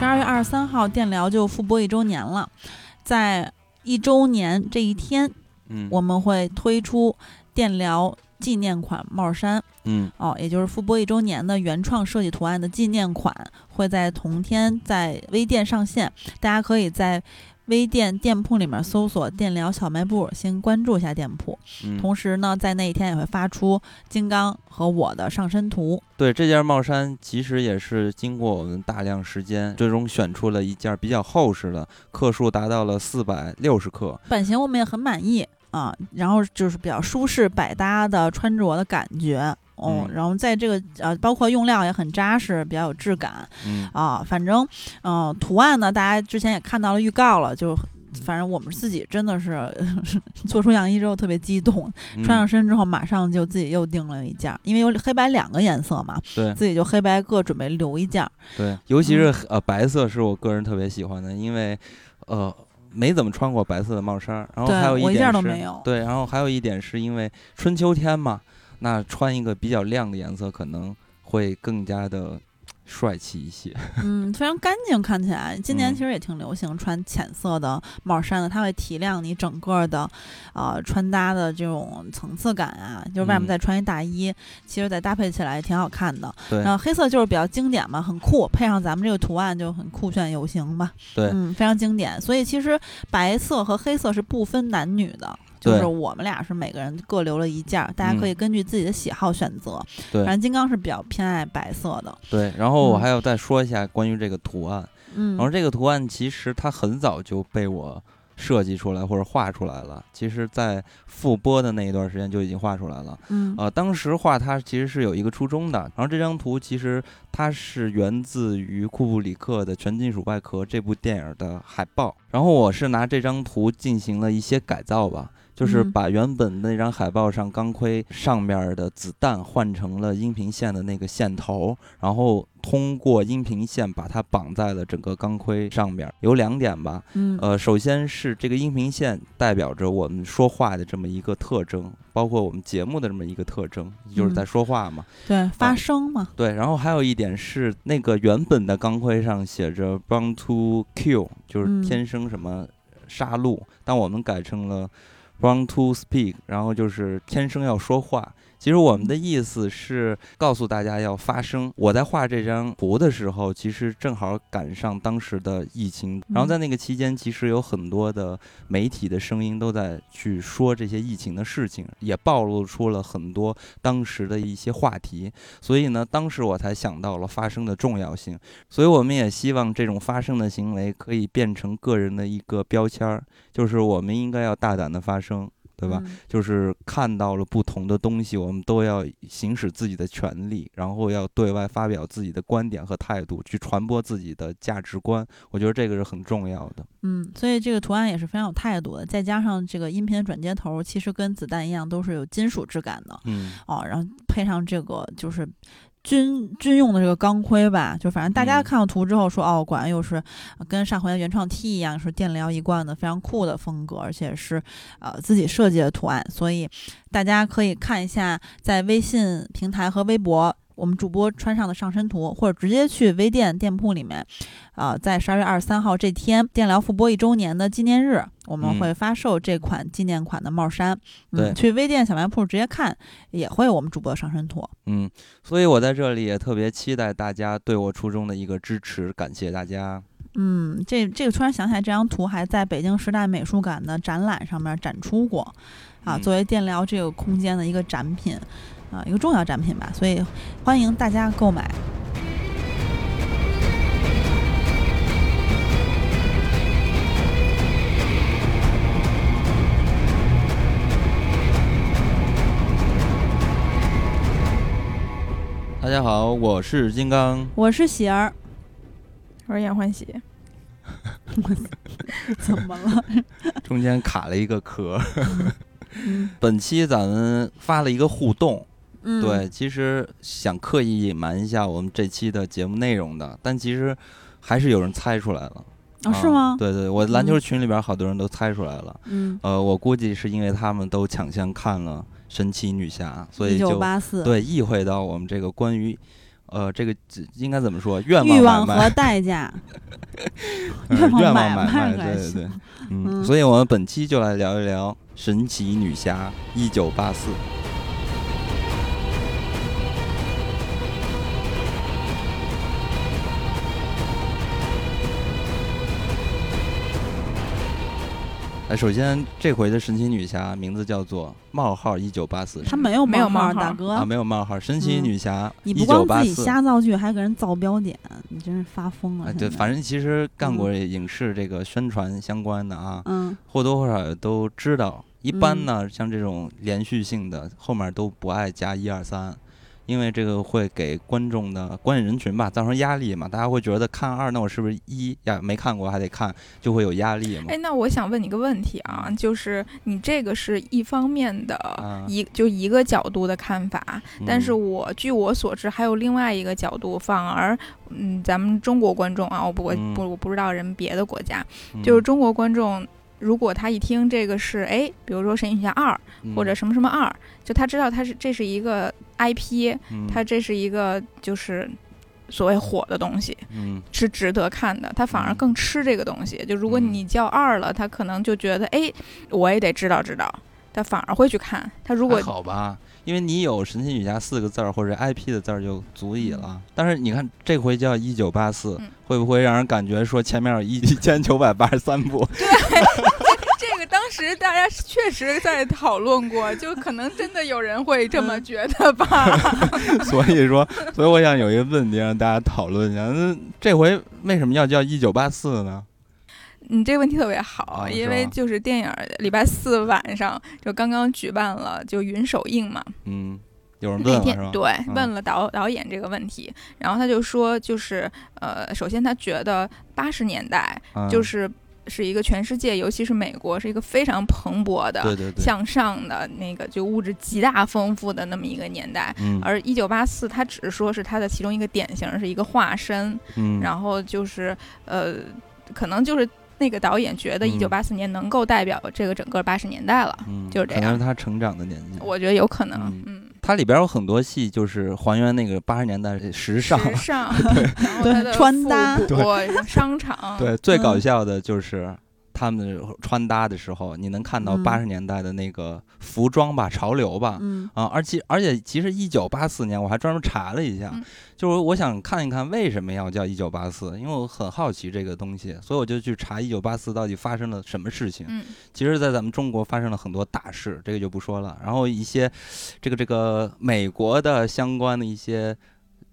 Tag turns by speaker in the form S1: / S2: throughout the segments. S1: 二十三号电疗就复播一周年了，在一周年这一天，
S2: 嗯，
S1: 我们会推出电疗纪念款帽衫
S2: 嗯
S1: 哦，也就是复播一周年的原创设计图案的纪念款，会在同天在微店上线，大家可以在。微店店铺里面搜索“电疗小卖部”，先关注一下店铺。
S2: 嗯，
S1: 同时呢，在那一天也会发出金刚和我的上身图。
S2: 对这件帽衫，其实也是经过我们大量时间，最终选出了一件比较厚实的，克数达到了四百六十克。
S1: 版型我们也很满意啊，然后就是比较舒适百搭的穿着的感觉。哦，
S2: 嗯
S1: 然后在这个呃，包括用料也很扎实，比较有质感
S2: 嗯
S1: 啊。反正，嗯、图案呢，大家之前也看到了预告了，就
S2: 嗯
S1: 反正我们自己真的是 做出样衣之后特别激动，
S2: 嗯
S1: 穿上身之后马上就自己又订了一件儿，因为有黑白两个颜色嘛，
S2: 对
S1: 自己就黑白各准备留一件儿。
S2: 对，尤其是呃白色是我个人特别喜欢的，因为呃没怎么穿过白色的帽衫儿，然后
S1: 对
S2: 还有
S1: 我一
S2: 点
S1: 件都
S2: 是
S1: 没有
S2: 对，然后还有一点是因为春秋天嘛，那穿一个比较亮的颜色可能会更加的帅气一些。
S1: 嗯，非常干净，看起来。今年
S2: 嗯
S1: 其实也挺流行穿浅色的帽衫的，它会提亮你整个的，呃，穿搭的这种层次感啊。就是外面
S2: 嗯
S1: 再穿一大衣，其实再搭配起来也挺好看的。
S2: 对
S1: 然后黑色就是比较经典嘛，很酷，配上咱们这个图案就很酷炫有型吧。
S2: 对
S1: 嗯，非常经典。所以其实白色和黑色是不分男女的。就
S2: 对嗯
S1: 是我们俩是每个人各留了一件儿，大家可以根据自己的喜好选择。
S2: 对
S1: 反正金刚是比较偏爱白色的。
S2: 对，然后我
S1: 嗯
S2: 还要再说一下关于这个图案。
S1: 嗯，
S2: 然后这个图案其实它很早就被我设计出来或者画出来了，其实，在复播的那一段时间就已经画出来了。
S1: 嗯
S2: 呃，当时画它其实是有一个初衷的。然后这张图其实它是源自于库布里克的《全金属外壳》这部电影的海报。然后我是拿这张图进行了一些改造吧，就是
S1: 嗯
S2: 把原本那张海报上钢盔上面的子弹换成了音频线的那个线头，然后通过音频线把它绑在了整个钢盔上面。有两点吧，
S1: 嗯
S2: 呃，首先是这个音频线代表着我们说话的这么一个特征，包括我们节目的这么一个特征，就是在
S1: 嗯
S2: 说话嘛。
S1: 对，发
S2: 啊
S1: 声嘛，
S2: 对，然后还有一点是那个原本的钢盔上写着 “born to kill”，就
S1: 嗯
S2: 是天生什么杀戮，但我们改成了 “born to speak”，然后就是天生要说话。其实我们的意思是告诉大家要发声。我在画这张图的时候，其实正好赶上当时的疫情，然后在那个期间，其实有很多的媒体的声音都在去说这些疫情的事情，也暴露出了很多当时的一些话题。所以呢，当时我才想到了发声的重要性。所以我们也希望这种发声的行为可以变成个人的一个标签儿，就是我们应该要大胆的发声，对吧？
S1: 嗯？
S2: 就是看到了不同的东西，我们都要行使自己的权利，然后要对外发表自己的观点和态度，去传播自己的价值观。我觉得这个是很重要的。
S1: 嗯，所以这个图案也是非常有态度的，再加上这个音频的转接头，其实跟子弹一样都是有金属质感的
S2: 嗯，
S1: 哦，然后配上这个就是。军军用的这个钢盔吧，就反正大家
S2: 嗯
S1: 看到图之后说，哦，果然又是呃跟上回的原创 T 一样，是电疗一贯的非常酷的风格，而且是呃自己设计的图案，所以大家可以看一下在微信平台和微博我们主播穿上的上身图，或者直接去微店店铺里面啊、在十二月二十三号这天，电疗复播一周年的纪念日，我们
S2: 嗯
S1: 会发售这款纪念款的帽衫。
S2: 对
S1: 嗯，去微店小卖铺直接看，也会有我们主播的上身图。
S2: 嗯，所以我在这里也特别期待大家对我初中的一个支持，感谢大家。
S1: 嗯，这这个突然想起来，这张图还在北京时代美术馆的展览上面展出过，啊，
S2: 嗯
S1: 作为电疗这个空间的一个展品，啊，一个重要展品吧，所以欢迎大家购买。
S2: 大家好，我是金刚。
S1: 我是喜儿，
S3: 我是杨欢喜，
S1: 怎么了？
S2: 中间卡了一 个壳。
S1: 嗯
S2: 本期咱们发了一个互动，
S1: 嗯，
S2: 对，其实想刻意隐瞒一下我们这期的节目内容的，但其实还是有人猜出来了。
S1: 哦，是吗？
S2: 啊对对，我篮球
S1: 嗯
S2: 群里边好多人都猜出来了。
S1: 嗯，
S2: 呃，我估计是因为他们都抢先看了《神奇女侠》，所以
S1: 一九
S2: 就
S1: 八四，
S2: 对意会到我们这个关于。呃，这个应该怎么说？愿
S1: 欲望
S2: 望买卖
S1: 和代价，
S2: 嗯
S1: 愿望
S2: 愿望
S1: 买
S2: 买
S1: 卖
S2: 卖，
S1: 关
S2: 对
S1: 系
S2: 对对，嗯，
S1: 嗯
S2: 所以我们本期就来聊一聊《神奇女侠》一九八四。哎，首先这回的神奇女侠名字叫做冒号一九八四
S1: 他没有
S3: 没有
S1: 冒
S3: 冒
S1: 号，
S3: 号
S1: 大哥，
S2: 啊，没有冒号，神奇
S1: 嗯
S2: 女侠
S1: 你
S2: 一
S1: 不
S2: 九
S1: 光
S2: 八
S1: 自己
S2: 四。
S1: 瞎造句，还给人造标点，你真是发疯了
S2: 啊，。
S1: 现
S2: 对，
S1: 在
S2: 反正其实干过
S1: 嗯
S2: 影视这个宣传相关的啊，
S1: 嗯
S2: 或多或少都知道。一
S3: 嗯
S2: 般呢，像这种连续性的，后面都不爱加一二三，因为这个会给观众的观影人群吧造成压力嘛，大家会觉得看二，那我是不是一呀没看过还得看，就会有压力嘛
S3: 哎，。那我想问你个问题啊，就是你这个是一方面的，
S2: 啊
S3: 哎一就一个角度的看法，但是
S2: 嗯
S3: 我据我所知还有另外一个角度，反而嗯，咱们中国观众啊，我不我
S2: 嗯
S3: 不我不知道人别的国家，
S2: 嗯
S3: 就是中国观众。如果他一听这个是哎，比如说《神奇女侠二》
S2: 嗯
S3: 或者什么什么二，就他知道他是这是一个 IP，
S2: 嗯
S3: 它这是一个就是所谓火的东西，
S2: 嗯
S3: 是值得看的。他反而
S2: 嗯
S3: 更吃这个东西。就如果
S2: 嗯
S3: 你叫二了，他可能就觉得哎，我也得知道知道，他反而会去看。他如果
S2: 还好吧，因为你有神奇女侠四个字儿或者 IP 的字儿就足以了。但是你看这回叫一九八四
S3: 嗯，
S2: 会不会让人感觉说前面有一千九百八十三部？
S3: 这个当时大家确实在讨论过，就可能真的有人会这
S2: 嗯
S3: 么觉得吧。
S2: 所以说，所以我想有一个问题让大家讨论一下，那这回为什么要叫一九八四呢？
S3: 你嗯这个问题特别好，
S2: 啊
S3: 因
S2: 是
S3: 为
S2: 吧
S3: 就是电影礼拜四晚上就刚刚举办了就云首映嘛，
S2: 嗯，有人
S3: 那
S2: 问了
S3: 天
S2: 是吧？嗯
S3: 对，问了导导演这个问题，然后他就说，就是呃，首先他觉得八十年代
S2: 嗯
S3: 就是是一个全世界，尤其是美国，是一个非常蓬勃的、
S2: 对对对，
S3: 向上的那个就物质极大丰富的那么一个年代。
S2: 嗯
S3: 而一九八四，他只是说是他的其中一个典型，是一个化身，
S2: 嗯，
S3: 然后就是呃，可能就是那个导演觉得
S2: 嗯
S3: 一九八四年能够代表这个整个八十年代了，
S2: 嗯
S3: 就是这
S2: 可能
S3: 样
S2: 是他成长的年纪。
S3: 我觉得有可能，
S2: 嗯
S3: 嗯
S2: 它里边有很多戏就是还原那个八十年代的时尚。
S3: 时尚，然后它的
S1: 对穿搭
S3: 复古商 场，
S2: 对，最搞
S1: 嗯
S2: 笑的就是他们的穿搭的时候，你能看到
S1: 嗯
S2: 八十年代的那个服装吧、潮流吧，
S1: 嗯
S2: 啊，而且而且，其实一九八四年我还专门查了一下，
S3: 嗯
S2: 就是我想看一看为什么要叫一九八四，因为我很好奇这个东西，所以我就去查一九八四到底发生了什么事情。
S3: 嗯，
S2: 其实，在咱们中国发生了很多大事，这个就不说了。然后一些这个这个美国的相关的一些。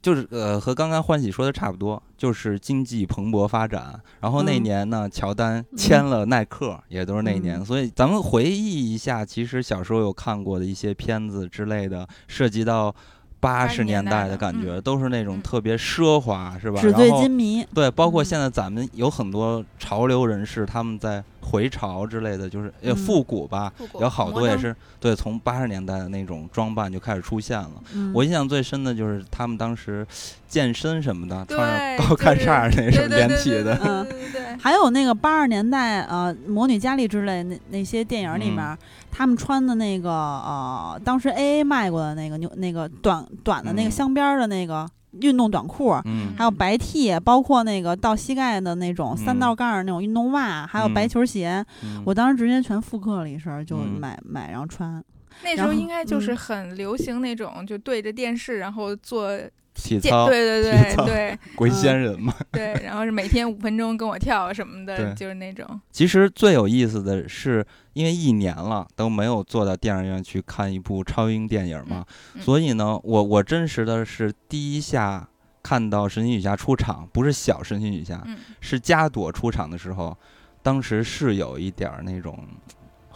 S2: 就是呃，和刚刚欢喜说的差不多，就是经济蓬勃发展。然后那
S1: 嗯
S2: 年呢，乔丹签了耐克，也都是那年。
S1: 嗯
S2: 所以咱们回忆一下，其实小时候有看过的一些片子之类的，涉及到八十
S3: 80
S2: 年
S3: 年
S2: 代
S3: 代
S2: 的
S3: 的
S2: 感觉，
S3: 嗯
S2: 都是那种
S3: 嗯
S2: 特别奢华，是吧？
S1: 纸
S2: 然
S1: 醉
S2: 后
S1: 金迷，
S2: 对，包括
S1: 嗯
S2: 现在咱们有很多潮流人士，他们在回潮之类的，就是呃
S1: 嗯
S2: 复古吧，
S3: 复古
S2: 有好多也，
S3: 摩登
S2: 是对，从八十年代的那种装扮就开始出现了。
S1: 嗯
S2: 我印象最深的就是他们当时健身什么的，
S3: 对
S2: 穿上高看
S3: 就是
S2: 叉儿那
S3: 对
S2: 种
S3: 对
S2: 连
S3: 对
S2: 体
S3: 对对
S2: 的，
S3: 对对对对，
S1: 还有那个八十年代呃《魔女佳丽》之类那那些电影里
S2: 嗯
S1: 面，他们穿的那个呃，当时 A A 卖过的那个牛那个短短的那
S2: 嗯
S1: 个镶边儿的那个运动短裤。
S2: 嗯
S1: 还有白 T，包括那个到膝盖的那种三
S2: 嗯
S1: 道杠儿那种运动袜，还有白
S2: 嗯
S1: 球鞋，
S2: 嗯
S1: 我当时直接全复刻了一身儿，就
S2: 嗯
S1: 买、买然后穿。
S3: 那时
S1: 然
S3: 候
S1: 后
S3: 应该就是很流行那种，就对着电视然后做
S2: 体
S3: 健，
S2: 操
S3: 对对
S2: 体
S3: 对
S2: 操
S3: 对
S2: 鬼
S1: 嗯
S2: 仙人嘛。
S3: 对，然后是每天五分钟跟我跳什么的，
S2: 对啊
S3: 就是那种，
S2: 其实最有意思的是，因为一年了都没有坐到电影院去看一部超英电影嘛，
S3: 嗯嗯
S2: 所以呢，我我真实的是第一下看到神奇女侠出场，不是小神奇女侠，
S3: 嗯，
S2: 是加朵出场的时候，当时是有一点儿那种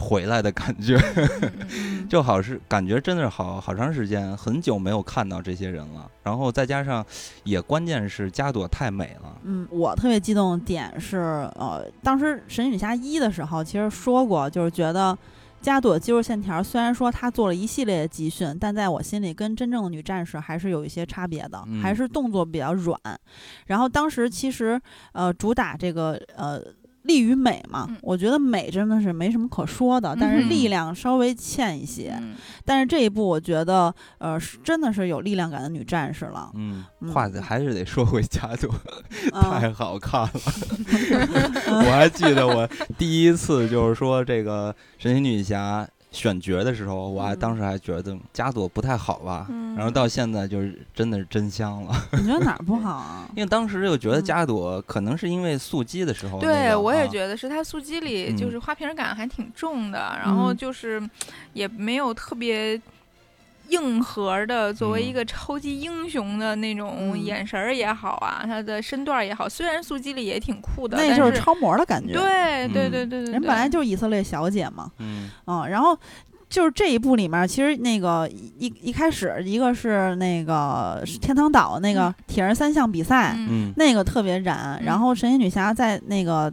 S2: 回来的感觉，
S3: 嗯嗯嗯
S2: 就好是感觉真的是好好长时间，很久没有看到这些人了，然后再加上也关键是加朵太美了，
S1: 嗯，我特别激动的点是，呃，当时《神女侠一》的时候，其实说过，就是觉得加朵肌肉线条虽然说她做了一系列的集训，但在我心里跟真正的女战士还是有一些差别的，
S2: 嗯
S1: 还是动作比较软。然后当时其实呃，主打这个呃。力与美嘛，
S3: 嗯
S1: 我觉得美真的是没什么可说的，但是
S3: 嗯
S1: 力量稍微欠一些。
S3: 嗯
S1: 但是这一部我觉得，呃，是真的是有力量感的女战士了。
S2: 嗯
S1: 嗯，
S2: 话得还是得说回加朵，
S1: 啊、
S2: 太好看了。
S3: 嗯
S2: 我还记得我第一次就是说这个神奇女侠选角的时候，我还
S3: 嗯
S2: 当时还觉得加朵不太好吧，
S3: 嗯
S2: 然后到现在就是真的是真香了。
S1: 你觉得哪儿不好啊？
S2: 因为当时就觉得
S1: 嗯
S2: 加朵可能是因为素鸡的时候那个啊，
S3: 对，我也觉得是它素鸡里就
S2: 嗯
S3: 是花瓶感还挺重的，然后
S1: 嗯
S3: 就是也没有特别硬核的，作为一
S2: 嗯
S3: 个超级英雄的那种
S1: 嗯
S3: 眼神儿也好啊，他的身段儿也好，虽然素鸡里也挺酷的，
S1: 那
S3: 但
S1: 就是
S3: 是
S1: 超模的感觉。
S3: 对对
S2: 嗯
S3: 对对对，
S1: 人本来就是以色列小姐嘛，
S2: 嗯，
S1: 嗯，然后就是这一部里面，其实那个一一开始，一个是那个天堂岛那个
S3: 嗯
S1: 铁人三项比赛，
S3: 嗯
S2: 嗯
S1: 那个特别燃。然后神奇女侠在那个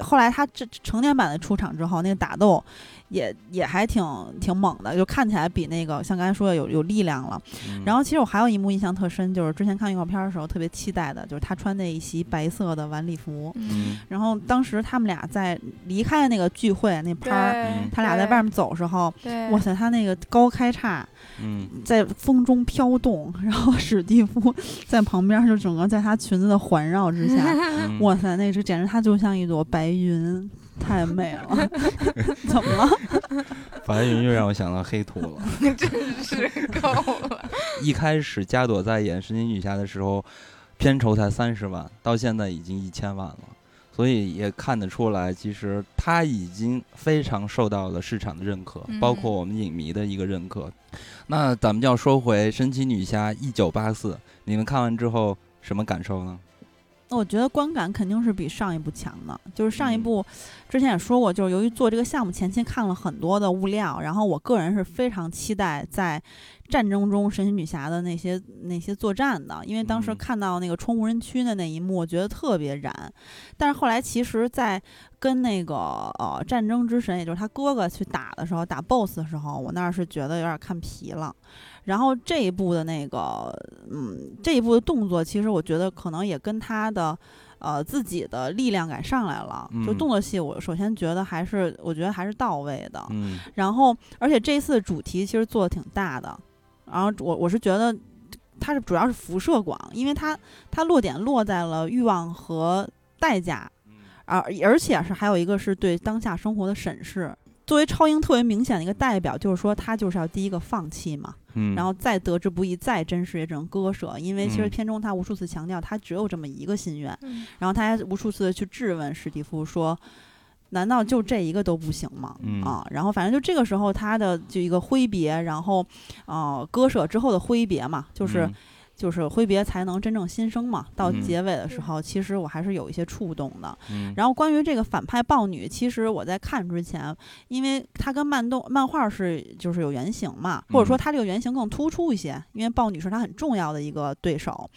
S1: 后来她这成年版的出场之后，那个打斗也也还挺挺猛的，就看起来比那个像刚才说的有有力量了。
S2: 嗯，
S1: 然后其实我还有一幕印象特深，就是之前看预告片的时候特别期待的，就是她穿那一袭白色的晚礼服。
S3: 嗯
S2: 嗯
S1: 然后当时他们俩在离开那个聚会那
S3: 对
S1: 趴儿，
S2: 嗯
S1: 他俩在外面走时候，
S3: 对，
S1: 哇塞，他那个高开叉
S2: 嗯
S1: 在风中飘动，然后史蒂夫在旁边就整个在他裙子的环绕之下
S2: 嗯
S1: 哇塞，那是简直他就像一朵白云，太美了。 怎么了？
S2: 白云又让我想到黑土了。
S3: 真是够了，
S2: 一开始加朵在演神奇女侠的时候，片酬才三十万，到现在已经一千万了，所以也看得出来，其实她已经非常受到了市场的认可，
S3: 嗯
S2: 包括我们影迷的一个认可。那咱们要说回神奇女侠一九八四，你们看完之后什么感受呢？
S1: 那我觉得观感肯定是比上一部强的，就是上一
S2: 嗯
S1: 部之前也说过，就是由于做这个项目前期看了很多的物料，然后我个人是非常期待在战争中神奇女侠的那些那些作战的，因为当时
S2: 嗯
S1: 看到那个冲无人区的那一幕，我觉得特别燃。但是后来其实，在跟那个呃战争之神，也就是他哥哥去打的时候，打 BOSS 的时候，我那儿是觉得有点看皮了。然后这一部的那个，嗯，这一部的动作，其实我觉得可能也跟他的，呃，自己的力量感上来了。就
S2: 嗯
S1: 动作戏，我首先觉得还是，我觉得还是到位的。
S2: 嗯
S1: 然后，而且这一次的主题其实做的挺大的，然后我我是觉得它是主要是辐射广，因为它它落点落在了欲望和代价，
S2: 嗯
S1: 而而且是还有一个是对当下生活的审视。作为超英特别明显的一个代表，就是说他就是要第一个放弃嘛，
S2: 嗯，
S1: 然后再得之不易，再真实也只能割舍，因为其实
S2: 嗯
S1: 片中他无数次强调他只有这么一个心愿，然后他还无数次地去质问史蒂夫说：“难道就这一个都不行吗？”
S2: 嗯
S1: 啊，然后反正就这个时候他的就一个挥别，然后呃割舍之后的挥别嘛，就是、
S2: 嗯
S1: 就是挥别才能真正新生嘛。到
S2: 嗯
S1: 结尾的时候，其实我还是有一些触动的。
S2: 嗯
S1: 然后关于这个反派豹女，其实我在看之前，因为它跟漫动漫画是就是有原型嘛，或者说
S2: 嗯
S1: 它这个原型更突出一些，因为豹女是它很重要的一个对手。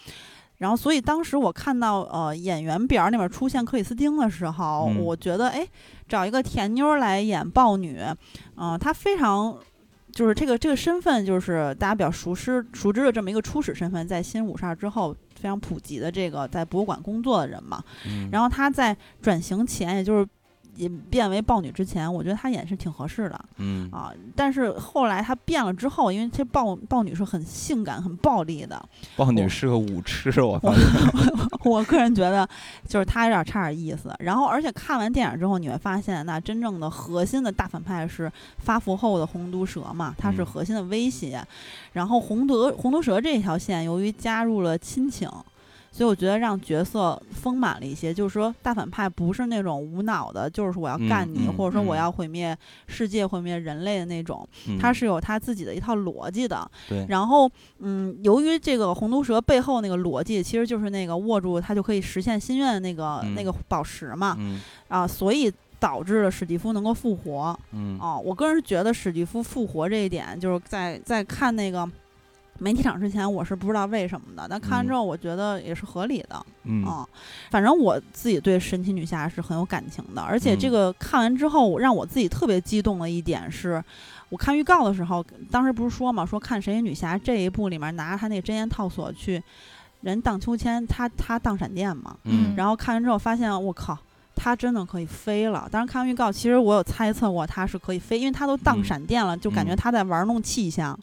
S1: 然后，所以当时我看到呃演员表里面出现克里斯汀的时候，
S2: 嗯
S1: 我觉得哎，找一个甜妞儿来演豹女，嗯、她非常。就是这个这个身份，就是大家比较熟知熟知的这么一个初始身份，在新五十二之后非常普及的这个在博物馆工作的人嘛。
S2: 嗯
S1: 然后她在转型前，也就是也变为豹女之前，我觉得她演是挺合适的
S2: 嗯
S1: 啊。但是后来她变了之后，因为这豹豹女是很性感、很暴力的，
S2: 豹
S1: 我
S2: 女是个舞痴，我
S1: 我
S2: 发现
S1: 我个人觉得就是她有点差点意思。然后而且看完电影之后，你会发现，那真正的核心的大反派是发福后的红毒蛇嘛，它是
S2: 嗯
S1: 核心的威胁。然后红德红毒蛇这一条线，由于加入了亲情。所以我觉得让角色丰满了一些，就是说大反派不是那种无脑的，就是我要
S2: 嗯
S1: 干你，
S2: 嗯
S1: 或者说我
S3: 嗯
S1: 要毁灭世界、毁灭人类的那种，
S2: 嗯
S1: 他是有他自己的一套逻辑的。
S2: 对
S1: 然后，嗯，由于这个红毒蛇背后那个逻辑，其实就是那个握住它就可以实现心愿的那个、
S2: 嗯
S1: 那个宝石嘛，
S2: 嗯
S1: 啊，所以导致了史蒂夫能够复活。
S2: 嗯
S1: 哦，我个人觉得史蒂夫复活这一点，就是在在看那个。媒体场之前我是不知道为什么的，但看完
S2: 嗯
S1: 之后我觉得也是合理的。
S2: 嗯
S1: 嗯，反正我自己对神奇女侠是很有感情的，而且这
S2: 嗯
S1: 个看完之后，让我自己特别激动的一点是，我看预告的时候，当时不是说嘛，说看神奇女侠这一部里面拿着她那个真言套索去人荡秋千，她她荡闪电嘛，
S2: 嗯
S1: 然后看完之后发现我靠，她它真的可以飞了。当时看完预告，其实我有猜测过它是可以飞，因为它都荡
S2: 嗯
S1: 闪电了，就感觉
S2: 嗯
S1: 它在玩弄气象。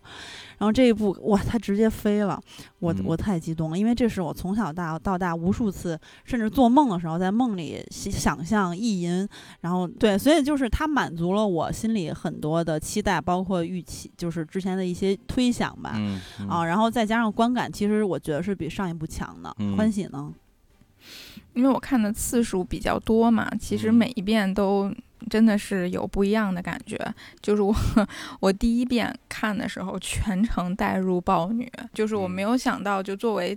S1: 然后这一部哇，它直接飞了，我、
S2: 嗯
S1: 我太激动了，因为这是我从小到到大无数次，甚至做梦的时候在梦里想想象意淫，然后对，所以就是它满足了我心里很多的期待，包括预期，就是之前的一些推想吧。
S2: 嗯
S1: 啊，，然后再加上观感，其实我觉得是比上一部强的。
S2: 嗯
S1: 欢喜呢？
S3: 因为我看的次数比较多嘛，其实
S2: 嗯
S3: 每一遍都真的是有不一样的感觉。就是我 我第一遍看的时候，全程带入豹女，就是我
S2: 嗯
S3: 没有想到，就作为。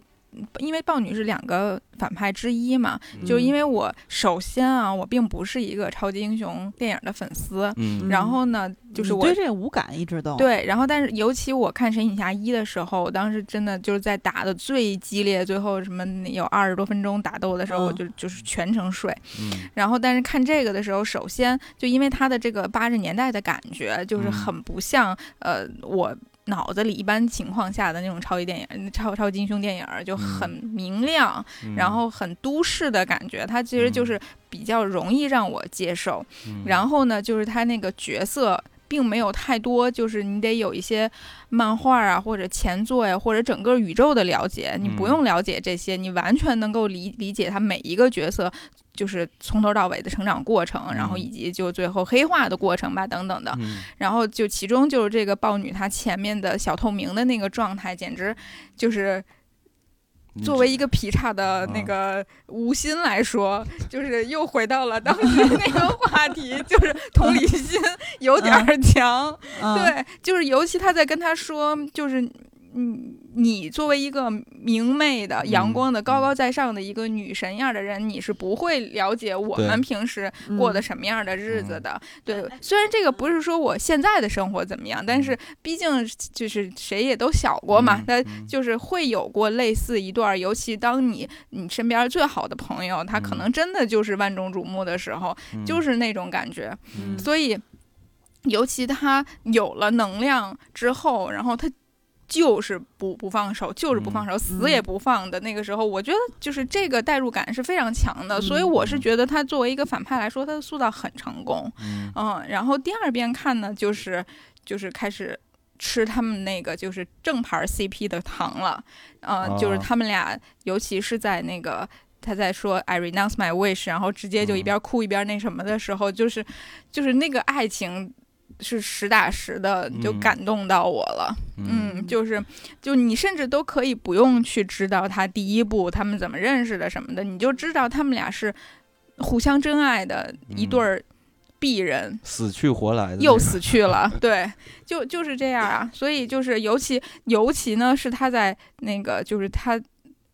S3: 因为豹女是两个反派之一嘛，就
S1: 嗯
S3: 因为我首先啊，我并不是一个超级英雄电影的粉丝，
S2: 嗯
S3: 然后呢，就
S1: 你
S3: 是
S1: 嗯
S3: 我
S1: 对这个无感一直
S2: 哦
S1: 都。
S3: 对，然后但是尤其我看《神隐侠一》的时候，我当时真的就是在打的最激烈，最后什么有二十多分钟打斗的时候，我
S1: 嗯
S3: 就就是全程睡。
S2: 嗯
S3: 然后但是看这个的时候，首先就因为它的这个八十年代的感觉，就是
S2: 嗯
S3: 很不像、呃我。脑子里一般情况下的那种超级电影、超超级英雄电影儿就很明亮，
S2: 嗯，
S3: 然后很都市的感觉，它其实就是比较容易让我接受。
S2: 嗯
S3: 哦 然后呢，就是他那个角色并没有太多，就是你得有一些漫画啊，或者前作呀、或者整个宇宙的了解，你不
S2: 嗯
S3: 用了解这些，你完全能够理理解他每一个角色。就是从头到尾的成长过程，然后
S2: 嗯
S3: 以及就最后黑化的过程吧，等等的。
S2: 嗯
S3: 然后就其中就是这个豹女，她前面的小透明的那个状态，简直就是
S2: 嗯
S3: 作为一个劈叉的那
S2: 啊
S3: 个吴昕来说，就是又回到了当时那个话题，就是同理心有点儿强。
S1: 嗯，
S3: 对，就是尤其他在跟他说，就是嗯，你作为一个明媚的、阳光的、
S2: 嗯
S3: 高高在上的一个女神样的人，你是不会了解我们
S2: 对
S3: 平时过的
S1: 嗯
S3: 什么样的日子的。对，虽然这个不是说我现在的生活怎么样，但是毕竟就是谁也都小过嘛
S2: 嗯，
S3: 那、
S2: 嗯
S3: 就是会有过类似一段儿，尤其当你你身边最好的朋友，他可
S2: 嗯
S3: 能真的就是万众瞩目的时候，
S2: 嗯
S3: 就是那种感觉。
S2: 嗯
S3: 所以，尤其他有了能量之后，然后他就是不不放手，就是不放手，死也不放的那个时候，我觉得就是这个代入感是非常强的。所以
S1: 嗯
S3: 我是觉得他作为一个反派来说，他的塑造很成功。
S2: 嗯
S3: 嗯，然后第二遍看呢，就是就是开始。吃他们那个就是正牌 CP 的糖了，呃，就是
S2: 哦
S3: 他们俩，尤其是在那个他在说 "I renounce my wish"，然后直接就
S2: 嗯
S3: 一边哭一边那什么的时候，就是就是那个爱情是实打实的，就
S2: 嗯
S3: 感动到我了。
S2: 嗯
S3: 嗯，就是，就你甚至都可以不用去知道他第一步他们怎么认识的什么的，你就知道他们俩是互相真爱的一对
S2: 嗯
S3: 儿璧人，
S2: 死去活来的
S3: 又死去 了。对，就就是这样啊。所以就是，尤其尤其呢，是他在那个，就是他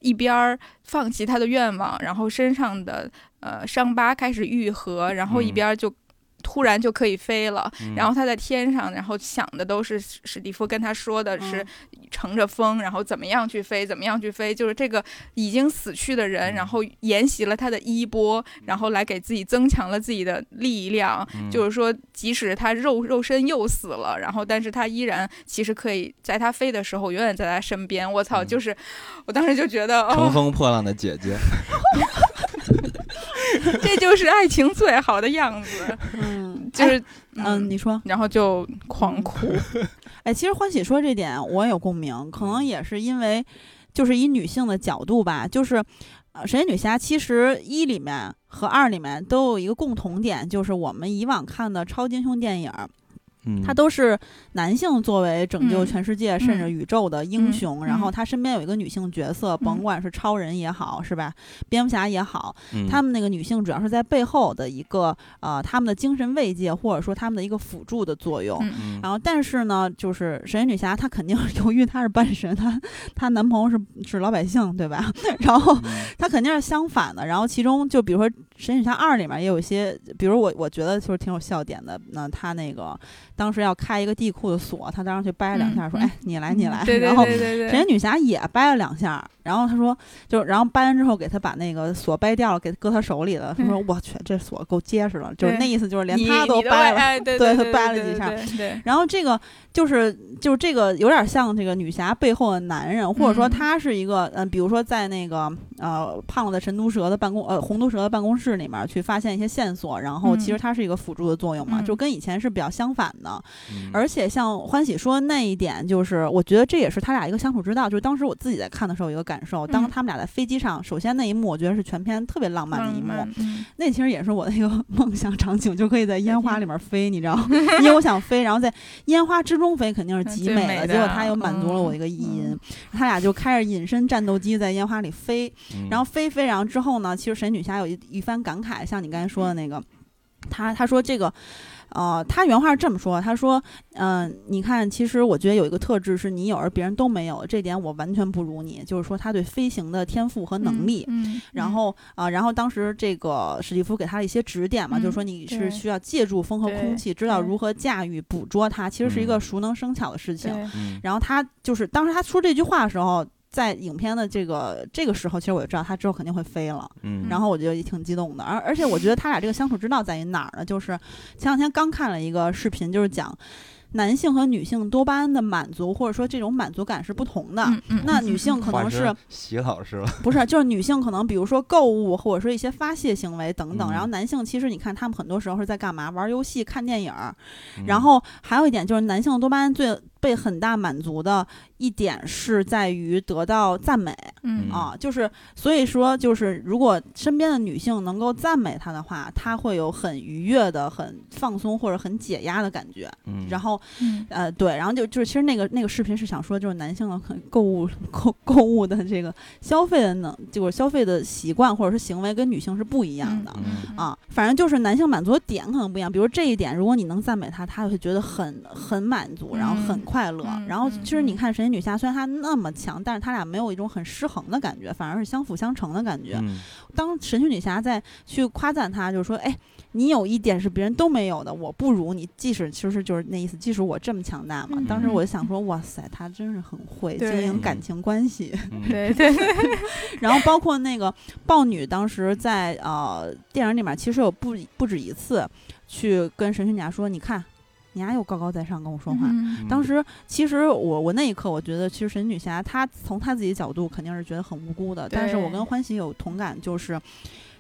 S3: 一边儿放弃他的愿望，然后身上的呃伤疤开始愈合，然后一
S2: 嗯
S3: 边儿就。突然就可以飞了，
S2: 嗯
S3: 然后他在天上，然后想的都是史史蒂夫跟他说的是，乘着风，然后怎么样去飞，怎么样去飞，就是这个已经死去的人，
S2: 嗯
S3: 然后沿袭了他的衣钵，然后来给自己增强了自己的力量。
S2: 嗯
S3: 就是说，即使他肉肉身又死了，然后但是他依然其实可以在他飞的时候永远在他身边。我操，
S2: 嗯
S3: 就是我当时就觉得，
S2: 乘
S3: 哦，
S2: 风破浪的姐姐，
S3: 这就是爱情最好的样 子，
S1: 嗯，
S3: 就
S1: 哎
S3: 是
S1: 嗯，你嗯说，
S3: 然后就狂哭。
S1: 哎，其实欢喜说这点我有共鸣，可
S3: 嗯
S1: 能也是因为就是以女性的角度吧，就是呃，神奇女侠其实一里面和二里面都有一个共同点，就是我们以往看的超级英雄电影，
S2: 嗯，
S1: 他都是男性作为拯救
S3: 嗯
S1: 全世界、甚至宇宙的英雄，
S3: 嗯
S1: 然后他身边有一个女性角色，
S3: 嗯
S1: 甭管是超人也好，是吧？蝙蝠侠也好，
S2: 嗯
S1: 他们那个女性主要是在背后的一个呃，他们的精神慰藉或者说他们的一个辅助的作用。
S3: 嗯
S2: 嗯
S1: 然后，但是呢，就是神奇女侠，她肯定 由于她是半神，她她男朋友是是老百姓，对吧？ 然后
S2: 嗯
S1: 它肯定是相反的。然后其中就比如说《神女侠二》里面也有一些，比如我我觉得就是挺有笑点的。那他那个当时要开一个地库的锁，他当时去掰了两下，
S3: 嗯
S1: 说：“
S3: 嗯
S1: 哎，你来，你来。
S3: 对对
S1: 然后
S3: 对对
S1: 神
S3: 对，
S1: 奇女侠也掰了两下，然后他说，就然后掰完之后给他把那个锁掰掉了，给搁他手里了。他说：“我去，这锁够结实的。”就是
S3: 嗯对
S1: 那意思，就是连
S3: 你
S1: 他都
S3: 你的
S1: 掰
S3: 外
S1: 了。
S3: 哎对
S1: 对
S3: 对
S1: 他
S3: 对
S1: 掰
S3: 对
S1: 了几
S3: 对
S1: 下
S3: 对对
S1: 然后这个就是就是这个有点像这个女侠背后的男人，或者说
S3: 嗯
S1: 他是一个嗯、呃比如说在那个呃胖子神毒蛇的办公呃红毒蛇的办公室里面去发现一些线索，然后其实
S3: 嗯
S1: 它是一个辅助的作用嘛，
S3: 嗯
S1: 就跟以前是比较相反的。
S2: 嗯
S1: 而且像欢喜说那一点，就是我觉得这也是他俩一个相处之道。就是当时我自己在看的时候，有一个感受，当
S3: 嗯
S1: 他们俩在飞机上，首先那一幕，我觉得是全片特别浪漫的一幕。
S3: 嗯嗯
S1: 那其实也是我的一个 梦想场景，就可以在烟花里面飞，你知 道吗？因为我想飞，然后在烟花之中飞，肯定是极
S3: 最
S1: 美
S3: 美
S1: 的。
S3: 的
S1: 结果他又满足了我一个意
S3: 嗯
S1: 淫，他俩就开着隐身战斗机在烟花里飞。
S3: 嗯
S2: 嗯
S1: 然后飞飞，然后之后呢，其实神女侠有一一番感慨，像你刚才说的那
S3: 嗯
S1: 个，她她说这个，呃，她原话是这么说，她说，嗯、你看，其实我觉得有一个特质是你有而别人都没有，这点我完全不如你，就是说她对飞行的天赋和能力。
S3: 嗯，嗯
S1: 然后啊、呃然后当时这个史蒂夫给她了一些指点嘛，就是说
S3: 嗯
S1: 你
S3: 对
S1: 是需要借助风和空
S3: 对
S1: 气，知道
S3: 对嗯
S1: 如何驾驭、捕捉它，其实是一个熟能生巧的事情。
S3: 对
S2: 嗯
S1: 然后他就是当时他说这句话的时候，在影片的这个这个时候，其实我就知道他之后肯定会飞了。
S2: 嗯，
S1: 然后我就也挺激动的，而而且我觉得他俩这个相处之道在于哪儿呢？就是前两天刚看了一个视频，就是讲男性和女性多巴胺的满足，或者说这种满足感是不同的。
S3: 嗯嗯
S1: 那
S3: 嗯
S1: 女性
S3: 嗯
S1: 可
S2: 化
S1: 能
S2: 身
S1: 是
S2: 席老师了，
S1: 不是就是女性可能比如说购物或者说一些发泄行为等等，
S2: 嗯
S1: 然后男性其实你看他们很多时候是在干嘛？玩游戏、看电影儿，
S2: 嗯
S1: 然后还有一点就是，男性多巴胺最被很大满足的一点是在于得到赞美
S3: 嗯
S2: 嗯
S1: 啊，就是所以说就是，如果身边的女性能够赞美他的话，他会有很愉悦的、很放松或者很解压的感觉。
S2: 嗯
S1: 然后
S3: 嗯
S1: 呃，对，然后就就是其实那个那个视频是想说，就是男性的可能购物购购物的这个消费的能，就是消费的习惯或者是行为跟女性是不一样的。
S2: 嗯
S1: 啊，反正就是男性满足的点可能不一样。比如这一点，如果你能赞美他，他会觉得很很满足，然后很
S3: 嗯
S1: 快乐。
S3: 嗯
S1: 然后其实
S3: 嗯
S1: 你看神奇女侠，虽然她那么强，但是他俩没有一种很失衡的感觉，反而是相辅相成的感觉。
S2: 嗯
S1: 当神奇女侠在去夸赞他，就是说，哎，你有一点是别人都没有的，我不如你。即使其实就是那意思，即使我这么强大嘛。当时我就想说，哇塞，他真是很会经
S3: 嗯对
S1: 营感
S2: 嗯
S1: 情关系。
S2: 嗯
S3: 对对，
S1: 然后包括那个豹女，当时在呃电影里面，其实有不不止一次去跟神奇女侠说：“你看，你丫又高高在上跟我说话。
S3: 嗯
S1: 当时其实我我那一刻，我觉得其实神奇女侠她从她自己角度肯定是觉得很无辜的，但是我
S3: 对
S1: 跟欢喜有同感，就是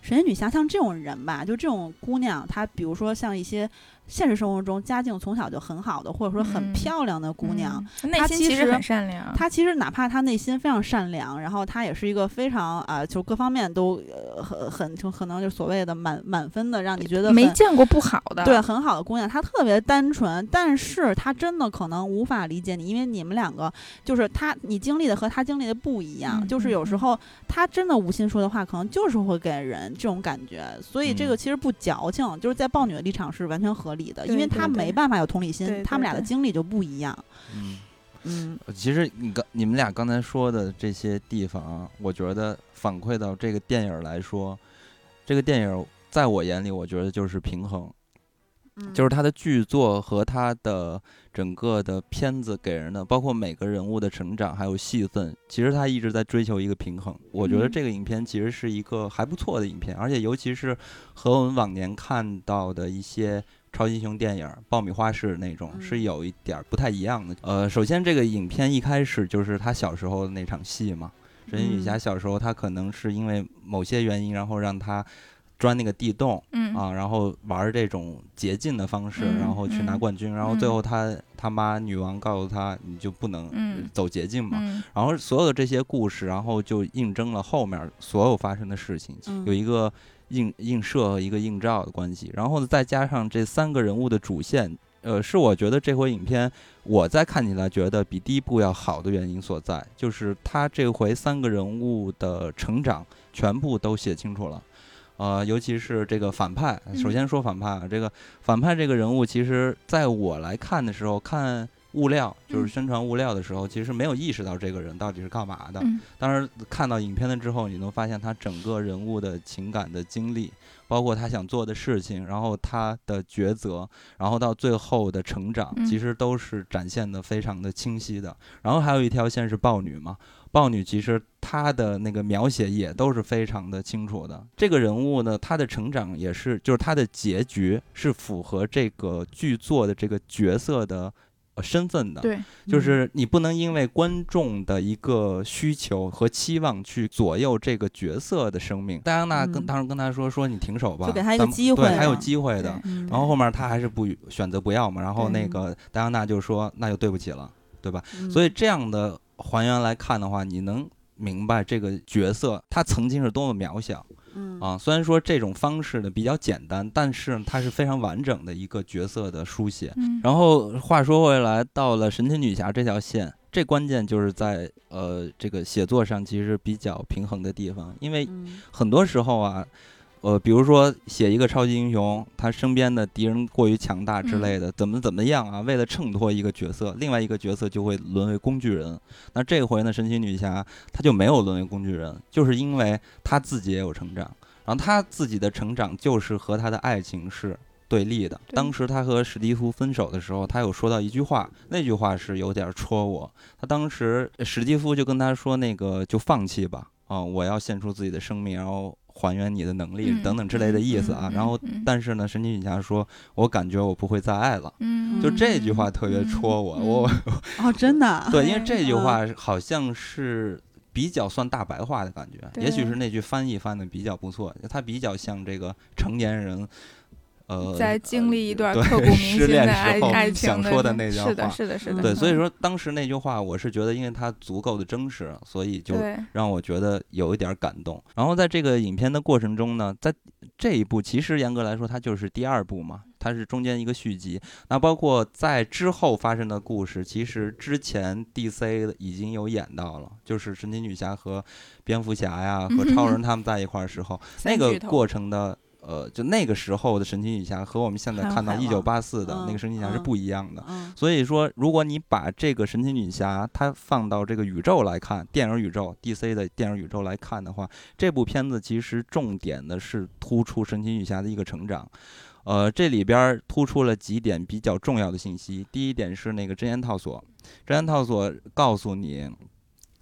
S1: 神奇女侠像这种人吧，就这种姑娘，她比如说像一些现实生活中家境从小就很好的，或者说很
S3: 嗯
S1: 漂亮的姑娘，，
S3: 嗯内
S1: 她
S3: 心
S1: 其
S3: 其实
S1: 实
S3: 很善良，
S1: 他其实哪怕他内心非常善良，然后他也是一个非常啊、就各方面都呃很很就可能就所谓的满满分的，让你觉得
S3: 没
S1: 很
S3: 见过不好的，
S1: 对很好的姑娘。她特别单纯，但是她真的可能无法理解你，因为你们两个就是她你经历的和她经历的不一样，
S3: 嗯
S1: 就是
S3: 嗯
S1: 有时
S3: 嗯
S1: 候她真的无心说的话，可能就是会给人这种感觉。所以这个
S2: 嗯
S1: 其实不矫情，就是在豹女的立场是完全合理的，因为
S3: 对对
S1: 她没
S3: 对
S1: 办法有同理心，
S3: 对
S1: 他们
S3: 对
S1: 俩的
S3: 对
S1: 经历就不一样。
S2: 嗯，
S1: 嗯
S2: 其实你刚你们俩刚才说的这些地方啊，我觉得反馈到这个电影来说，这个电影在我眼里，我觉得就是平衡，
S1: 嗯，
S2: 就是它的剧作和它的整个的片子给人的，包括每个人物的成长还有戏份，其实它一直在追求一个平衡。我觉得
S3: 嗯
S2: 这个影片其实是一个还不错的影片，而且尤其是和我们往年看到的一些。超级英雄电影儿、爆米花式那种
S1: 嗯
S2: 是有一点儿不太一样的。呃，首先这个影片一开始就是他小时候的那场戏嘛，神奇女
S1: 嗯
S2: 侠小时候她可能是因为某些原因，然后让她钻那个地洞，
S3: 嗯
S2: 啊，然后玩儿这种捷径的方式，然
S3: 嗯
S2: 后去拿
S3: 嗯
S2: 冠军，然后最
S3: 嗯
S2: 后他他妈女王告诉他，你就不能
S3: 嗯
S2: 走捷径嘛。
S3: 嗯
S2: 然后所有的这些故事，然后就印证了后面所有发生的事情，
S1: 嗯
S2: 有一个映映射和一个映照的关系，然后再加上这三个人物的主线。呃，是我觉得这回影片我在看起来觉得比第一部要好的原因所在，就是他这回三个人物的成长全部都写清楚了。呃，尤其是这个反派，首先说反派啊，这个反派这个人物，其实在我来看的时候，看物料，就是
S3: 嗯
S2: 宣传物料的时候，其实没有意识到这个人到底是干嘛的。
S3: 嗯
S2: 当然，看到影片了之后，你能发现他整个人物的情感的经历，包括他想做的事情，然后他的抉择，然后到最后的成长，
S3: 嗯
S2: 其实都是展现的非常的清晰的。然后还有一条线是豹女嘛，豹女其实她的那个描写也都是非常的清楚的。这个人物呢，她的成长也是，就是她的结局是符合这个剧作的这个角色的。呃身份的，
S3: 对，
S1: 嗯
S2: 就是你不能因为观众的一个需求和期望去左右这个角色的生命。戴安娜跟
S1: 嗯
S2: 当时跟他说说你停手吧，
S1: 就给他一个
S2: 咱们
S1: 机会
S2: 对，还有
S1: 嘛
S2: 机会的
S3: 对。
S1: 嗯，
S2: 然后后面他还是不予选择不要嘛，然后
S3: 对
S2: 那个戴安娜就说那就对不起了，对吧？
S1: 嗯
S2: 所以这样的还原来看的话，你能明白这个角色他曾经是多么渺小。
S1: 嗯
S2: 啊，虽然说这种方式呢比较简单，但是它是非常完整的一个角色的书写。
S3: 嗯
S2: 然后话说回来，到了神奇女侠这条线，这关键就是在呃这个写作上其实比较平衡的地方，因为
S1: 嗯
S2: 很多时候啊，呃，比如说写一个超级英雄，他身边的敌人过于强大之类的，怎么怎么样啊？为了衬托一个角色，另外一个角色就会沦为工具人。那这回呢，神奇女侠她就没有沦为工具人，就是因为她自己也有成长，然后她自己的成长就是和她的爱情是。对立的。
S3: 对
S2: 当时她和史蒂夫分手的时候，她有说到一句话，那句话是有点戳我。他当时呃史蒂夫就跟他说：“那个就放弃吧，啊、我要献出自己的生命，然后还原你的能力、
S3: 嗯
S2: 等等之类的意思啊。然后，但是呢，神奇女侠说：“我感觉我不会再爱了。”
S3: 嗯，
S2: 就这句话特别戳我，我、
S1: 哦，真的啊，
S2: 对，
S3: 对
S2: 因为这句
S1: 嗯
S2: 话好像是比较算大白话的感觉，
S3: 对
S2: 也许是那句翻译翻的比较不错，它比较像这个成年人，呃，
S3: 在经历一段
S2: 对
S3: 刻骨铭
S2: 失
S3: 心
S2: 恋
S3: 的
S2: 时
S3: 爱
S2: 候
S3: 爱
S2: 想
S3: 情
S2: 说的
S3: 的
S2: 那句
S3: 是的，
S2: 话
S3: 是的，是
S1: 嗯
S3: 的。
S2: 对，所以
S3: 嗯
S2: 说当时那句话，我是觉得，因为它足够的真实，所以就
S3: 对，
S2: 让我觉得有一点儿感动。然后在这个影片的过程中呢，在这一部其实严格来说它就是第二部嘛，它是中间一个续集。那包括在之后发生的故事，其实之前 DC 已经有演到了，就是神奇女侠和蝙蝠侠呀和超人他们在一块儿时候，那
S3: 嗯三
S2: 个
S3: 巨头
S2: 过程的。呃，就那个时候的神奇女侠和我们现在
S1: 还有
S2: 看到
S3: 啊
S1: 海
S2: 一九八四的
S1: 王
S2: 那个神奇女侠是
S1: 嗯
S2: 不一样的。
S1: 嗯
S2: 所以说，如果你把这个神奇女侠它放到这个宇宙来看，电影宇宙 DC 的电影宇宙来看的话，这部片子其实重点的是突出神奇女侠的一个成长。呃，这里边儿突出了几点比较重要的信息。第一点是那个真言套索，真言套索告诉你，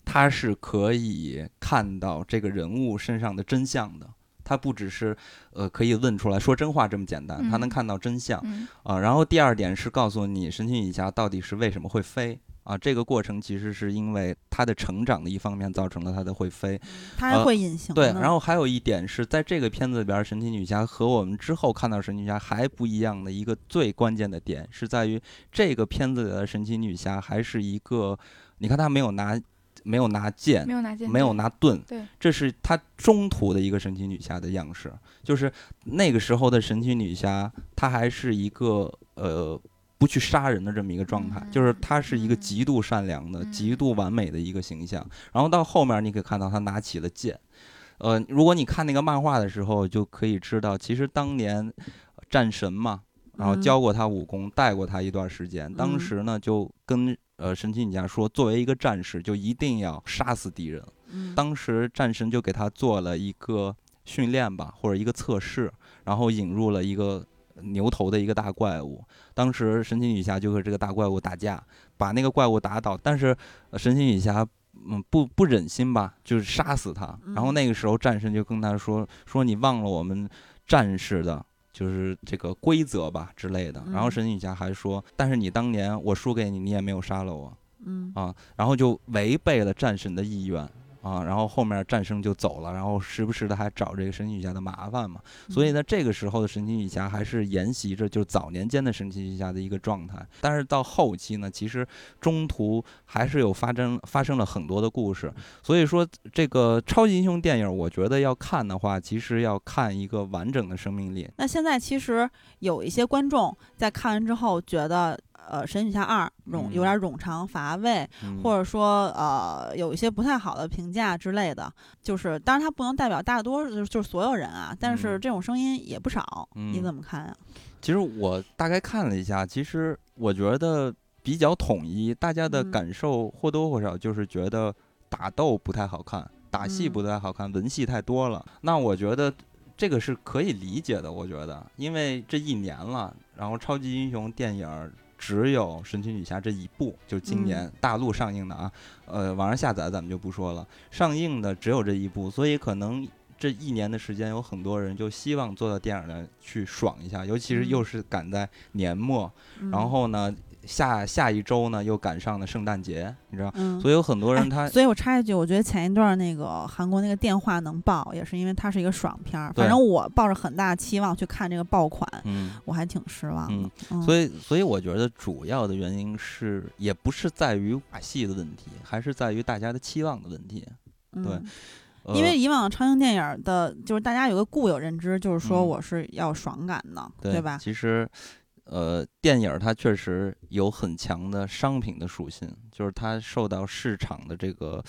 S2: 它是可以看到这个人物身上的真相的。它不只是，呃，可以问出来说真话这么简单，它能
S3: 嗯
S2: 看到真相。
S3: 嗯
S2: 啊，然后第二点是告诉你神奇女侠到底是为什么会飞啊，这个过程其实是因为她的成长的一方面造成了她的会飞。
S1: 他还
S2: 呃
S1: 会隐形
S2: 对，
S1: 呢
S2: 然后还有一点是在这个片子里边儿，神奇女侠和我们之后看到神奇女侠还不一样的一个最关键的点是在于这个片子里的神奇女侠还是一个，你看她没有拿没有拿剑
S3: 没，有拿剑，
S2: 没有拿盾，
S3: 对
S2: 这是她中途的一个神奇女侠的样式，就是那个时候的神奇女侠，她还是一个呃不去杀人的这么一个状态，
S3: 嗯
S2: 就是她是一个
S3: 嗯
S2: 极度善良的、
S3: 嗯
S2: 极度完美的一个形象。然后到后面你可以看到她拿起了剑，呃，如果你看那个漫画的时候，就可以知道，其实当年呃战神嘛，然后
S1: 嗯
S2: 教过他武功，带过他一段时间。当
S1: 嗯
S2: 时呢，就跟呃神奇女侠说，作为一个战士，就一定要杀死敌人。
S1: 嗯
S2: 当时战神就给他做了一个训练吧，或者一个测试，然后引入了一个牛头的一个大怪物。当时神奇女侠就和这个大怪物打架，把那个怪物打倒，但是呃神奇女侠。嗯，不不忍心吧，就是杀死他。然后
S1: 嗯
S2: 那个时候，战神就跟他说：“说你忘了我们战士的，就是这个规则吧之类的。”然后
S1: 嗯
S2: 神奇女侠还说：“但是你当年我输给你，你也没有杀了我。”
S1: 嗯
S2: 啊，然后就违背了战神的意愿啊，然后后面战神就走了，然后时不时的还找这个神奇女侠的麻烦嘛，
S1: 嗯
S2: 所以呢，这个时候的神奇女侠还是沿袭着就早年间的神奇女侠的一个状态，但是到后期呢，其实中途还是有发生发生了很多的故事，所以说这个超级英雄电影，我觉得要看的话，其实要看一个完整的生命力，
S1: 那现在其实有一些观众在看完之后觉得，呃，《神女侠二》冗有
S2: 嗯
S1: 点冗长乏味，
S2: 嗯
S1: 或者说呃有一些不太好的评价之类的，就是当然它不能代表大多数就是所有人啊，但是
S2: 嗯
S1: 这种声音也不少，你
S2: 嗯
S1: 怎么看啊？
S2: 其实我大概看了一下，其实我觉得比较统一，大家的
S1: 嗯
S2: 感受或多或少就是觉得打斗不太好看，打戏
S1: 嗯
S2: 不太好看，文戏太多了。那我觉得这个是可以理解的，我觉得，因为这一年了，然后超级英雄电影儿只有《神奇女侠》这一部，就
S1: 嗯
S2: 今年大陆上映的啊，呃，网上下载咱们就不说了，上映的只有这一部，所以可能。这一年的时间，有很多人就希望坐到电影院去爽一下，尤其是
S1: 嗯
S2: 又是赶在年末，然后呢，下下一周呢又赶上了圣诞节，你知道，
S1: 嗯，
S2: 所以有很多人
S1: 哎
S2: 他
S1: 所以我插一句，我觉得前一段那个韩国那个电话能爆，也是因为它是一个爽片儿。
S2: 对
S1: 反正我抱着很大期望去看这个爆款，
S2: 嗯。
S1: 我还挺失望的。嗯
S2: 所以，所以我觉得主要的原因是，也不是在于把戏的问题，还是在于大家的期望的问题。对
S1: 嗯
S2: 呃、
S1: 因为以往超英电影的，就是大家有个固有认知，就是说
S2: 嗯
S1: 我是要爽感的，
S2: 对
S1: 吧？
S2: 其实，呃，电影儿它确实有很强的商品的属性，就是它受到市场的这个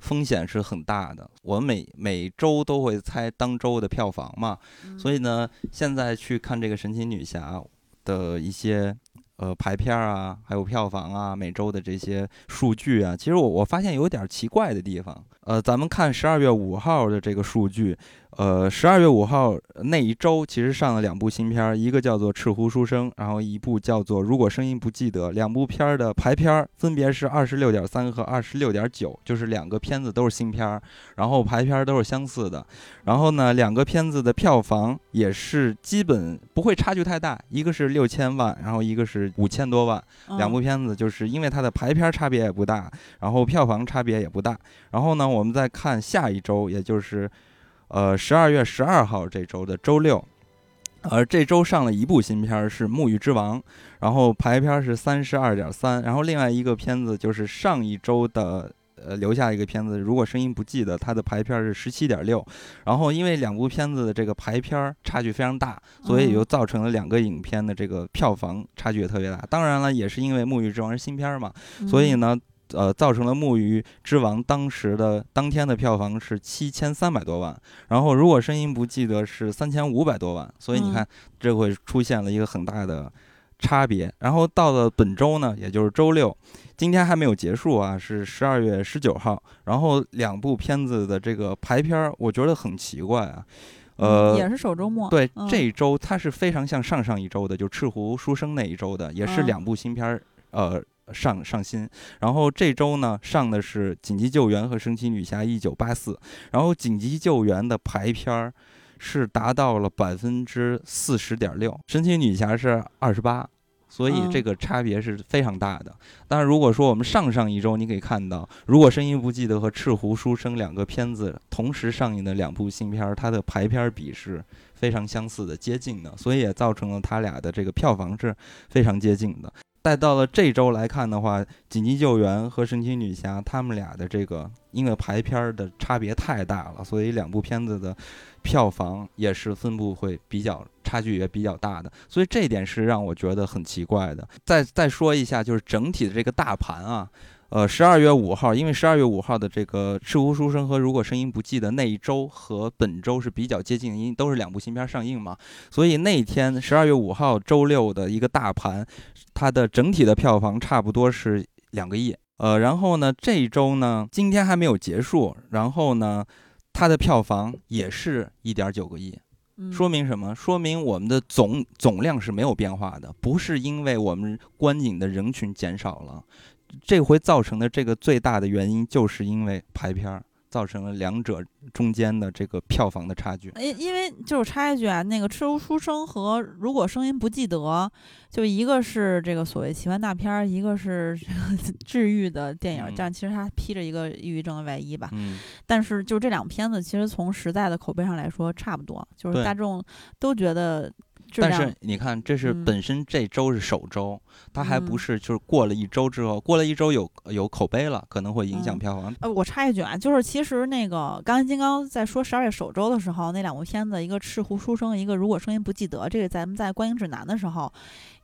S2: 风险是很大的。我每每周都会猜当周的票房嘛，所以呢，现在去看这个神奇女侠的一些。呃，排片儿啊，还有票房啊，每周的这些数据啊，其实我我发现有点儿奇怪的地方。呃，咱们看十二月五号的这个数据，呃，十二月五号呃那一周，其实上了两部新片儿，一个叫做《赤狐书生》，然后一部叫做《如果声音不记得》。两部片儿的排片儿分别是二十六点三和二十六点九，就是两个片子都是新片儿，然后排片儿都是相似的。然后呢，两个片子的票房也是基本不会差距太大，一个是六千万，然后一个是五千多万。
S1: 嗯
S2: 两部片子，就是因为它的排片差别也不大，然后票房差别也不大。然后呢，我们再看下一周，也就是呃十二月十二号这周的周六，而这周上了一部新片儿是《沐浴之王》，然后排片是三十二点三，然后另外一个片子就是上一周的。呃，留下一个片子，如果声音不记得，它的排片是十七点六，然后因为两部片子的这个排片儿差距非常大，所
S1: 嗯
S2: 以就造成了两个影片的这个票房差距也特别大。当然了，也是因为《沐浴之王》是新片儿嘛，
S1: 嗯
S2: 所以，呢，呃，造成了《木鱼之王》当时的当天的票房是七千三百多万，然后如果声音不记得是三千五百多万，所以你
S1: 嗯
S2: 看，这会出现了一个很大的差别。然后到了本周呢，也就是周六，今天还没有结束啊，是十二月十九号，然后两部片子的这个排片儿，我觉得很奇怪啊，
S1: 嗯
S2: 呃，
S1: 也是首周末，
S2: 对，
S1: 嗯
S2: 这一周它是非常像上上一周的，就《赤狐书生》那一周的，也是
S1: 嗯
S2: 两部新片儿，呃。上上新，然后这周呢上的是《紧急救援》和《神奇女侠一九八四》，然后《紧急救援》的排片儿是达到了百分之四十点六，《神奇女侠》是二十八，所以
S1: 嗯
S2: 这个差别是非常大的。但是如果说我们上上一周，你可以看到，如果《声音不记得》和《赤狐书生》两个片子同时上映的两部新片儿，它的排片儿比是非常相似的、接近的，所以也造成了它俩的这个票房是非常接近的。再到了这周来看的话，《紧急救援》和《神奇女侠》他们俩的这个因为排片儿的差别太大了，所以两部片子的票房也是分布会比较差距也比较大的，所以这一点是让我觉得很奇怪的。再再说一下，就是整体的这个大盘啊，呃，十二月五号，因为十二月五号的这个《赤狐书生》和《如果声音不记得》那一周和本周是比较接近的，因为都是两部新片上映嘛，所以那一天十二月五号周六的一个大盘，它的整体的票房差不多是两个亿。呃，然后呢，这一周呢，今天还没有结束，然后呢，它的票房也是一点九个亿，
S1: 嗯
S2: 说明什么？说明我们的总总量是没有变化的，不是因为我们观影的人群减少了，这回造成的这个最大的原因就是因为排片儿造成了两者中间的这个票房的差距。
S1: 因因为就是插一句啊，那个《赤狐书生》和《如果声音不记得》，就一个是这个所谓奇幻大片儿，一个是这个 治愈的电影儿
S2: 嗯，
S1: 但其实它披着一个抑郁症的外衣吧。
S2: 嗯，
S1: 但是就这两片子，其实从时代的口碑上来说差不多，就是
S2: 对
S1: 大众都觉得质
S2: 但
S1: 量。
S2: 是你看，这是
S1: 嗯
S2: 本身这周是首周，它还不
S1: 嗯
S2: 是就是过了一周之后，过了一周有有口碑了，可能会影响
S1: 嗯
S2: 票房。
S1: 呃，我插一句啊，就是其实那个《钢琴金刚》在说十二月首周的时候，那两部片子，一个《赤狐书生》，一个《如果声音不记得》，这个咱们在观影指南的时候，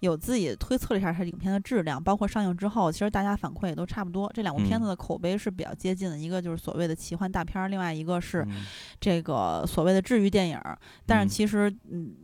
S1: 有自己推测了一下它影片的质量，包括上映之后，其实大家反馈也都差不多。这两部片
S2: 嗯
S1: 子的口碑是比较接近的，一个就是所谓的奇幻大片儿，另外一个是
S2: 嗯
S1: 这个所谓的治愈电影儿。但
S2: 嗯
S1: 是其实，嗯。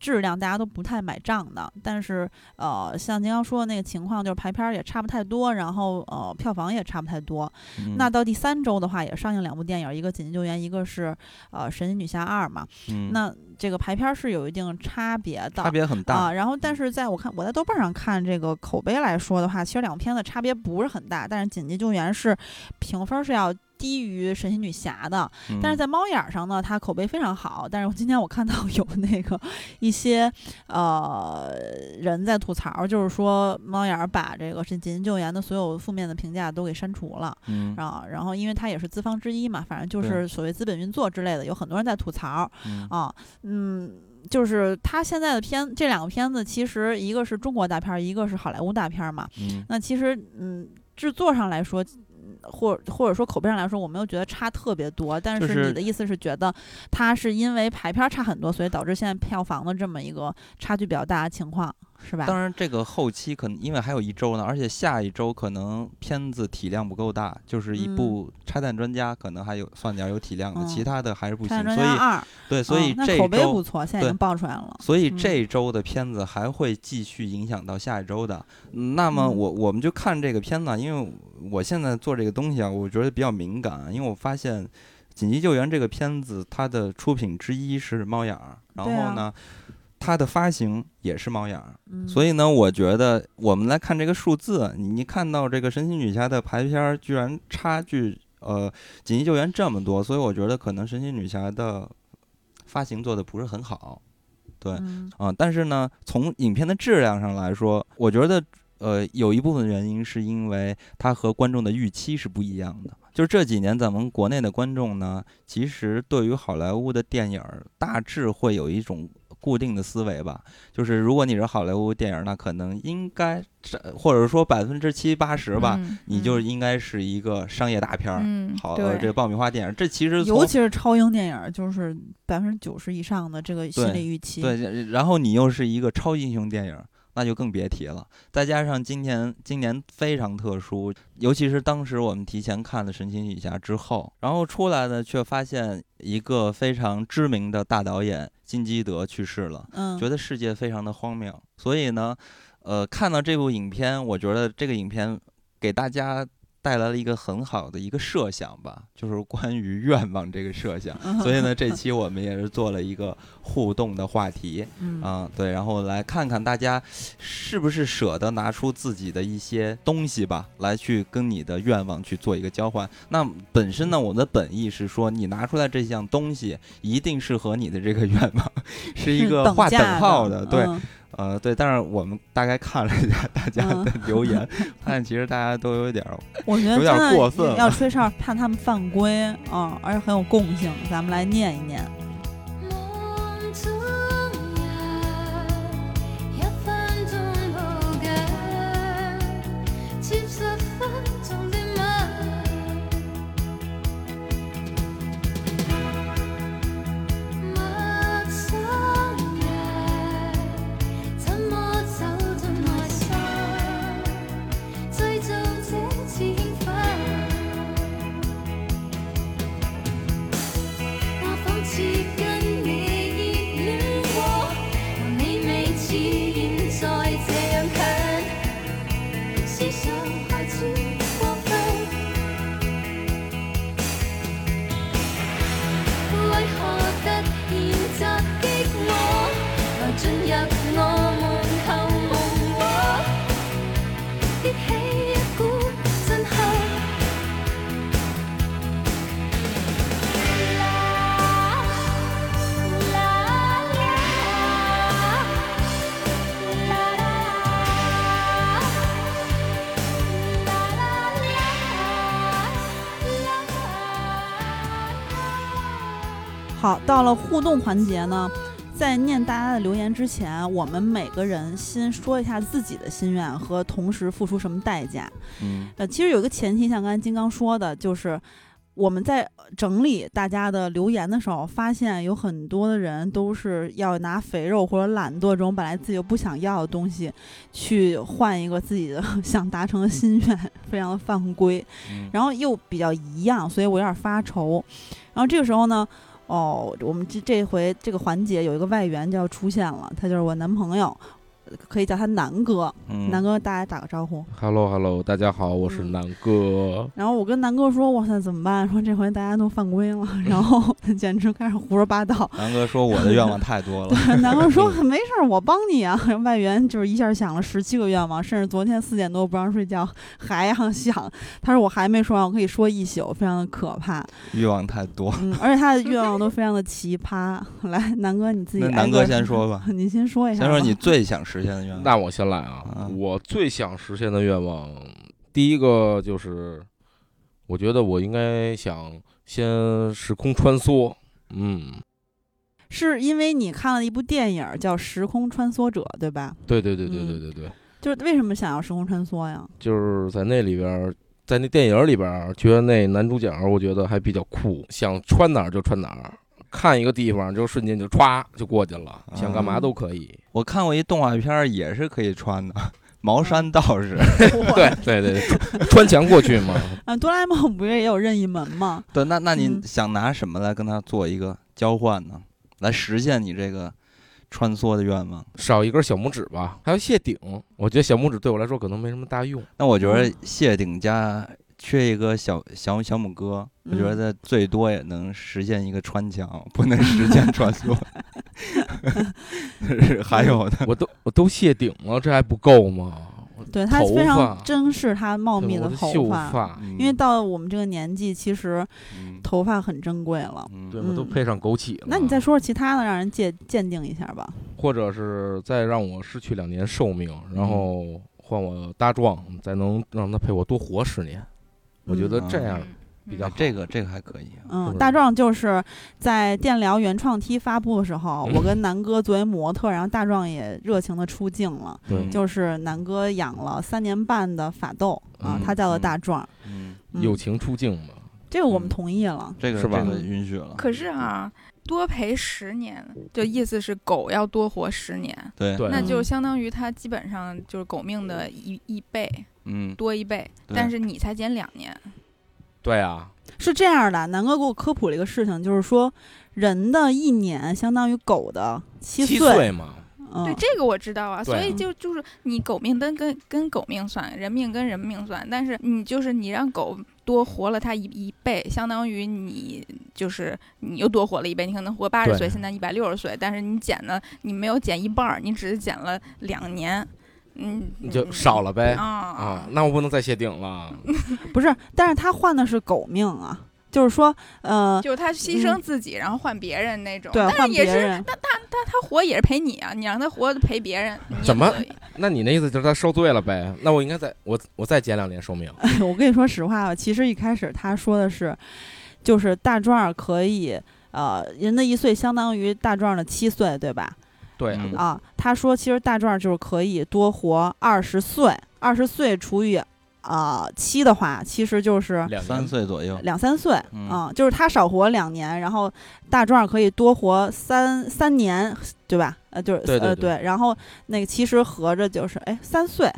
S1: 质量大家都不太买账的。但是呃，像您刚说的那个情况，就是排片儿也差不太多，然后呃，票房也差不太多。
S2: 嗯
S1: 那到第三周的话，也上映两部电影，一个《紧急救援》，一个是呃《神奇女侠二》嘛。
S2: 嗯
S1: 那这个排片儿是有一定差别的，
S2: 差别很大，嗯
S1: 啊，然后但是在我看我在豆瓣上看这个口碑来说的话，其实两片的差别不是很大，但是《紧急救援》是评分是要低于《神奇女侠》的，
S2: 嗯
S1: 但是在猫眼儿上呢，它口碑非常好。但是我今天我看到有那个一些呃人在吐槽，就是说猫眼儿把这个《紧急救援》的所有负面的评价都给删除了。
S2: 嗯嗯
S1: 啊，然后因为它也是资方之一嘛，反正就
S2: 对
S1: 是所谓资本运作之类的，有很多人在吐槽。
S2: 嗯
S1: 啊，嗯，就是他现在的片，这两个片子其实一个是中国大片儿，一个是好莱坞大片儿嘛。
S2: 嗯
S1: 那其实，嗯，制作上来说，嗯或或者说口碑上来说，我没有觉得差特别多。但
S2: 就是是
S1: 你的意思是觉得它是因为排片儿差很多，所以导致现在票房的这么一个差距比较大的情况，是吧？
S2: 当然，这个后期可能因为还有一周呢，而且下一周可能片子体量不够大，就是一
S1: 嗯
S2: 部《拆弹专家》可能还有算点儿有体量的，
S1: 嗯
S2: 其他的还是不
S1: 《拆
S2: 行。
S1: 弹专家
S2: 所以
S1: 二》
S2: 对，所以
S1: 嗯那
S2: 这
S1: 口碑不
S2: 周，
S1: 错，现在已
S2: 对
S1: 经爆出来了。
S2: 所以
S1: 嗯
S2: 这周的片子还会继续影响到下一周的。那么
S1: 嗯
S2: 我我们就看这个片子啊，因为我现在做这个东西啊，我觉得比较敏感啊，因为我发现《紧急救援》这个片子它的出品之一是猫眼儿，然
S1: 对
S2: 后
S1: 啊
S2: 呢，它的发行也是猫眼儿。
S1: 嗯、
S2: 所
S1: 以
S2: 以呢，我觉得我们来看这个数字，啊你你看到这个神奇女侠的排片儿居然差距，呃，紧急救援这么多，所以我觉得可能神奇女侠的发行做的不是很好
S1: 嗯
S2: 啊、但是呢，从影片的质量上来说，我觉得呃有一部分原因是因为它和观众的预期是不一样的。就是这几年咱们国内的观众呢，其实对于好莱坞的电影儿大致会有一种固定的思维吧。就是如果你是好莱坞电影儿，那可能应该这或者说百分之七八十吧，
S3: 嗯
S2: 你就应该是一个商业大片儿。
S3: 嗯，
S2: 好，呃
S3: 对，
S2: 这爆米花电影儿，这其实
S1: 尤
S2: 从
S1: 其是超英电影儿，就是百分之九十以上的这个心
S2: 对
S1: 理预期。
S2: 对，然后你又是一个超英雄电影，那就更别提了。再加上今年今年非常特殊，尤其是当时我们提前看了《神奇女侠》之后，然后出来呢，却发现一个非常知名的大导演金基德去世了，
S1: 嗯，
S2: 觉得世界非常的荒谬。所以呢，呃，看到这部影片，我觉得这个影片给大家。带来了一个很好的一个设想吧，就是关于愿望这个设想。
S1: 嗯
S2: 所以呢，这期我们也是做了一个互动的话题
S1: 嗯
S2: 啊、对，然后来看看大家是不是舍得拿出自己的一些东西吧，来去跟你的愿望去做一个交换。那本身呢，我们的本意是说，你拿出来这项东西，一定是和你的这个愿望 是一个
S1: 等
S2: 画
S1: 价
S2: 等号
S1: 嗯的，
S2: 对，
S1: 嗯
S2: 呃，对。但是我们大概看了一下大家
S1: 嗯
S2: 的 留言，发现其实大家都有点儿
S1: 我觉得
S2: 有点
S1: 真的
S2: 过分啊了
S1: 要吹哨怕他们犯规啊、而且很有共性，咱们来念一念。
S4: 梦中人，一分鐘抱緊，接十分鐘的吻。陌生人，怎麼走進內心，製造這次興奮。我仿似跟你熱戀過，和你未似現在這樣近，思想開始過分。為何突然襲擊我，來進入我夢後夢話，激起一股震撼。
S1: 好，到了互动环节呢，在念大家的留言之前，我们每个人先说一下自己的心愿和同时付出什么代价。
S2: 嗯
S1: 呃，其实有一个前提，像刚才金刚说的，就是我们在整理大家的留言的时候，发现有很多的人都是要拿肥肉或者懒惰这种本来自己又不想要的东西，去换一个自己的 想达成的心愿，非常的犯规，
S2: 嗯
S1: 然后又比较一样，所以我有点发愁。然后这个时候呢。哦，我们这这回这个环节有一个外援就要出现了，他就是我男朋友，可以叫他南哥。
S2: 嗯，
S1: 南哥，大家打个招呼。
S5: Hello Hello，大家好，我是
S1: 嗯
S5: 南哥。
S1: 然后我跟南哥说：“哇塞，怎么办？ 说这回大家都犯规 了。”然后 简直开始胡说八道。
S2: 南哥说我的愿望太多了，
S1: 南哥说：“没事儿，我帮你啊。”外援就是一下想了十七个愿望，甚至昨天四点多不让睡觉 还要想。他说：“我还没说完，我可以说一宿，非常的可 怕。
S2: 欲望太多。”
S1: 嗯，而且他的愿望都非常的奇葩。 来，南哥你自己
S2: 那
S1: 挨个，
S2: 南哥先说吧，
S1: 你先说一下吧。
S2: 先说你最想实现的愿望。
S5: 那我先来啊
S2: 啊，
S5: 我最想实现的愿望，第一个就是，我觉得我应该想先时空穿梭。嗯，
S1: 是因为你看了一部电影叫《时空穿梭者》，对吧？
S5: 对对对对对
S1: 嗯
S5: 对对，
S1: 就是为什么想要时空穿梭 呀？
S5: 就是在那里边儿，在那电影里边儿，觉得那男主角儿我觉得还比较酷，想穿哪儿就穿哪儿，看一个地方就瞬间就歘就过去了，想干嘛都可以。
S2: 我看过一动画片儿，也是可以穿的，《
S1: 嗯
S2: 茅山道士》
S5: 对对对，穿穿墙过去嘛。
S1: 啊，哆啦 A 梦不是也有任意门吗？
S2: 对，那那你
S1: 嗯
S2: 想拿什么来跟他做一个交换呢？来实现你这个穿梭的愿望？
S5: 少一根小拇指吧，还有谢顶，我觉得小拇指对我来说可能没什么大用。
S2: 那我觉
S1: 嗯
S2: 得谢顶家缺一个小小小拇哥，我觉
S1: 嗯
S2: 得最多也能实现一个穿墙，不能实现穿 梭。 是还有呢，
S5: 我都我都谢顶了，这还不够吗？
S1: 对，他
S5: 头
S1: 非常
S5: 发
S1: 珍视他茂
S5: 对
S1: 密
S5: 我的
S1: 头
S5: 秀
S1: 发，
S5: 发，嗯
S1: 因为到我们这个年纪，其实
S2: 嗯
S1: 头发很珍贵了。
S2: 嗯
S5: 对
S2: 嗯
S5: 我都
S1: 嗯
S5: 配上枸杞了。
S1: 那你再，说说其他的，让人鉴鉴定一下吧。
S5: 或者是再让我失去两年寿命，然后换我搭壮，再能让他陪我多活十年。我觉得这样
S3: 嗯
S5: 比较好
S2: 这个这个还可以啊。
S1: 嗯，
S5: 是
S1: 大壮就是在电疗原创 T 发布的时候，
S5: 嗯
S1: 我跟南哥作为模特，然后大壮也热情的出镜了。
S5: 对，
S1: 就是南哥养了三年半的法斗啊
S5: 嗯，
S1: 他叫了大壮，
S2: 嗯，
S1: 嗯
S5: 友情出镜嘛。
S1: 这个我们
S2: 嗯
S1: 同意了。
S2: 这个
S5: 是吧
S2: 这个允许了。
S3: 可是啊，多陪十年，就意思是狗要多活十年，
S2: 对，
S5: 对，
S3: 那就相当于它基本上就是狗命的一一倍
S2: 嗯，
S3: 多一倍，
S2: 对
S3: 但是你才减两年。
S5: 对啊，
S1: 是这样的，南哥给我科普了一个事情，就是说人的一年相当于狗的七
S5: 七
S1: 岁，
S5: 岁嘛，
S1: 嗯
S3: 对，，这个我知道啊，所
S5: 对
S3: 以就就是你狗命跟跟跟狗命算，人命跟人命算，但是你就是你让狗多活了它一一倍，相当于你就是你又多活了一倍，你可能活八十
S5: 对
S3: 岁，现在一百六十岁，但是你减了，你没有减一半儿，你只是减了两年，嗯，
S5: 就少
S3: 了
S5: 了
S1: 嗯
S5: 呗。
S3: 啊
S5: 啊，，那我不能再谢顶了。
S1: 不是，但是他换的是狗命啊，就是说，呃，
S3: 就是它牺
S5: 嗯
S3: 牲自己，然后换别人那种，
S1: 对，
S3: 但
S1: 换
S3: 是也
S1: 别
S3: 是
S1: 人，
S3: 它活也是陪你啊，你让它活陪别人，你也
S5: 怎么
S3: 可以
S5: 那你那意思就是他受罪了呗？那我应该再我我再减两年寿命。
S1: 我跟你说实话吧，啊其实一开始他说的是，就是大壮儿可以，呃，人的一岁相当于大壮儿的七岁，对吧？
S5: 对啊，
S2: 嗯
S1: 啊，他说其实大壮儿就是可以多活二十岁，二十岁除以啊七、的话，其实就是
S5: 两
S2: 三
S5: 年
S2: 岁左右。
S1: 两三岁
S2: 嗯
S1: 啊、就是他少活两年，然后大壮可以多活三三年，对吧？呃，就是
S5: 对对
S1: 呃
S5: 对
S1: 对，然后那个其实合着就是哎三岁，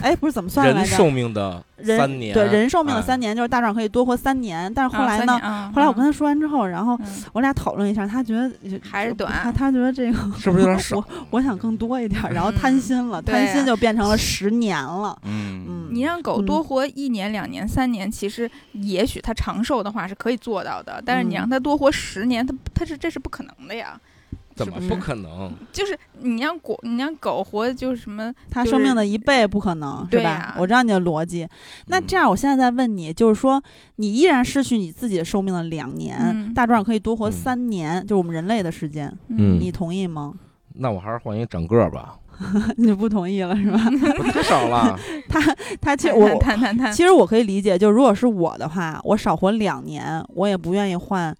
S1: 哎不是怎么算来
S5: 人
S1: 着？
S5: 寿命的
S1: 人
S5: 三年，
S1: 对人寿命的
S5: 哎
S1: 三年，就是大壮可以多活三年，但是后
S3: 啊
S1: 来
S3: 三
S1: 呢
S3: 年？啊
S1: 后来我跟
S3: 嗯
S1: 他说完之后，然后
S3: 嗯
S1: 我俩讨论一下，他觉得就
S3: 还是
S1: 就
S3: 短
S1: 他他觉得这个
S5: 是不是有点少？
S1: 我想更多一点儿，然后
S3: 嗯
S1: 贪心了，
S3: 对
S1: 贪
S3: 呀
S1: 心就变成了十年了。
S2: 嗯
S1: 嗯
S3: 你让狗
S1: 嗯
S3: 多活一年、两年、三年，其实也许它长寿的话是可以做到的，但是你
S1: 嗯
S3: 让它多活十年，它它是这是不可能的呀。
S5: 怎么
S3: 是
S5: 不
S3: 不是？
S5: 可能？
S3: 就是你让狗，你让狗活就是什么？
S1: 他
S3: 就
S1: 生命
S3: 是
S1: 的一倍不可能，是
S3: 对
S1: 吧
S3: 呀？
S1: 我知道你的逻辑。那
S5: 嗯
S1: 这样，我现在再问你，就是说，你依然失去你自己的寿命的两年，
S3: 嗯
S1: 大壮可以多活
S5: 嗯
S1: 三年，就是我们人类的时间，
S5: 嗯
S1: 你同意吗？
S5: 那我还是换一长个儿吧，
S1: 你不同意了是吧？
S5: 不是太 少了。
S1: 他其实
S3: 探
S1: 我，
S3: 探探探
S1: 其实我可以理解，就如果是我的话，我少活两年，我也不愿意换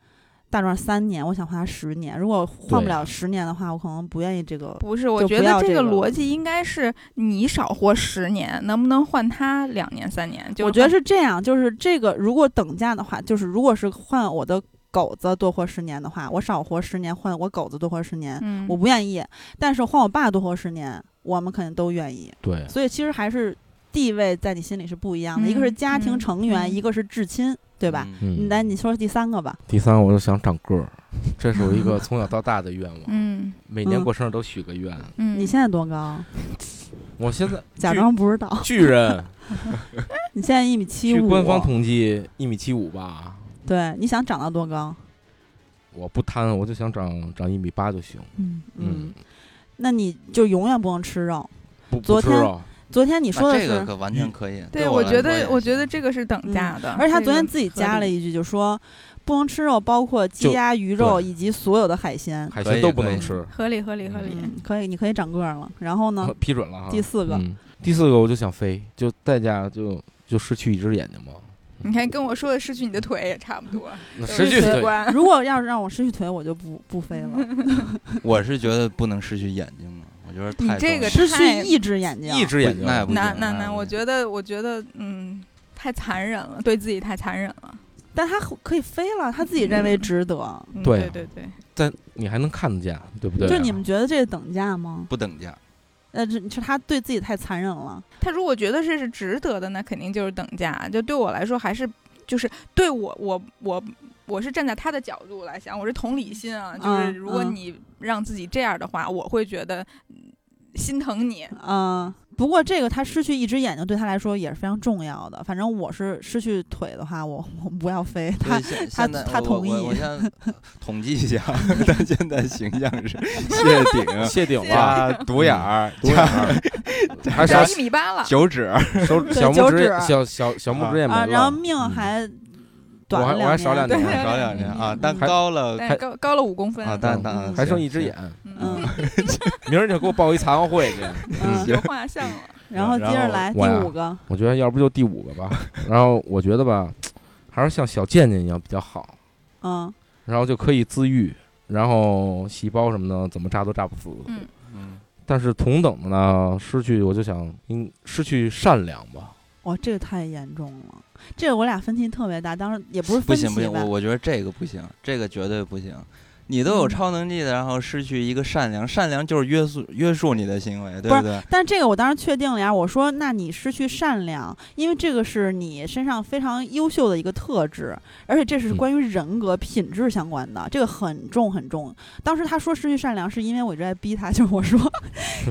S1: 大壮三年，我想换他十年。如果换不
S5: 对
S1: 了十年的话，我可能不愿意这个。
S3: 不是，我
S1: 就
S3: 觉
S1: 不
S3: 得
S1: 要这
S3: 个
S1: 个
S3: 逻辑应该是你少活十年，能不能换它两年、三年？就
S1: 我觉得
S3: 换
S1: 是这样，就是这个如果等价的话，就是如果是换我的狗子多活十年的话，我少活十年换我狗子多活十年，
S3: 嗯，
S1: 我不愿意，但是换我爸多活十年，我们肯定都愿意。
S5: 对，
S1: 所以其实还是地位在你心里是不一样的，一个是
S3: 嗯
S1: 家庭
S3: 嗯
S1: 成员，
S3: 嗯
S1: 一个是至亲，对吧？
S2: 嗯
S5: 嗯，
S1: 来，你说第三个吧。
S5: 第三，我就想长个儿，这是我一个从小到大的愿望。
S3: 嗯
S5: 每年过生日都许个 愿。
S3: 嗯，
S1: 你现在多高？
S5: 我现在
S1: 假装不知道。
S5: 巨人，
S1: 你现在一米 七
S5: 据
S1: 五，啊
S5: 官方统计一米七五吧。
S1: 对，你想长到多高？
S5: 我不贪，我就想长长一米八就行。
S3: 嗯
S1: 嗯，，那你就永远不能吃肉。
S5: 不不
S1: 昨
S5: 吃
S1: 天
S5: 肉，
S1: 昨天你
S2: 那
S1: 说的
S2: 这
S1: 是，
S2: 个可完全可以。
S3: 对，
S2: 我
S3: 我
S2: 来
S3: 觉
S2: 说也
S3: 得我
S2: 行
S3: 觉得这个是等价的，
S1: 嗯而且他
S3: 这
S1: 昨天
S3: 个
S1: 自己
S3: 合
S1: 加了
S3: 理
S1: 一句，就说不能吃肉，包括鸡
S5: 就
S1: 鸭、鱼肉
S5: 对
S1: 以及所有的海鲜。
S5: 海
S2: 可以
S5: 鲜都不
S2: 可
S5: 能
S2: 以
S5: 吃，
S3: 合理合理合理，
S1: 嗯，可以，你可以长个儿了。然后呢，
S5: 批准了哈。
S1: 嗯第四 个，
S5: 嗯，第四个我就想飞，就代价就就失去一只眼睛嘛。
S3: 你看跟我说的失去你的腿也差不多，
S5: 那
S3: 都
S5: 失
S3: 是
S5: 去
S3: 器
S5: 对，
S3: 官，
S1: 如果要是让我失去腿，我就不不飞了。
S2: 我是觉得不能失去眼睛了，我觉得
S3: 你
S2: 太
S3: 这
S2: 重
S3: 个
S2: 要
S1: 失
S3: 太
S1: 去一只眼睛，
S5: 一只眼睛啊
S2: 那也不
S3: 那
S2: 行啊
S3: 那
S2: 那
S3: 那，
S2: 不
S3: 我
S2: 行
S3: 觉得我觉得嗯，太残忍了，对自己太残忍了。
S1: 但他可以飞了，他自己认为值得。
S3: 嗯、
S5: 对
S3: 对对对，
S5: 但你还能看得见，对 不对啊？
S1: 就你们觉得这等价吗？
S2: 不等价。
S1: 呃，这这他对自己太残忍了。
S3: 他如果觉得这是值得的，那肯定就是等价。就对我来说，还是就是对我我我我是站在他的角度来想，我是同理心啊。就是
S1: 嗯
S3: 如果
S1: 嗯
S3: 你让自己这样的话，我会觉得嗯心疼你。
S1: 嗯，不过这个他失去一只眼睛对他来说也是非常重要的。反正我是失去腿的话，我我不要飞。他
S2: 对现
S1: 他
S2: 现在
S1: 他
S2: 我
S1: 同
S2: 我
S1: 意
S2: 我先统计一下，他现在形象是谢顶
S5: 谢顶了，
S2: 加独眼儿
S5: 独眼 儿啊还
S3: 长
S5: 小
S3: 一米八了，
S2: 九指，
S5: 手小
S1: 脚
S5: 拇指
S1: 趾
S5: 小小小拇指也没
S1: 啊，然后
S5: 了，
S1: 命
S2: 嗯
S1: 还短
S5: 我还
S1: 了
S5: 我还
S1: 两
S5: 少两
S1: 对
S5: 年
S2: 少两年啊，但
S5: 还
S2: 高了
S3: 但
S5: 还
S3: 是高高了五公分
S2: 啊，但但
S1: 嗯
S5: 还剩一只眼，
S1: 嗯
S3: 嗯，，
S5: 明儿你就给我报一残奥会去。
S1: 嗯
S3: 有画像啊 了。
S1: 然后接着来第
S5: 我呀
S1: 五个，
S5: 我觉得要不就第五个吧，然后我觉得吧，还是像小贱贱一样比较好，
S1: 嗯，
S5: 然后就可以自愈，然后细胞什么的怎么炸都炸不死。
S3: 嗯
S2: 嗯，
S5: 但是同等的呢，失去我就想，应失去善良吧。
S1: 哇，这个太严重了，这个我俩分歧特别大，当时也不是
S2: 不
S1: 分歧
S2: 行不行，
S1: 吧
S2: 我，我觉得这个不行，这个绝对不行。你都有
S1: 嗯
S2: 超能力的，然后失去一个善良，善良就是约束约束你的行为，对
S1: 不是
S2: 对？
S1: 但这个我当时确定了呀，我说那你失去善良，因为这个是你身上非常优秀的一个特质，而且这是
S5: 嗯
S1: 关于人格品质相关的，这个很重很重。当时他说失去善良，是因为我一直在逼他， 就是我说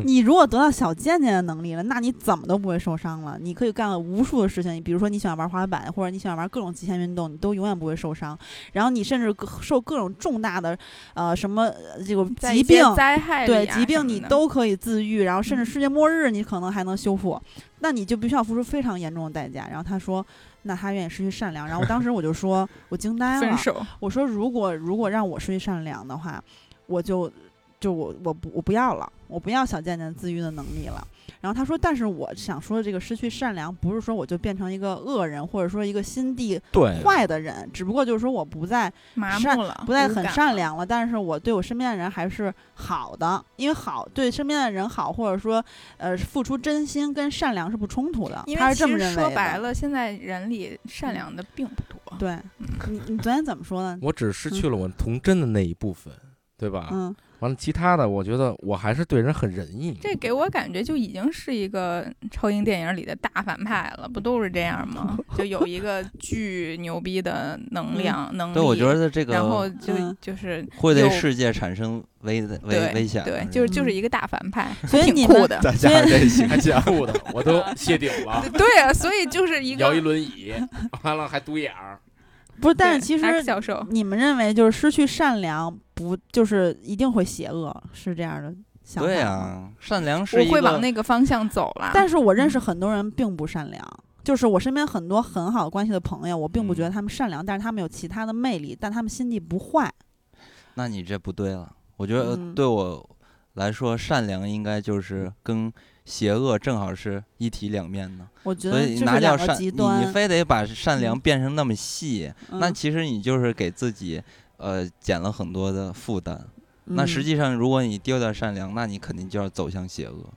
S1: 你如果得到小贱贱的能力了，那你怎么都不会受伤了，你可以干无数的事情，比如说你喜欢玩滑板，或者你喜欢玩各种极限运动，你都永远不会受伤。然后你甚至受各种重大的呃什么呃这个
S3: 在
S1: 疾
S3: 一些
S1: 病
S3: 灾害
S1: 对
S3: 里啊
S1: 疾
S3: 什
S1: 病
S3: 么
S1: 你
S3: 的嗯
S1: 都可以自愈，然后甚至世界末日你可能还能修复，那你就必须要付出非常严重的代价。然后他说，那他愿意失去善良。然后我当时我就说，我惊呆
S3: 分
S1: 了，
S3: 手，
S1: 我说如果如果让我失去善良的话，我就就我我不我不要了，我不要小贱贱自愈的能力了。然后他说，但是我想说的这个失去善良，不是说我就变成一个恶人，或者说一个心地
S5: 对
S1: 坏的人，只不过就是说我不再
S3: 麻
S1: 善
S3: 木了，
S1: 不再
S3: 无
S1: 很
S3: 感
S1: 善
S3: 了。
S1: 良了，但是我对我身边的人还是好的，因为好对身边的人好，或者说呃付出真心跟善良是不冲突的，
S3: 因
S1: 他
S3: 为
S1: 是这
S3: 其
S1: 么
S3: 实
S1: 认为
S3: 说白
S1: 的。嗯
S3: 了，现在人里善良的并不多。
S1: 对你，你昨天怎么说的？
S5: 我只失去了我童真的那一部分，对吧？
S1: 嗯，
S5: 完了，其他的我觉得我还是对人很仁义。
S3: 这给我感觉就已经是一个超英电影里的大反派了，不都是这样吗？就有一个巨牛逼的能量、能力，
S2: 对，我觉得这
S3: 然后
S2: 个
S3: 就、
S1: 嗯
S3: 就是
S2: 会对
S3: 有
S2: 世界产生危危
S3: 对
S2: 危险的
S3: 对
S2: 是，吧。
S3: 就是就是
S1: 嗯
S3: 一个大反派，
S1: 所以你
S3: 挺
S1: 们
S3: 酷的。，
S2: 再加 上这形象，
S5: 酷的，我都谢顶了
S3: 对啊，所以就是一
S5: 摇一
S3: 个
S5: 轮椅，完了还独眼儿。
S1: 不是，但是
S3: 对
S1: 其
S3: X
S1: 实
S3: 教授，
S1: 你们认为就是失去善良不就是一定会邪恶，是这样的想法
S2: 对
S1: 吗
S2: 啊，善良是
S3: 我
S2: 一
S3: 会往
S2: 个
S3: 那个方向走了。
S1: 但是我认
S3: 嗯
S1: 识很多人并不善良。就是我身边很多很好关系的朋友，我并
S2: 嗯
S1: 不觉得他们善良，但是他们有其他的魅力，但他们心地不坏。
S2: 那你这不对了。我觉得
S1: 嗯
S2: 对我来说，善良应该就是跟邪恶正好是一体两面的，
S1: 我觉
S2: 所
S1: 得就
S2: 以
S1: 是
S2: 拿掉
S1: 两个
S2: 善，你
S1: 极端。
S2: 你非得把善良
S1: 嗯
S2: 变成那么细，那
S1: 嗯
S2: 其实你就是给自己呃减了很多的负担。那
S1: 嗯
S2: 实际上，如果你丢掉善良，那你肯定就要走向邪恶。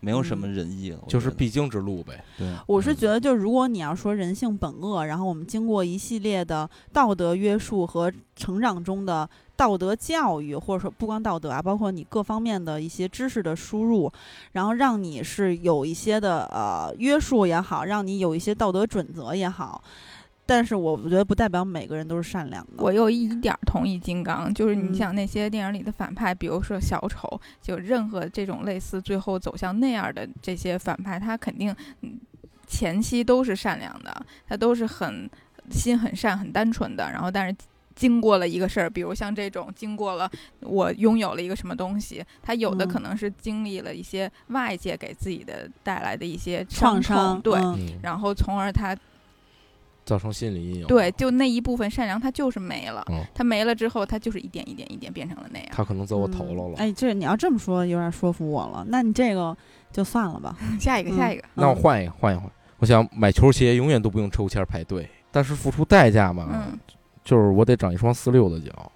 S2: 没有
S1: 嗯
S2: 什么仁义了，我
S5: 就是
S2: 觉得
S5: 必经之路呗。
S2: 对，嗯
S1: 我是觉得，就是如果你要说人性本恶，然后我们经过一系列的道德约束和成长中的道德教育，或者说不光道德啊，包括你各方面的一些知识的输入，然后让你是有一些的呃约束也好，让你有一些道德准则也好，但是我觉得不代表每个人都是善良的。
S3: 我又一点儿同意金刚，就是
S1: 嗯
S3: 你想那些电影里的反派，比如说小丑，就任何这种类似最后走向那样的这些反派，他肯定嗯前期都是善良的，他都是很心很善、很单纯的，然后但是。经过了一个事儿，比如像这种，经过了我拥有了一个什么东西，他有的
S1: 嗯
S3: 可能是经历了一些外界给自己的带来的一些
S1: 创
S3: 痛
S1: 伤
S3: 对，
S1: 嗯
S5: 嗯，
S3: 然后从而他
S5: 造成心理阴影。
S3: 对，就那一部分善良，它就是没了。
S5: 嗯
S3: 它没了之后，它就是一点一点一点变成了那样。
S5: 他可能在我头了了。
S1: 哎，这你要这么说，有点说服我了。那你这个就算了吧。
S3: 下一个，下一个，
S5: 那我
S1: 嗯
S5: 换一个，换一换。我想买球鞋永远都不用抽签儿排队，但是付出代价嘛，
S3: 嗯，
S5: 就是我得长一双四六的脚。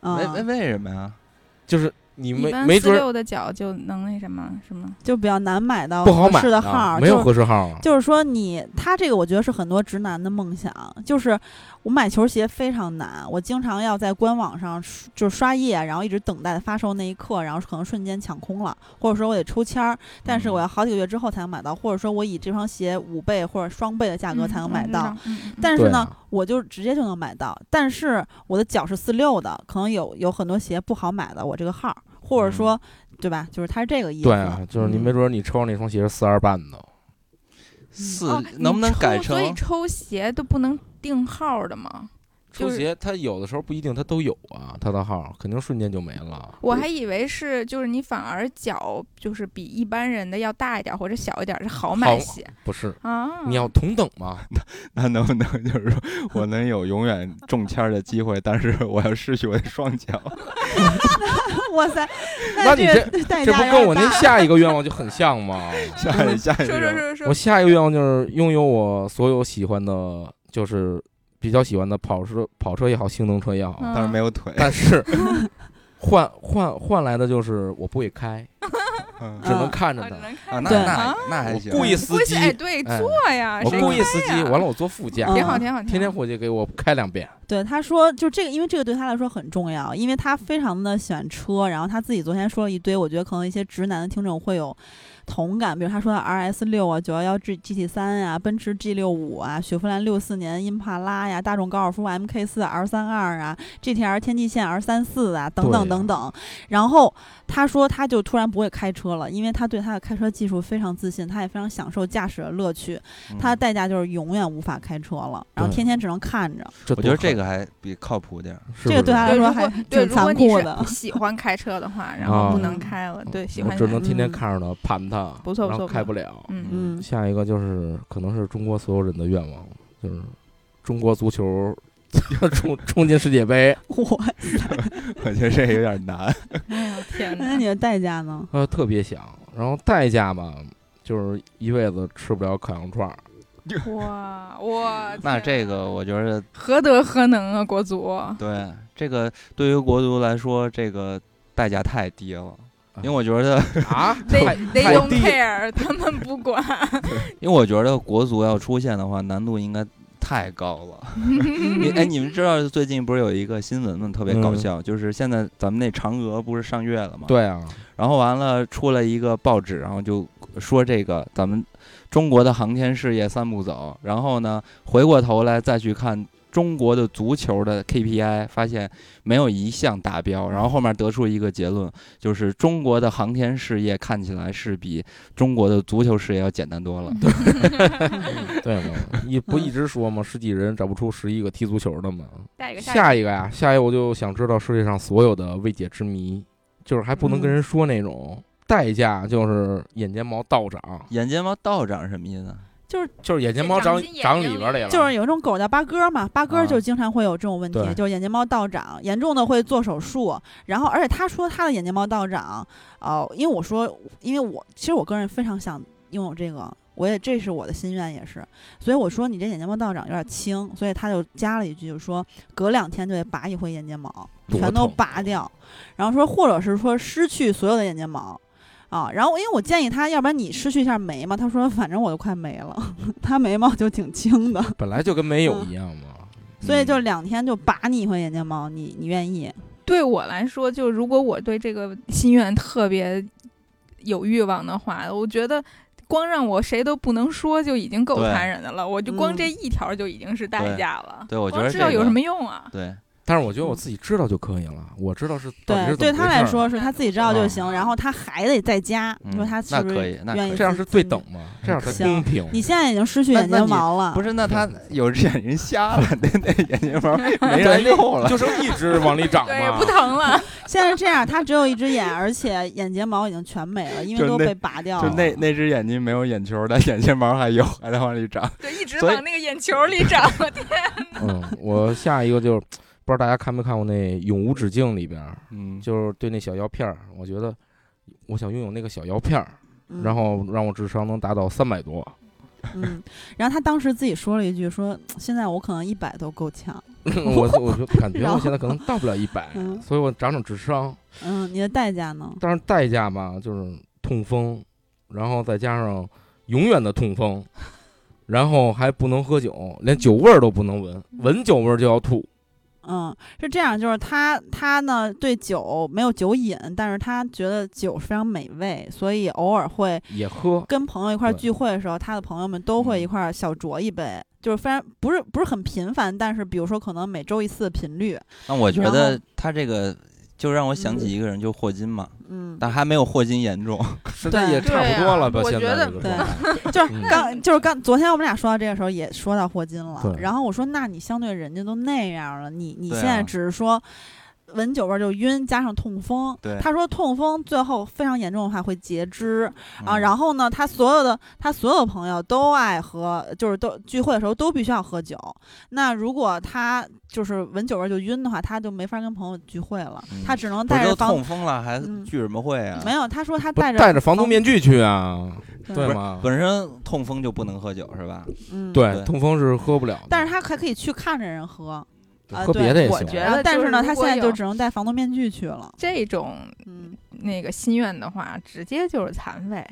S1: 啊、
S2: 为为为什么呀？
S5: 就是你
S3: 一
S5: 没
S3: 般
S5: 没
S3: 四
S5: 准儿
S3: 六的脚就能那什么什么，
S1: 就比较难买到
S5: 不好
S1: 合
S5: 买
S1: 适的
S5: 啊
S1: 号儿，
S5: 没
S1: 就
S5: 有
S1: 是
S5: 合适号儿啊。
S1: 就是说你，他这个我觉得是很多直男的梦想。就是我买球鞋非常难，我经常要在官网上刷就是刷页，然后一直等待发售那一刻，然后可能瞬间抢空了，或者说我得抽签儿，但是我
S5: 嗯
S1: 要好几个月之后才能买到，或者说我以这双鞋五倍或者双倍的价格才能买到。
S3: 嗯。我知道嗯嗯嗯
S1: 但是呢，
S5: 对啊
S1: 我就直接就能买到，但是我的脚是四六的，可能有有很多鞋不好买的，我这个号儿，或者说、对吧？就是他是这个意思。
S5: 嗯对啊，就是你
S1: 嗯
S5: 没准儿你抽上那双鞋是四二半的，呃
S2: 四
S3: 哦
S2: 能不
S3: 你
S2: 能
S3: 抽
S2: 改
S3: 所以
S2: 成？
S3: 抽鞋都不能定号的吗？
S5: 抽
S3: 就是
S5: 鞋它有的时候不一定它都有啊，它的号儿肯定瞬间就没了。
S3: 我还以为是，就是你反而脚就是比一般人的要大一点或者小一点，是好买
S5: 好
S3: 鞋
S5: 不是，
S3: 啊。
S5: 你要同等嘛，
S2: 那啊能不能就是说我能有永远中签儿的机会，但是我要失去我的双脚？
S1: 哇塞，
S5: 那你
S1: 这个代
S3: 哎
S5: 这不
S1: 价有
S5: 跟
S1: 点
S5: 我那
S1: 大
S5: 下一个愿望就很像吗？
S2: 下一下一
S3: 说说
S2: 个，
S3: 说
S5: 我
S3: 说，
S5: 下一个愿望就是拥有我所有喜欢的，就是比较喜欢的跑车、跑车也好，性能车也好，
S3: 嗯
S2: 但是没有腿，
S5: 但是换换换来的就是我不会开，
S2: 嗯
S5: 只能
S1: 嗯
S5: 看着
S3: 啊只
S5: 它。
S3: 能
S2: 啊，
S3: 看
S2: 那
S1: 对
S2: 那那还
S5: 我
S2: 行，
S5: 故意司
S3: 不
S5: 机
S3: 是，哎，对，
S5: 哎
S3: 坐呀，
S5: 我
S3: 谁
S5: 故意
S3: 开
S5: 司机，
S3: 呀
S5: 完了我坐副驾
S1: 嗯，
S3: 挺好，挺好，挺
S5: 天天
S3: 好
S5: 伙计给我开两遍。
S1: 对，他说就这个，因为这个对他来说很重要，因为他非常的喜欢车，然后他自己昨天说了一堆，我觉得可能一些直男的听众会有同感，比如他说的 RS 六啊、九幺幺 G GT 三呀、奔驰 G 六五啊、雪佛兰六四年英帕拉呀、大众高尔夫 MK 四 R 三二啊、GTR 天际线 R 三四啊等等
S5: 对呀
S1: 等等。然后他说他就突然不会开车了，因为他对他的开车技术非常自信，他也非常享受驾驶的乐趣，
S2: 嗯
S1: 他的代价就是永远无法开车了，然后
S5: 对
S1: 天天只能看着。
S5: 这
S2: 我觉得
S5: 多
S2: 这个还比靠谱点儿。
S5: 狠
S1: 这个
S5: 是
S1: 对
S5: 不是
S1: 他来
S3: 对，啊
S1: 说
S3: 如
S1: 还
S3: 果对，
S1: 挺
S3: 如果
S1: 残
S3: 你
S1: 酷
S3: 是
S1: 的。
S3: 喜欢开车的 话，然
S5: 啊
S3: 后不能开了，对，喜
S5: 我
S3: 欢
S5: 只
S3: 开
S5: 能天天
S1: 嗯
S5: 看着它盘它，
S3: 不错不
S5: 然后
S3: 错不
S5: 开
S3: 错
S5: 不了。
S3: 嗯，
S1: 嗯，
S5: 下一个就是可能是中国所有人的愿望，就是中国足球 冲冲进世界杯。
S1: 我
S2: 我觉得这有点难。
S3: 哎呦天
S1: 那
S3: 哪
S1: 你！的代价呢？
S5: 呃，特别想，然后代价吧，就是一辈子吃不了烤羊串儿。
S3: 哇哇，
S2: 那
S3: 天
S2: 这个我觉得，
S3: 何德何能啊，国足！
S2: 对这个对于国足来说，这个代价太低了。因为我觉得，
S5: 啊
S3: They
S5: 太
S3: they
S5: 太
S3: don't
S5: 低
S3: care，他 们不管。
S2: 因为我觉得国足要出现的话，难度应该太高了。
S1: 嗯
S2: 你哎，你们知道最近不是有一个新闻吗？特别搞
S5: 嗯
S2: 笑，就是现在咱们那嫦娥不是上月了吗？。
S5: 对啊，
S2: 然后完了出了一个报纸，然后就说这个咱们中国的航天事业三步走。然后呢，回过头来再去看中国的足球的 KPI，发现没有一项达标。然后后面得出一个结论，就是中国的航天事业看起来是比中国的足球事业要简单多了。
S5: 对嘛，你不一直说吗？十几人找不出十一个踢足球的吗？
S3: 下一个，一
S5: 下一个呀，下一个我就想知道世界上所有的未解之谜，就是还不能跟
S1: 嗯
S5: 人说那种。代价就是眼睫毛倒长，
S2: 眼睫毛倒长是什么意思？
S5: 就是眼睫
S3: 就
S5: 毛
S3: 长
S5: 长
S3: 进眼
S5: 长
S3: 睛
S5: 里边儿
S3: 里
S5: 来了，
S1: 就是有一种狗叫八哥嘛，八哥
S5: 啊
S1: 就经常会有这种问题，
S5: 对
S1: 就是眼睫毛倒长，严重的会做手术。然后，而且他说他的眼睫毛倒长，哦、因为我说，因为我其实我个人非常想拥有这个，我也这是我的心愿也是，所以我说你这眼睫毛倒长有点轻，所以他就加了一句，就说隔两天就得拔一回眼睫毛，
S5: 多啊
S1: 全都
S5: 痛
S1: 拔掉，然后说或者是说失去所有的眼睫毛。啊。然后因为我建议他，要不然你失去一下眉毛，他说反正我都快没了， 他眉毛就挺轻的，
S5: 本来就跟没有一样嘛。
S1: 嗯
S5: 嗯
S1: 所以就
S2: 嗯
S1: 两天就拔你一回眼睫毛，你你愿意？
S3: 对我来说，就如果我对这个心愿特别有欲望的话，我觉得光让我谁都不能说就已经够
S2: 对
S3: 残忍的了。我就光
S1: 嗯
S3: 这一条就已经是代价了。
S2: 对我觉
S3: 光
S2: 得
S3: 知道
S2: 这
S3: 有
S2: 个
S3: 什么用啊？
S2: 对，
S5: 但是我觉得我自己知道就可以了，我知道是到底
S1: 对，
S5: 是怎
S1: 对
S5: 么
S1: 他
S5: 回事
S1: 来
S5: 儿
S1: 说是他自己知道就行，然后他还得再加，
S2: 啊嗯
S1: 你说他是
S2: 那
S1: 不是
S2: 可以那
S1: 愿
S2: 可
S1: 意
S2: 以
S5: 这样是
S1: 自
S5: 对
S1: 己
S5: 等吗？这样才
S1: 行
S5: 公平。
S1: 你现在已经失去眼
S2: 那那
S1: 睫
S2: 你
S1: 毛了，
S2: 不是那他有只眼睛瞎 了，那那眼睫毛没
S5: 没
S2: 人
S5: 人
S2: 用了，
S5: 就剩一只往里 长
S3: 对，
S5: 嘛
S3: 不。疼了。
S1: 现在是这样，他只有一只眼，而且眼睫毛已经全没了，因为
S2: 就
S1: 都
S2: 那
S1: 被拔掉
S2: 就
S1: 了。
S2: 那那只眼睛没有眼球，但眼睫毛还有，还在往里长。
S3: 对，一直
S2: 所以
S3: 往那个眼球里长。
S5: 嗯，我下一个就是不知道大家看没看过那《永无止境》里边儿，
S2: 嗯，
S5: 就是对那小药片儿，我觉得我想拥有那个小药片儿，
S1: 嗯
S5: 然后让我智商能达到三 百多。
S1: 嗯，然后他当时自己说了一句说，现在我可能一百都够呛。
S5: 我我就感觉
S1: 然后
S5: 我现在可能到不了一百
S1: 嗯，
S5: 所以我长长智商，
S1: 嗯，你的代价呢？
S5: 但是代价吧就是痛风，然后再加上永远的痛风，然后还不能喝酒，连酒味儿都不能闻，闻酒味儿就要吐。
S1: 嗯，是这样，就是他他呢对酒没有酒瘾，但是他觉得酒是非常美味，所以偶尔会
S5: 也喝，
S1: 跟朋友一块儿
S5: 对嗯
S1: 聚会的时候，他的朋友们都会一块儿小酌一杯，就是非常不是不是很频繁，但是比如说可能每周一次的频率，
S2: 那我觉
S1: 然
S2: 得
S1: 后
S2: 他这个就让我想起一个人，就霍金嘛，
S1: 嗯，
S2: 但还没有霍金严重。
S5: 现
S1: 对
S5: 在也差不多了吧？
S3: 对啊
S5: 现在
S3: 我
S5: 这
S1: 觉得
S5: 个状 态
S1: 就是
S5: 嗯
S1: 刚就是刚，昨天我们俩说到这个时候也说到霍金了，
S5: 对
S1: 然后我说那你相对人家都那样了，你你
S2: 对啊
S1: 现在只是说闻酒味儿就晕，加上痛风
S2: 对，
S1: 他说痛风最后非常严重的话会截肢啊，
S2: 后
S1: 然后呢，他所有的他所有朋友都爱喝，就是都聚会的时候都必须要喝酒，那如果他就是闻酒味儿就晕的话，他就没法跟朋友聚会了，
S2: 嗯
S1: 他只能
S2: 不
S1: 带着
S2: 是都
S1: 防
S2: 痛风了，还
S1: 嗯
S2: 聚什么会啊？
S1: 没有，他说他
S5: 不
S1: 带着
S5: 戴着防毒面具去啊，
S1: 对
S5: 对
S2: 不是
S5: 吗？
S2: 本身痛风就不能喝酒是吧？
S1: 嗯
S5: 对，
S2: 对
S5: 痛风是喝不了的，
S1: 但是他还可以去看着人喝。啊
S5: 喝
S1: 对
S5: 别的也
S3: 我
S5: 行。
S3: 觉得
S1: 然后但
S3: 就是
S1: 呢，
S3: 是
S1: 他
S3: 如
S1: 现
S3: 果
S1: 在就
S3: 有
S1: 只能戴防毒面具去 了。
S3: 这种
S1: 嗯，
S3: 那个心愿的话，直接就是残废，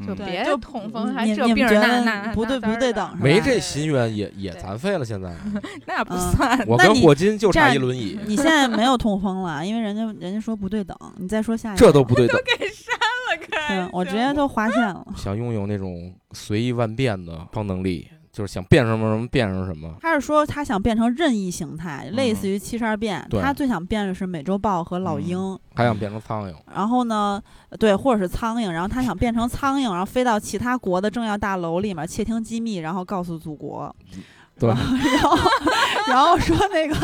S2: 嗯
S3: 就
S1: 对
S3: 别
S1: 就
S3: 痛风
S1: 你
S3: 还
S1: 你
S3: 这
S1: 你
S3: 病
S1: 们
S3: 儿
S1: 觉
S3: 那
S1: 得
S3: 那
S1: 不
S3: 那
S1: 对不
S3: 那
S1: 对
S3: 那
S1: 等是
S5: 没
S1: 吧
S5: 这心愿也也
S3: 对
S5: 残废了，现在
S3: 那不
S1: 嗯
S3: 算。
S5: 我
S1: 那
S5: 跟
S1: 你
S5: 霍金就
S1: 这
S5: 差
S1: 样嗯
S5: 一轮椅，
S1: 你现在没有痛风了，因为人家人家说不对等，你再说下一个。
S5: 这 都不对等。
S3: 给删了，
S1: 嗯
S3: 看，
S1: 我直接就划线了。
S5: 想拥有那种随意万变的超能力，就是想变什么什么变成什么。
S1: 他是说他想变成任意形态，类似
S2: 嗯
S1: 于七十二变。
S5: 对
S1: 他最想变的是美洲豹和老
S2: 嗯
S1: 鹰，
S5: 还想变成苍蝇，
S1: 然后呢，对，或者是苍蝇。然后他想变成苍蝇，然后飞到其他国的政要大楼里面窃听机密，然后告诉祖国。
S5: 对
S1: 然后然后说那个，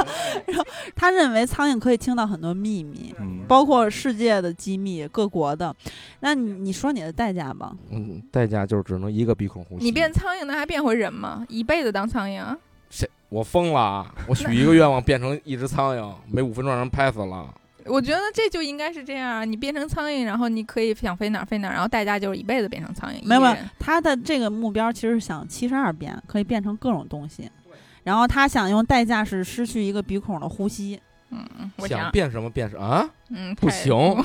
S1: 然后他认为苍蝇可以听到很多秘密。
S2: 嗯，
S1: 包括世界的机密，各国的。那你你说你的代价吧？
S5: 嗯，代价就是只能一个鼻孔呼吸。
S3: 你变苍蝇，那还变回人吗？一辈子当苍蝇？啊
S5: 谁？我疯了啊！我许一个愿望，变成一只 苍蝇，每五分钟让人拍死了。
S3: 我觉得这就应该是这样，啊你变成苍蝇，然后你可以想飞哪儿飞哪儿，然后代价就是一辈子变成苍蝇。
S1: 没有
S3: 一
S1: 没有
S3: 人，
S1: 他的这个目标其实是想七十二变，可以变成各种东西。然后他想用代价是失去一个鼻孔的呼吸。
S3: 嗯，我
S5: 想
S3: 想，
S5: 变什么变什么啊？
S3: 嗯，
S5: 不
S3: 太！
S5: 行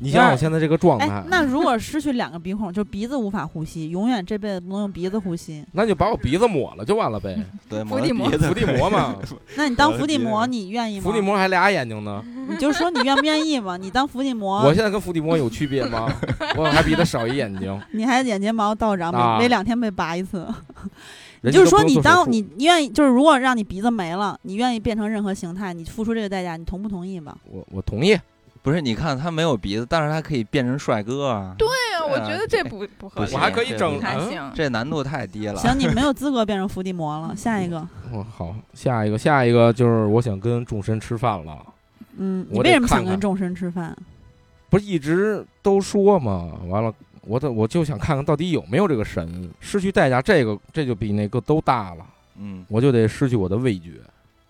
S5: 你想想我现在这个状态
S1: 哎，，那如果失去两个鼻孔，就鼻子无法呼吸， 永远这辈子不能用鼻子呼吸。
S5: 那就把我鼻子抹了就 完了呗，
S2: 对，
S3: 伏地魔
S2: 鼻子
S5: 伏地魔嘛。
S1: 那你当伏地
S2: 我
S1: 魔，
S2: 的
S1: 你愿意吗？
S5: 啊伏地，魔还俩眼睛呢，
S1: 你就说你愿不愿意吧。你当伏地
S5: 我
S1: 魔，
S5: 现在跟伏地魔有区别 吗？我还比他少一眼睛，
S1: 你还眼睫毛倒长，每、
S5: 啊
S1: 每两天被拔一次。
S5: 人家
S1: 就是
S5: 都不
S1: 说，
S5: 用
S1: 你
S5: 做手
S1: 当
S5: 术
S1: 你愿意，就是如果让你鼻子没了，你愿意变成任何形态，你付出这个代价，你同不同意 吧？
S5: 我我同意，
S2: 不是，你看他没有鼻子，但是他可以变成帅哥啊。
S3: 对呀，我
S2: 对啊
S3: 觉得这不不合
S2: 不
S3: 适，
S2: 行
S5: 我还可以
S2: 这
S5: 整
S3: 不太
S5: 嗯
S3: 行。
S2: 这难度太低了。
S1: 行，你没有资格变成伏地魔了。下 一个，
S5: 哦，好，下一个，下一个就是我想跟众神吃饭了，
S1: 嗯，你
S5: 我
S1: 为
S5: 得
S1: 什么想
S5: 看
S1: 跟
S5: 看
S1: 众神吃饭？
S5: 不是一直都说嘛，完了，我得我就想看看到底有没有这个神，失去代价，这个这就比那个都大了，
S2: 嗯，
S5: 我就得失去我的味觉，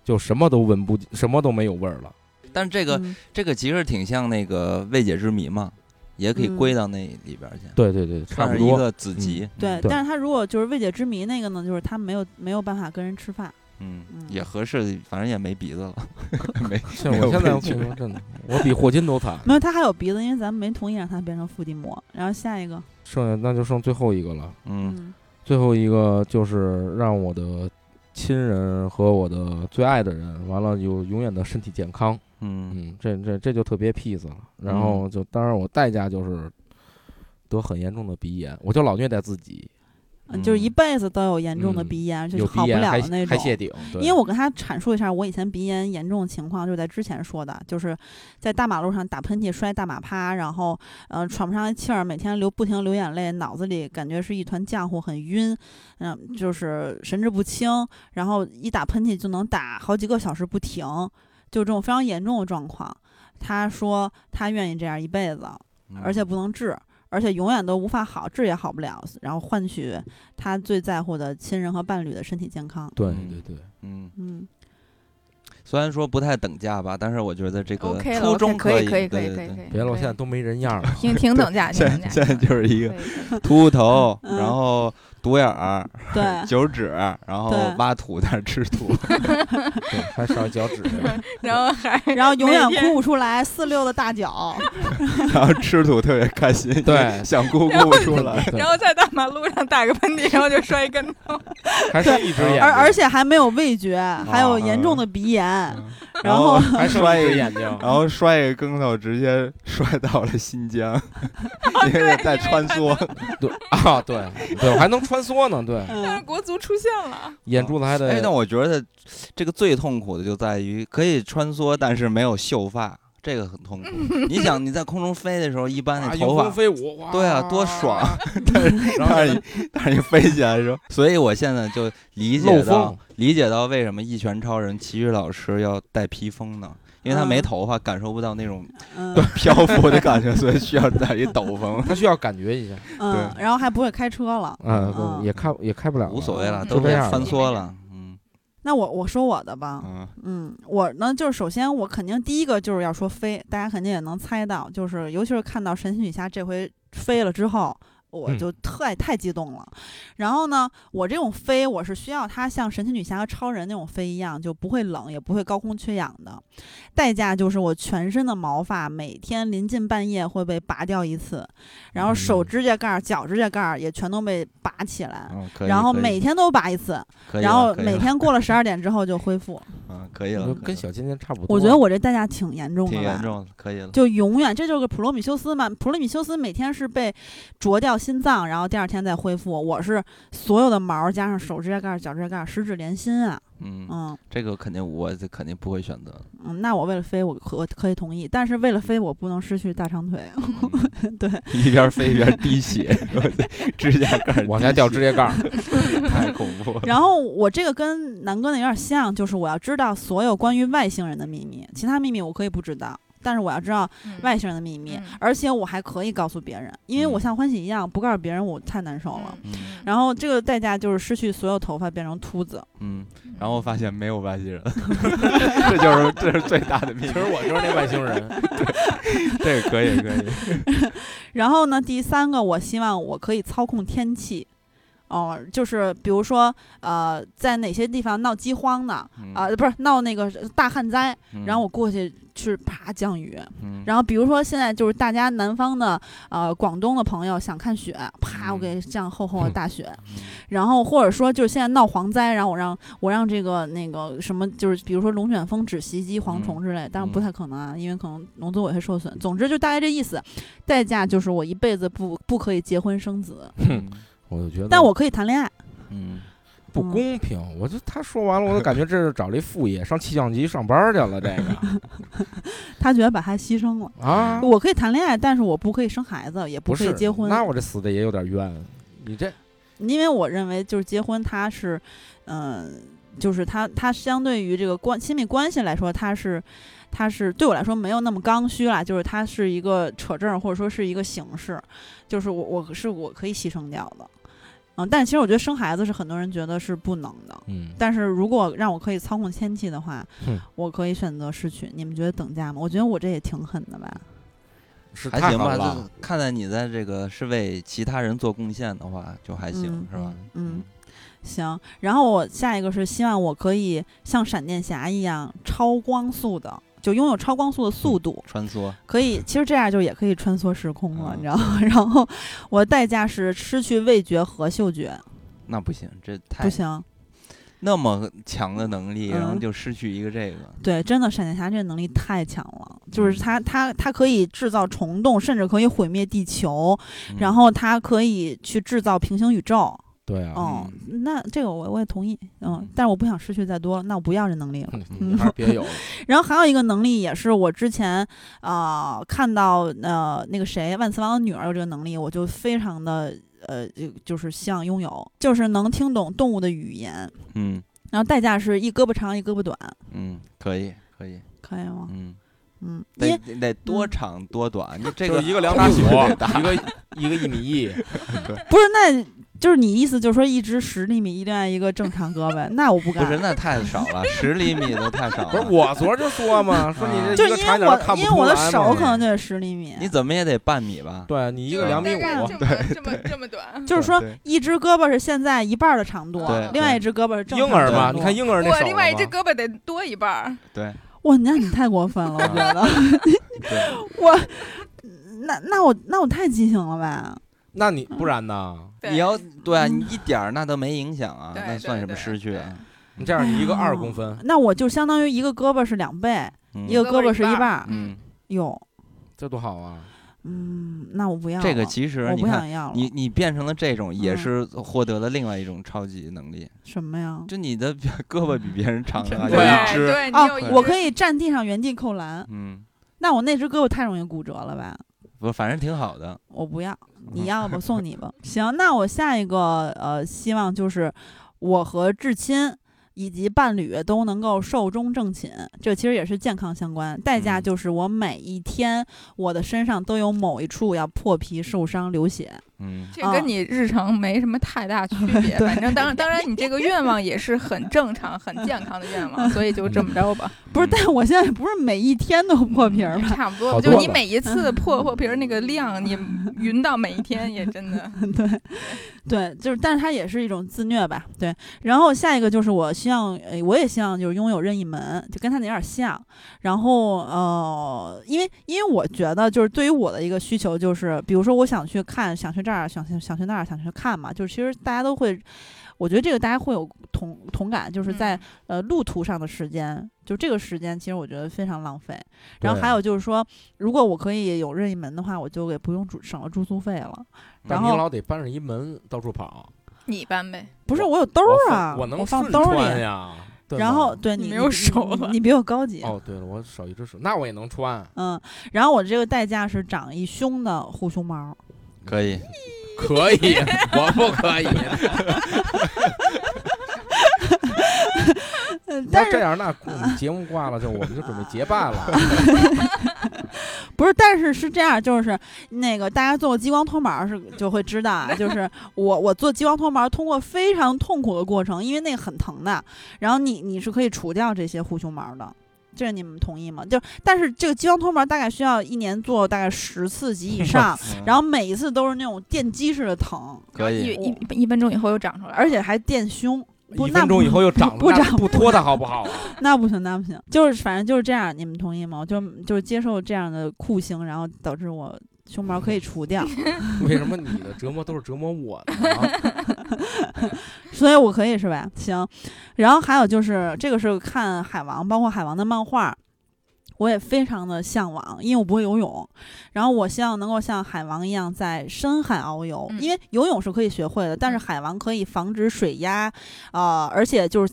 S5: 就什么都闻不，什么都没有味儿了。
S2: 但是这个
S1: 嗯
S2: 这个其实挺像那个未解之谜嘛，也可以
S1: 嗯
S2: 归到那里边去，
S5: 对对对，
S2: 它
S5: 差不
S2: 是一
S5: 多。
S2: 个子集。
S1: 对，
S5: 对
S1: 但是他如果就是未解之谜那个呢，就是他没有没有办法跟人吃饭，
S2: 嗯
S1: 嗯，
S2: 也合适，反正也没鼻子了，没
S5: 像
S2: 没有
S5: 我现在
S2: 味
S5: 我
S2: 觉
S5: 跟你说真的，我比霍金都惨。
S1: 没有，他还有鼻子，因为咱们没同意让他变成伏地魔。然后下一个，
S5: 剩下那就剩最后一个了，
S2: 嗯
S1: 嗯
S5: 最后一个就是让我的亲人和我的最爱的人，完了有永远的身体健康。
S2: 嗯
S5: 嗯，这这这就特别 peace 了。然后就当然我代价就是得很严重的鼻炎，我就老虐待自己，
S1: 嗯，就是一
S2: 嗯
S1: 辈子都有严重的
S5: 嗯
S1: 鼻炎，而且
S5: 有
S1: 是
S5: 鼻
S1: 好不
S5: 炎
S1: 了
S5: 还
S1: 的那
S5: 还谢
S1: 种。
S5: 顶。对
S1: 因为我跟他阐述一下我以前鼻炎严重情况，就是在之前说的，就是在大马路上打喷嚏、摔大马趴，然后呃喘不上来气儿，每天流不停流眼泪，脑子里感觉是一团浆糊，很晕，嗯、就是神志不清，然后一打喷嚏就能打好几个小时不停，就这种非常严重的状况。他说他愿意这样一辈子，
S2: 嗯
S1: 而且不能治，而且永远都无法好，治也好不了，然后换取他最在乎的亲人和伴侣的身体健康。
S5: 对
S2: 嗯
S5: 对对，
S2: 嗯，
S1: 嗯，
S2: 虽然说不太等价吧，但是我觉得这个
S3: OK 了
S2: 初
S3: ，OK
S2: 衷
S3: 哦可
S2: 以，
S3: 可以可
S2: 对
S3: 以
S2: 对
S3: 可以
S2: 对
S3: 可以，嗯
S5: 别了，我现在
S3: 在
S5: 都没人样了。
S3: 挺挺等价，挺等价，
S2: 现在就是一个
S3: 可以可以
S2: 秃头，
S1: 嗯
S2: 然后独眼儿，
S1: 对
S2: 九指，然后
S1: 对
S2: 挖土在那儿吃土，
S5: 对，还少一脚趾。
S3: 然后还
S1: 然后永
S3: 每
S1: 远
S3: 天
S1: 哭不出来，四六的大 脚，
S2: 然后吃土特别开心，
S5: 对
S2: 想哭哭不出来，
S5: 对
S3: 然后在大马路上打个喷嚏，然后就摔一跟头，
S5: 还剩一只眼睛，
S1: 而而且还没有味觉，
S3: 哦
S1: 还
S3: 嗯
S1: 有严重的鼻炎，然后
S5: 还剩
S2: 摔
S5: 一
S2: 一
S5: 只眼睛，
S2: 然后摔一个跟头，直接摔到了新 疆，因为在穿梭，
S5: 对啊，对对，我还能穿梭呢，对，
S3: 但是
S1: 嗯，
S3: 国足出现了，
S5: 眼珠子还
S2: 哎，但
S5: 得
S2: 我觉得这个最痛苦的就在于可以穿梭，但是没有秀发，这个很 痛苦。你想你在空中飞的时候，一般
S5: 啊
S2: 那
S5: 迎
S2: 头
S5: 风
S2: 发。
S5: 飞舞，哇
S2: 对啊多爽！
S5: 然后
S2: 但是你但是你飞起来的时候，所以我现在就理解
S5: 漏
S2: 到
S5: 风
S2: 理解到为什么一拳超人齐豫老师要带披风呢？因为他没
S1: 嗯
S2: 头发，感受不到那种
S1: 嗯
S2: 漂浮的感觉，所以需要带一斗篷。
S5: 他需要感觉一下，
S1: 嗯，然后还不会开车了。
S5: 啊，
S1: 嗯
S5: 也开也开不了，
S2: 无所谓了，
S3: 嗯
S2: 都
S5: 就这
S2: 是
S5: 样
S2: 穿
S5: 了
S2: 梭了。嗯
S1: 那我我说我的吧，
S2: 嗯
S1: 嗯，我呢就是首先我肯定第一个就是要说飞，大家肯定也能猜到，就是尤其是看到神奇女侠这回飞了之后。我
S5: 嗯
S1: 就太太激动了，然后呢，我这种飞我是需要它像神奇女侠和超人那种飞一样，就不会冷，也不会高空缺氧的。代价就是我全身的毛发每天临近半夜会被拔掉一次，然后手
S5: 嗯
S1: 指甲盖儿、脚指甲盖儿也全都被拔起来，
S2: 嗯，可以。
S1: 啊然后
S2: 可以
S1: 每天都拔一次，
S2: 可以
S1: 然
S2: 了
S1: 后
S2: 可以啊
S1: 每
S2: 了
S1: 天 过了十二点之后就恢复。
S2: 嗯可以
S5: 就
S2: 了，可以
S5: 跟
S2: 了
S5: 小尖尖差不多。
S1: 我觉得我这代价挺严重
S2: 挺
S1: 的
S2: 严
S1: 吧，
S2: 重的，可以了。
S1: 就永远这就是普罗米修斯嘛。普罗米修斯每天是被啄掉心脏，然后第二天再恢复。我是所有的毛儿加上手指甲盖儿、脚指甲盖儿，十指连心啊。
S2: 嗯，
S1: 嗯
S2: 这个肯定我这肯定不会选择的。
S1: 嗯，那我为了飞，我可我可以同意，但是为了飞，我不能失去大长腿。
S2: 嗯
S1: 对，
S2: 一边飞一边滴血， 指甲盖儿
S5: 往下
S2: 滴
S5: 掉
S2: 血
S5: 指甲盖儿，
S2: 太恐怖 了。
S1: 然后我这个跟南哥那有点像，就是我要知道所有关于外星人的秘密，其他秘密我可以不知道，但是我要知道
S3: 嗯
S1: 外星人的秘密，
S3: 嗯
S1: 而且我还可以告诉别人，因为我
S2: 嗯
S1: 像欢喜一样，不告诉别人我太难受了。
S3: 嗯
S1: 然后这个代价就是失去所有头发，变成秃子。
S2: 嗯，然后发现没有外 星人，这就是这是最大的秘
S5: 其
S2: 密
S5: 实。我就是那外星人，
S2: 这个可以可 以，
S1: 然后呢，第三个，我希望我可以操控天气。哦、就是比如说，呃，在哪些地方闹饥荒呢？
S2: 嗯
S1: 啊、不是闹那个大旱灾，
S2: 嗯
S1: 然后我过去去爬降雨。
S2: 嗯
S1: 然后比如说现在就是大家南方的，呃，广东的朋友想看雪，啪，
S2: 嗯
S1: 我给降厚厚的大雪。然后或者说就是现在闹蝗灾，然后我让我让这个那个什么，就是比如说龙卷风只袭击蝗虫之类，但是不
S2: 嗯
S1: 太可能啊，因为可能农作物也会受损。总之就大概这意思，代价就是我一辈子不不可以结婚生子，
S2: 嗯
S5: 我就觉得。
S1: 但我可以谈恋爱。
S2: 嗯
S5: 不公平，我就他说完了，我就感觉这是找了一副业，上气象局上班去了，这 个
S1: 他觉得把他牺牲了，
S5: 啊，
S1: 我可以谈恋爱，但是我不可以生孩子，也
S5: 不
S1: 可以
S5: 是
S1: 结婚，
S5: 那我这死的也有点冤，你这
S1: 因为我认为就是结婚它是，嗯、就是它它相对于这个关亲密关系来说，它是它是对我来说没有那么刚需啦，就是它是一个扯证儿或者说是一个形式，就是我我是我可以牺牲掉的，嗯，但其实我觉得生孩子是很多人觉得是不能的，
S5: 嗯，
S1: 但是如果让我可以操控天气的话，
S5: 哼
S1: 我可以选择失去。你们觉得等价吗？我觉得我这也挺狠的吧，
S5: 是
S2: 还
S5: 太
S2: 行
S5: 好
S2: 吧，就
S5: 了
S2: 是，看在你在这个是为其他人做贡献的话，就还行
S1: 嗯
S2: 是吧？
S1: 嗯行，然后我下一个是希望我可以像闪电侠一样超光速的，就拥有超光速的速度，
S2: 穿梭，
S1: 可以，其实这样就也可以穿梭时空了，
S2: 嗯
S1: 你知道吗？ 然后我的代价是失去味觉和嗅觉，
S2: 那不行，这太
S1: 不行。
S2: 那么强的能力，然后
S1: 嗯
S2: 就失去一个这个，
S1: 对，真的闪电侠这能力太强了，就是他他他可以制造虫洞，甚至可以毁灭地球，
S2: 嗯
S1: 然后他可以去制造平行宇宙。
S5: 对啊，
S1: 嗯，那这个我我也同意，嗯，但是我不想失去再多，那我不要这能力了。
S5: 你还是别 有了。
S1: 然后还有一个能力也是我之前啊、呃看到呃那个谁万磁王的女儿有这个能力，我就非常的呃就就是希望拥有，就是能听懂动物的语言。
S2: 嗯
S1: 然后代价是一胳膊长一胳膊短，
S2: 嗯，可以可以，
S1: 可以吗？
S2: 嗯，
S1: 嗯，因嗯
S2: 得
S1: 为
S2: 得得多长多短，就这
S5: 就
S2: 个
S5: 是一个两
S2: 差
S5: 米
S2: 距得大，
S5: 五，一个一个一米 一，
S1: 不是那。就是你意思，就是说一只十厘米，另外一个正常胳膊， 那我不
S2: 不
S1: 敢。
S2: 是那太少 了，十厘米都太少
S5: 不是
S2: 了。
S5: 我昨儿就说嘛，说你
S1: 啊就
S5: 这
S1: 是
S5: 一个
S1: 因
S5: 长一
S1: 为
S5: 点儿看
S1: 我
S5: 不
S1: 因为我的
S5: 出来
S1: 手
S5: 嘛
S1: 可能就得十厘米，
S2: 你怎么也得半米吧？
S5: 对你一
S3: 就
S5: 个
S3: 是
S5: 两米
S3: 大概
S5: 五
S3: 这，么这么这么短。
S1: 就是说
S2: 对
S1: 一只胳膊是现在一半儿的长度
S2: 对，
S1: 另外一只胳膊是正
S5: 婴
S1: 常的
S5: 儿嘛，
S1: 长度
S5: 你看婴儿那
S3: 我
S5: 手
S3: 另外一只
S5: 嘛
S3: 胳膊得多一半儿，
S2: 对
S1: 哇，那你太过分了，我觉得。
S2: 对，
S1: 我那那我那我太畸形了吧？
S5: 那你不然 呢？
S3: 对
S2: 你要对啊你一点儿那都没影响啊，
S3: 对
S2: 那算什
S3: 对
S2: 么
S3: 对
S2: 失去
S3: 对
S2: 啊？
S5: 你这样你一个
S1: 哎呀
S5: 二公分，
S1: 那我就相当于一个胳膊是两倍，
S2: 嗯
S1: 一个胳膊是一半儿。
S2: 嗯，
S1: 哟，
S5: 这多好啊！
S1: 嗯，那我不要
S2: 这个
S1: 了
S2: 其实
S1: 我
S2: 你
S1: 不
S2: 看，
S1: 想要了。
S2: 你你变成了这种，也
S1: 嗯
S2: 是获得了另外一种超级能力，
S1: 什么呀？
S2: 就你的 胳膊比别人长啊，
S5: 对
S2: 有一只，
S3: 对，你
S1: 哦
S3: 有一，
S1: 我
S3: 只
S1: 可以站地上原地扣篮，
S2: 嗯，
S1: 那我那只胳膊太容易骨折了吧？
S2: 不，反正挺好的，
S1: 我不 要，你要不送你吧。行，那我下一个呃，希望就是我和至亲以及伴侣都能够寿终正寝，这其实也是健康相关。代价
S2: 嗯
S1: 就是我每一天我的身上都有某一处要破皮、受伤、流血。
S2: 嗯
S3: 这跟你日常没什么太 大区别，
S1: 啊对
S3: 反正当然当然你这个愿望也是很正常、很健康的愿望，所以就这么着 吧，
S1: 不是，
S2: 嗯
S1: 但我现在也不是每一天都破皮儿吧？
S3: 差不
S5: 好
S3: 多。
S5: 多
S3: 就
S5: 了
S3: 你每 一次破破皮儿那个量，你匀到每一天也 真的。
S1: 对，对，就是，但是它也是一种自虐吧，对。然后下一个就是我希望，呃，我也希望就是拥有任意门，就跟他那有点像。然后呃，因为因为我觉得就是对于我的一个需求就是，比如说我想去看，想去这儿，想去想去那儿，想去看嘛，就是其实大家都会。我觉得这个大家会有同同感，就是在、
S3: 嗯
S1: 呃路途上的时间，就这个时间其实我觉得非常浪费。然后
S5: 对
S1: 还有就是说，如果我可以有任意门的话，我就也不用住省了住宿费了。然
S2: 嗯
S5: 你
S1: 后
S5: 老得搬上一门到处跑，
S3: 你搬呗，
S1: 不是
S5: 我
S1: 我有兜
S5: 我
S1: 儿
S5: 放
S1: 啊，
S5: 我能
S1: 放
S5: 顺
S1: 兜儿
S5: 穿
S1: 里。
S5: 呀。对
S1: 然
S5: 吗
S1: 后对
S3: 你
S1: 你
S3: 没有
S1: 你
S3: 手
S1: 你
S3: 了
S1: 你比我高级。
S5: 哦，对了，我少一只手，那我也能穿，
S1: 嗯，然后我这个代价是长一胸的护胸毛，
S2: 可以，
S5: 可以， 我不可以。
S3: 呃
S1: 嗯， 但
S5: 那
S1: 是
S5: 这样，那你节目挂了，就我们就准备结拜了。
S1: 不是？但是是这样，就是那个大家做激光脱毛是就会知道啊， 就是我我做激光脱毛通过非常痛苦的过程，因为那个很疼的，然后你你是可以除掉这些护胸毛的。这个你们同意吗？就但是这个激光脱毛大概需要一年做大概十次及以上， 然
S2: 后
S1: 后每一次都是那种电击式的疼，
S2: 嗯可
S3: 一
S2: 以，
S3: 一一分钟以后又长出来了，
S1: 而且还电胸， 不
S5: 一
S1: 那
S5: 分
S1: 不
S5: 钟以后又 长了，
S1: 不
S5: 那
S1: 长
S5: 不脱它好不好啊？
S1: 那不行，那不行，就是反正就是这样，你们同意吗？我就就是接受这样的酷刑，然后导致我胸毛可以除 掉，
S5: 为什么你的折磨都是折磨我呢？啊
S1: 所以我可以是吧？行，然后还有就是这个是看海王，包括海王的漫画。我也非常的向往，因为我不会游泳，然后我希望能够像海王一样在深海遨游，
S3: 嗯
S1: 因为游泳是可以学会的，但是
S3: 嗯
S1: 海王可以防止水压，啊、而且就是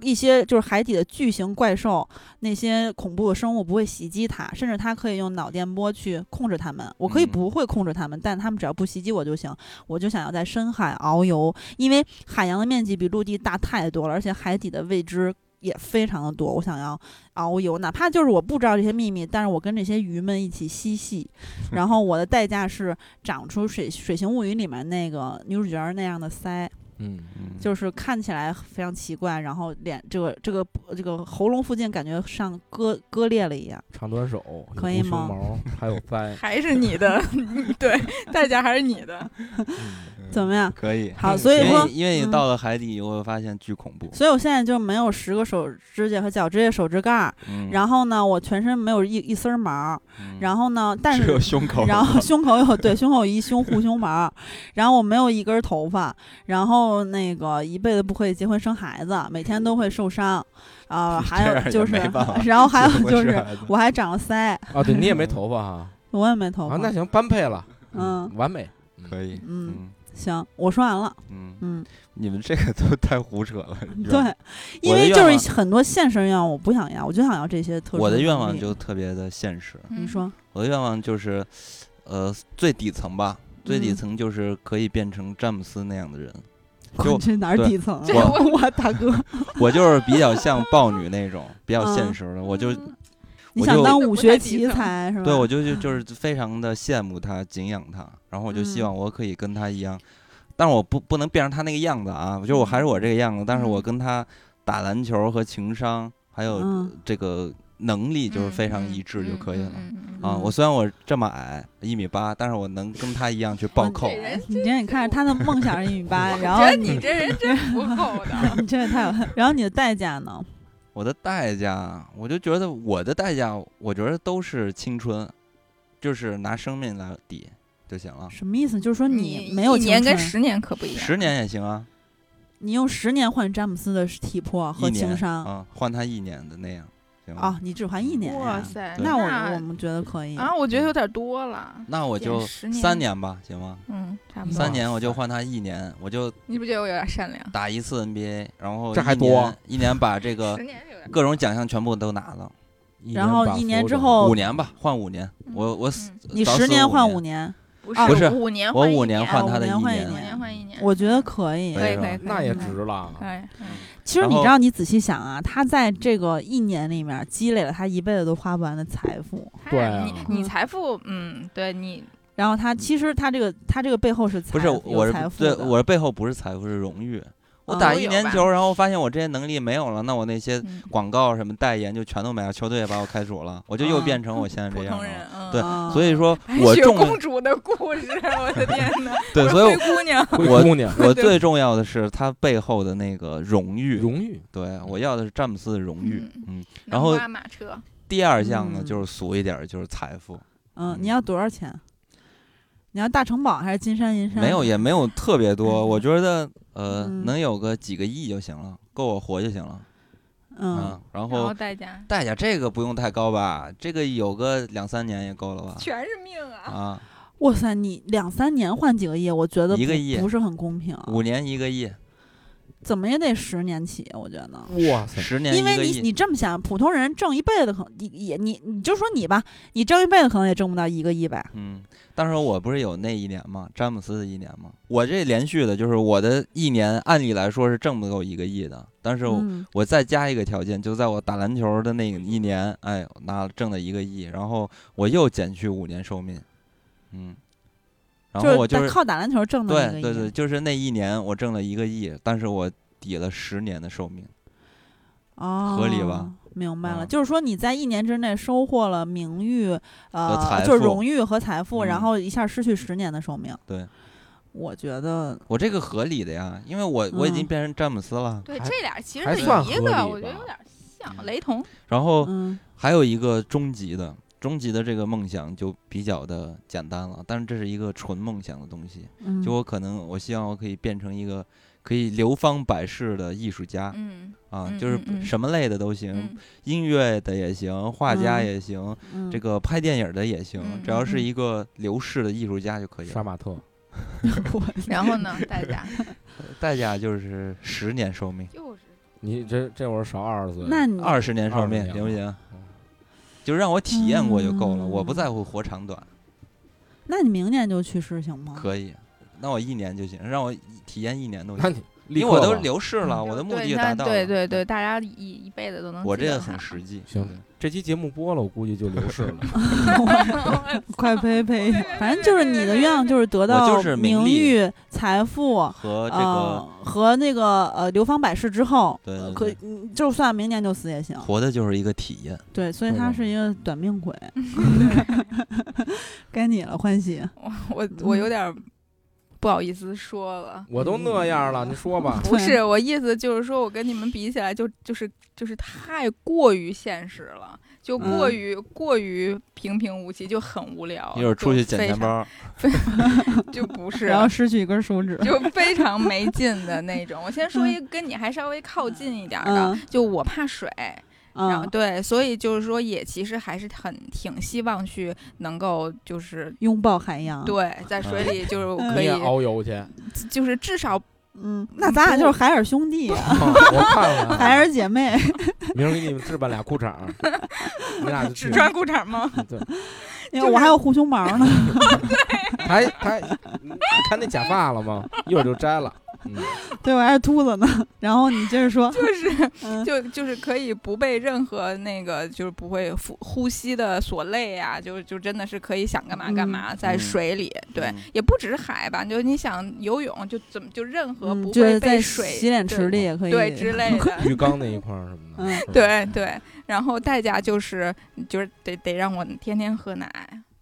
S1: 一些就是海底的巨型怪兽，那些恐怖的生物不会袭击它，甚至它可以用脑电波去控制它们。我可以
S2: 嗯
S1: 不会控制它们，但它们只要不袭击我就行。我就想要在深海遨游，因为海洋的面积比陆地大太多了，而且海底的未知。也非常的多，我想要遨游，哪怕就是我不知道这些秘密，但是我跟这些鱼们一起嬉戏，然后我的代价是长出水《水形物语》里面那个女主角那样的腮，
S5: 嗯，
S2: 嗯
S1: 就是看起来非常奇怪，然后脸这个这个这个喉咙附近感觉像割割裂了一样。
S5: 长短手，有
S1: 可以
S5: 红
S1: 吗
S5: 胸毛还有
S3: ，
S5: 腮
S2: 嗯
S3: 还是你的，对，代价还是你的。
S5: 嗯
S1: 怎么 样？
S2: 可以。
S1: 好，所以
S2: 因
S1: 说
S2: 为因
S1: 嗯
S2: 为你到了海底，我会发现巨恐怖。
S1: 所以我现在就没有十个手指甲和脚指甲手指盖儿，
S2: 嗯，
S1: 然后呢，我全身没有一一丝儿毛儿，
S2: 嗯
S1: 然后 呢，但
S2: 只有
S1: 是。
S2: 胸口，
S1: 然后胸口有对胸口有一胸护胸毛 儿，然后我没有一根头发，然后那个一辈子不会结婚生孩子，每天都会受伤，啊、 还
S2: 这样
S1: 有
S2: 也
S1: 就是
S2: 没办法，
S1: 然后还有
S2: 结婚
S1: 就
S2: 生
S1: 是
S2: 孩子
S1: 我还长了腮，
S5: 啊，对你也没头发哈
S1: 我也没 头发。
S5: 啊，那行般配了，
S1: 嗯
S5: 完美。
S2: 可以，
S1: 嗯
S2: 嗯
S1: 行，我说完了，
S2: 嗯，
S1: 嗯，
S2: 你们这个都太胡扯了。
S1: 对，因
S2: 我的
S1: 为
S2: 愿
S1: 就
S2: 望
S1: 是很多现实愿望我不想要，我就想要这些特殊
S2: 我的愿
S1: 能
S2: 望
S1: 力
S2: 就特别的现实，
S3: 嗯
S1: 你说，
S2: 我的愿望就是，呃，最底层吧，最底
S1: 嗯
S2: 层就是可以变成詹姆斯那样的人。就
S1: 这哪儿
S2: 对
S1: 底层啊？
S2: 这我
S1: 我大 哥，
S2: 我就是比较像豹女那种，比较现
S1: 嗯
S2: 实的，我就
S1: 你
S2: 我
S1: 想
S2: 就
S1: 当
S3: 这
S1: 武
S3: 不
S1: 学
S3: 太底
S1: 奇
S3: 层
S1: 才是吧？
S2: 对我就就就是非常的羡慕他，敬仰他，然后我就希
S1: 嗯
S2: 望我可以跟他一样，但是我不不能变成他那个样子啊，就是我还是我这个样子，但是我
S3: 嗯
S2: 跟他打篮球和情商还有
S1: 嗯
S2: 这个能力就是非
S3: 嗯
S2: 常一致就可以了。啊，
S1: 嗯
S2: 我虽然我这么矮，一米八，但是我能跟他一样去
S1: 嗯
S2: 暴扣
S3: 这。啊人
S1: 你这你看着他的梦想是一米 八，然
S3: 觉
S1: 后
S3: 得你这人真不够 的。
S1: 你这也太有，然后你的代价呢？
S2: 我的代价，我就觉得我的代价，我觉得都是青春，就是拿生命来抵就行了。
S1: 什么意思？就是啊说没有
S3: 一年
S1: 青
S3: 跟
S1: 春
S3: 十年可不一样，
S2: 十年也行啊，
S1: 你用十年换詹姆斯的体魄
S2: 一
S1: 和
S2: 年
S1: 情商
S2: 啊，换他一年的那样，行吗？
S1: 哦，你只还一年呀
S3: 哇塞，
S2: 对
S1: 那我我们觉得可以
S3: 啊，我觉得有点多了。
S2: 那我就
S3: 减十年
S2: 三年吧，行吗？
S3: 嗯，差不多。
S2: 三年我就换他一年，我就
S3: 你不觉得我有点善良？
S2: 打一次 NBA，然后
S5: 这还
S2: 一年
S5: 多
S2: 一年把这个
S3: 十年有点嗯
S2: 各种奖项全部都拿了，
S1: 然后
S5: 把
S1: 一
S5: 所
S1: 年
S5: 有
S1: 之
S5: 的
S1: 后
S2: 五年吧，换五年，我我死
S3: 嗯
S1: 哦你
S2: 早
S1: 十
S2: 死
S1: 年换五
S2: 五，
S1: 年，
S3: 不
S1: 啊
S3: 是
S1: 不
S2: 是
S3: 五年
S2: 我
S3: 换
S2: 五
S3: 一
S2: 年
S3: 年
S2: 换
S1: 啊
S2: 他
S1: 五
S2: 的一
S1: 年换一
S3: 五
S1: 年
S3: 年换一年，
S1: 我觉得可以
S3: 可。以可以，可以
S5: 那也
S1: 嗯
S5: 值了。
S3: 可以。嗯
S1: 其实
S2: 然
S1: 你
S2: 后
S1: 知道，你仔细想啊，他在这个一年里面积累了他一辈子都花不完的财富，
S5: 对啊
S3: 你你
S1: 嗯
S3: 财富，嗯，对你
S1: 然后他其实他这个他这个背后是财
S2: 不是
S1: 有
S2: 我是
S1: 财富
S2: 对
S1: 的
S2: 我是背后不是财富是荣誉，我
S1: 嗯
S2: 打
S3: 都
S2: 一
S3: 有
S2: 年
S3: 吧
S2: 球，然后发现我这些能力没有了，那我那些
S3: 嗯
S2: 广告什么代言就全都没了，球队也把我开除了，我就又
S1: 嗯
S2: 变成我现在这
S3: 普
S2: 样
S3: 通
S2: 了。
S3: 人，嗯，
S2: 对
S1: 嗯
S2: 所以说
S3: 白
S2: 我哎
S3: 雪
S2: 重
S3: 公主的故事， 我的天 哪！
S2: 对，
S3: 不是
S2: 所以
S3: 灰姑娘，
S5: 灰
S2: 我
S5: 姑娘，
S2: 我
S3: 对
S2: 最重要的是他背后的那个 荣誉，
S5: 荣誉，
S2: 对我要的是詹姆斯的荣誉。嗯，然
S3: 南
S2: 后
S3: 瓜马车，
S2: 第二项呢
S1: 嗯
S2: 就是俗一点儿，就是财富，
S1: 嗯，你要多少钱？你要大城堡还是金山银山？
S2: 没有也没有特别多，我觉得呃
S1: 嗯
S2: 能有个几个亿就行了，够我活就行了
S1: 嗯，
S2: 啊。然
S3: 然后
S2: 后
S3: 代价
S2: 代价这个不用太高吧，这个有个两三年也够了 吧？
S3: 全是命啊！
S2: 啊，
S1: 哇塞，你两三年换几个亿，我觉得
S2: 一个
S1: 不
S2: 亿
S1: 不是很公平，
S2: 五年一个亿，
S1: 怎么也得十年起，我觉得。
S5: 哇塞，
S2: 十年一
S1: 因为
S2: 个
S1: 你
S2: 亿，
S1: 你这么想，普通人挣一辈子可能你也你你就说你吧，你挣一辈子可能也挣不到一个亿呗。
S2: 嗯。当时我不是有那一年吗？詹姆斯的一年吗？我这连续的，就是我的一年，按理来说是挣不够一个亿的，但是我
S1: 嗯
S2: 我再加一个条件，就在我打篮球的那一年，哎，我拿了挣了一个亿，然后我又减去五年寿命，嗯，然后我
S1: 是
S2: 就
S1: 打
S2: 是
S1: 靠打篮球挣的一个
S2: 对
S1: 亿。
S2: 对对，就是那一年我挣了一个亿，但是我抵了十年的寿命，
S1: 哦，
S2: 合理吧？
S1: 明白了，
S2: 嗯
S1: 就是说你在一年之内收获了名誉，
S2: 和
S1: 呃，
S2: 财
S1: 就是
S2: 富
S1: 荣誉和财富，然
S2: 嗯
S1: 后一下失去十年的寿命。
S2: 对，
S1: 我觉得
S2: 我这个合理的呀，因为我我已经
S1: 嗯
S2: 变成詹姆斯了，
S3: 对，
S5: 还
S3: 这俩其实
S5: 还
S3: 是
S5: 算
S3: 一
S5: 合
S3: 个，
S5: 理
S3: 我觉得
S5: 吧
S3: 有点像
S2: 嗯
S3: 雷同。
S2: 然后
S1: 嗯，
S2: 还有一个终极的。终极的这个梦想就比较的简单了，但是这是一个纯梦想的东西。
S1: 嗯，
S2: 就我可能，我希望我可以变成一个可以流芳百世的艺术家
S3: 嗯
S2: 啊，
S3: 嗯
S2: 就是
S3: 嗯嗯
S2: 什么类的都行，
S3: 嗯，
S2: 音乐的也行，画家
S1: 嗯
S2: 也行，
S1: 嗯
S2: 这个拍电影的也行，
S3: 嗯
S2: 只要是
S1: 嗯
S2: 一个流逝的艺术家就可以
S5: 杀
S2: 了。
S5: 马特，
S3: 然后 呢，代价
S2: 代价就是十年寿命，
S3: 就是
S5: 你这这会儿少二十岁，
S1: 那
S3: 嗯
S1: 你
S2: 二十年寿
S5: 20
S2: 命
S5: 年
S2: 行不
S5: 吧
S2: 行
S5: 嗯？
S2: 就让我体验过就够
S3: 嗯
S2: 了，我不在乎活长短，
S1: 那你明年就去世行
S3: 嗯
S1: 吗？
S2: 可以。那我一年就行，让我一体验一年都
S5: 那
S2: 行，
S5: 你立
S2: 因为
S5: 刻
S2: 我都
S5: 吧
S2: 流逝了，啊我的目
S3: 嗯对
S2: 的也
S3: 那
S2: 达到了。嗯
S3: 对对对，大家一一辈子都能。
S2: 我这个很。 实际。
S5: 行
S2: 对
S5: 这期节目播了，我估计就流逝了。
S1: 快呸 呸！反正就是你的愿望就是得
S2: 我
S1: 到
S2: 就是名
S1: 名
S2: 利
S1: 誉、财富。
S2: 和这
S1: 呃
S2: 个，
S1: 和那个呃流芳百世之后，
S2: 对
S1: 呃
S2: 对
S1: 可
S2: 对
S1: 以嗯就算明年就死也行。
S2: 活的就是一个体验。
S1: 对，所以
S5: 对
S1: 他
S5: 的
S1: 是一个短命 鬼。该你了，欢喜。
S3: 我我有点不好意思说了。
S5: 我都那样了，你说 吧。
S3: 不是我意思，就是说我跟你们比起来就，就是就是太过于现实了，就过于、过于平平无奇，就很无聊。
S2: 嗯一会儿出去
S3: 就
S2: 捡
S3: 非
S2: 钱
S3: 常，
S2: 包，
S3: 就不是
S1: 然后失去一根手指。
S3: 就非常没劲的那种。我先说
S2: 嗯
S3: 一个跟你还稍微靠近一点的，
S1: 嗯
S3: 就我怕水，然后
S1: 嗯，
S3: 对，所以就是说也其实还是很挺希望去能够就是
S1: 拥抱海
S2: 嗯
S1: 洋。，
S3: 对在水里就是
S1: 嗯
S3: 可
S5: 你
S3: 以
S5: 也遨 游去，啊
S3: 就是至少
S1: 嗯，那咱俩就是海尔兄弟，
S5: 我看看，
S1: 海尔姐 妹。
S5: 明儿给你们置办俩裤衩 儿，你俩就
S3: 只
S5: 去。
S3: 穿裤衩吗？
S5: 对，
S1: 因为我还有护胸毛呢。
S5: 还还，你看那假发了吗？一会儿就摘了。嗯，
S1: 对，我还是秃子呢。然后你接着说，
S3: 就是
S1: 嗯
S3: 就就是可以不被任何那个就是不会呼呼吸的所累啊，就就真的是可以想干嘛干嘛，在
S2: 嗯
S3: 水里，对
S2: 嗯，
S3: 也不只是海吧，就你想游泳就怎么就任何
S1: 嗯
S3: 不
S1: 就是
S3: 会
S1: 在
S3: 被水
S1: 洗脸池里也可以，
S3: 对对之 类的，
S5: 浴缸那一块儿什么的。
S1: 嗯
S5: 是吧，啊
S3: 对对，然后代价就是就是得得让我天天喝奶，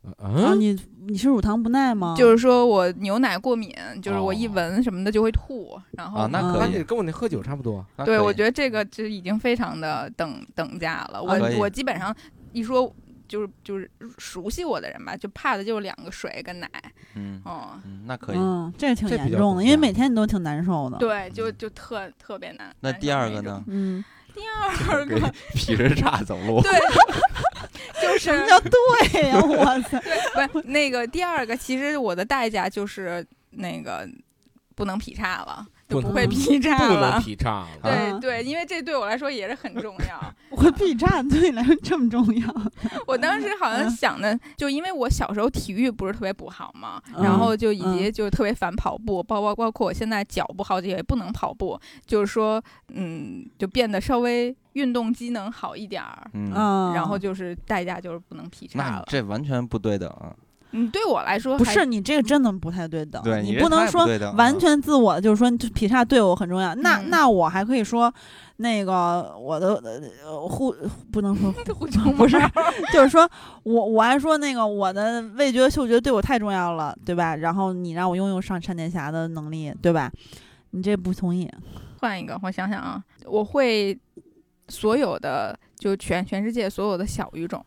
S1: 啊，
S5: 嗯，
S1: 你你是乳糖不耐吗？
S3: 就是说我牛奶过敏，就是我一
S5: 哦
S3: 闻什么的就会吐，然后
S2: 啊，那
S1: 嗯
S5: 那
S2: 可
S5: 你
S2: 以，
S5: 跟我那喝酒差不多。
S2: 那
S3: 对
S2: 可
S3: 我
S2: 以
S3: 觉得这个就已经非常的等等价了，我
S2: 啊可以
S3: 我基本上一说。就是就是熟悉我的人吧，就怕的就是两个水跟奶，
S2: 嗯
S3: 哦，
S2: 嗯，那可以。
S1: 嗯，这挺
S5: 这比
S1: 严
S5: 较
S1: 重
S5: 不
S1: 的，
S5: 一
S1: 因为
S5: 样
S1: 每天你都挺难受的。，
S3: 对，就就特特别难。
S2: 那
S3: 难
S2: 第
S3: 受
S2: 二
S3: 那
S2: 个
S3: 种
S2: 呢？？
S1: 嗯，
S3: 第二
S2: 给
S3: 个
S2: 劈着叉走路，
S3: 对， 就是
S1: 什么叫对呀？我操！
S3: 不是那个第二个，其实我的代价就是那个不能劈叉了，就
S5: 不
S3: 不会
S1: 能
S3: 劈叉
S5: 不能
S3: 了。
S5: 劈叉了。
S3: 对
S1: 啊
S3: 对，因为这对我来说也是很重要。
S1: 我 B 站对你来说这么重要？
S3: 我当时好像
S1: 嗯
S3: 想的，就因为我小时候体育不是特别不好嘛，
S1: 嗯
S3: 然后就以及
S1: 嗯
S3: 就特别烦跑步，包包包括我现在脚不好也不能跑步，就是说，嗯，就变得稍微运动机能好一点儿，
S2: 嗯，
S1: 嗯，
S3: 然后就是代价就是不能劈叉
S2: 那
S3: 了。
S2: 这完全不对等啊！
S3: 嗯，对我来说
S1: 不
S3: 还
S1: 是你这个真的不太对等，
S2: 对
S1: 啊你
S2: 你
S1: 不
S2: 这
S1: 能
S2: 太不
S1: 说
S2: 对等
S1: 完
S2: 了
S1: 全自我，就是说就劈叉对我很重要。那
S3: 嗯
S1: 那我还可以说，那个我的呃护不能说
S3: 互冲
S1: 不是，就是说我我还说那个我的味觉嗅觉对我太重要了，对吧？然后你让我拥有上闪电侠的能力，对吧？你这不同
S2: 嗯
S1: 意？
S3: 换一个，我想想啊，我会所有的就全全世界所有的小语种，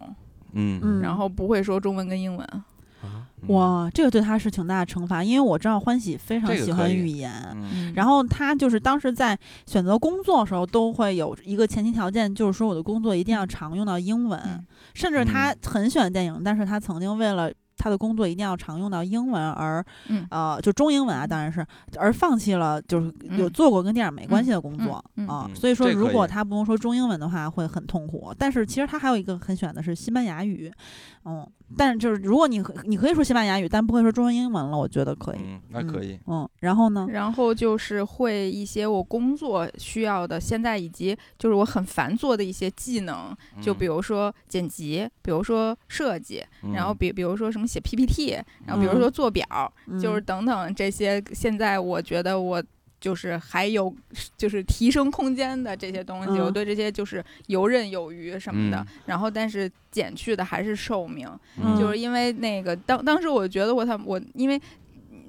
S2: 嗯嗯
S1: 嗯，
S3: 然后不会说中文跟英文。
S5: 啊，
S1: 哇，这个对他是挺大的惩罚，因为我知道欢喜非常
S2: 这个
S1: 喜
S2: 可
S1: 欢
S2: 以
S1: 语言，
S2: 嗯，
S3: 嗯
S1: 然后他就是当时在选择工作的时候，都会有一个前提条件，就是说我的工作一定要常用到英文。
S3: 嗯
S1: 甚至他
S2: 嗯
S1: 很喜欢电影，但是他曾经为了他的工作一定要常用到英文而
S3: 嗯
S1: 呃，就中英文啊，当然是而放弃了就是有
S3: 嗯
S1: 做过跟电影没关系的工作、
S3: 嗯嗯
S1: 啊。
S2: 嗯
S1: 所以说，
S2: 这可
S1: 如果
S2: 以
S1: 他不能说中英文的话，会很痛苦。但是其实他还有一个很喜欢的是西班牙语，嗯，但是就是如果你可你可以说西班牙语，但不会说中文英文了，我觉得可以。
S2: 嗯，那可以，
S1: 嗯，然后呢？
S3: 然后就是会一些我工作需要的，现在以及就是我很繁琐的一些技能，就比
S2: 如，
S3: 如说剪辑，比如说设计，然后
S2: 嗯
S3: 比比如说什么写 PPT，然后比如说做表，
S1: 嗯
S3: 就是等等这些，现在我觉得我就是还有就是提升空间的这些东西，
S1: 嗯
S3: 我对这些就是游刃有余什么的。
S2: 嗯
S3: 然后，但是减去的还是寿命，
S1: 嗯
S3: 就是因为那个当当时我觉得我他我因为。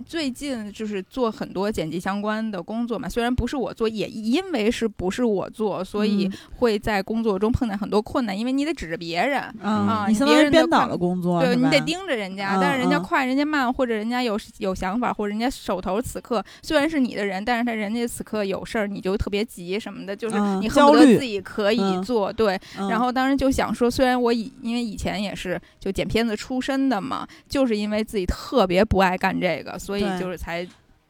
S3: 最近就是做很多剪辑相关的工作嘛，虽然不是我做，也因为是不是我做，所以
S1: 嗯
S3: 会在工作中碰到很多困难，因为你得指着别人，
S1: 啊
S2: 嗯
S3: 啊，
S1: 你
S3: 你
S1: 相
S3: 别
S1: 当于
S3: 人的
S1: 编导
S3: 快
S1: 的工作，
S3: 对
S1: 是
S3: 你得
S1: 吧，
S3: 盯着人家，
S1: 嗯
S3: 但是人家
S1: 嗯
S3: 快，人家慢，或者人家有有想法，或者人家手头此刻虽然是你的人，但是他人家此刻有事儿，你就特别急什么的，就是
S1: 嗯
S3: 你恨
S1: 焦
S3: 不得
S1: 虑
S3: 自己可以
S1: 嗯
S3: 做。对，
S1: 嗯
S3: 然后当时就想说，虽然我以因为以前也是就剪片子出身的嘛，就是因为自己特别不爱干这个，所以
S1: 对
S3: 就是才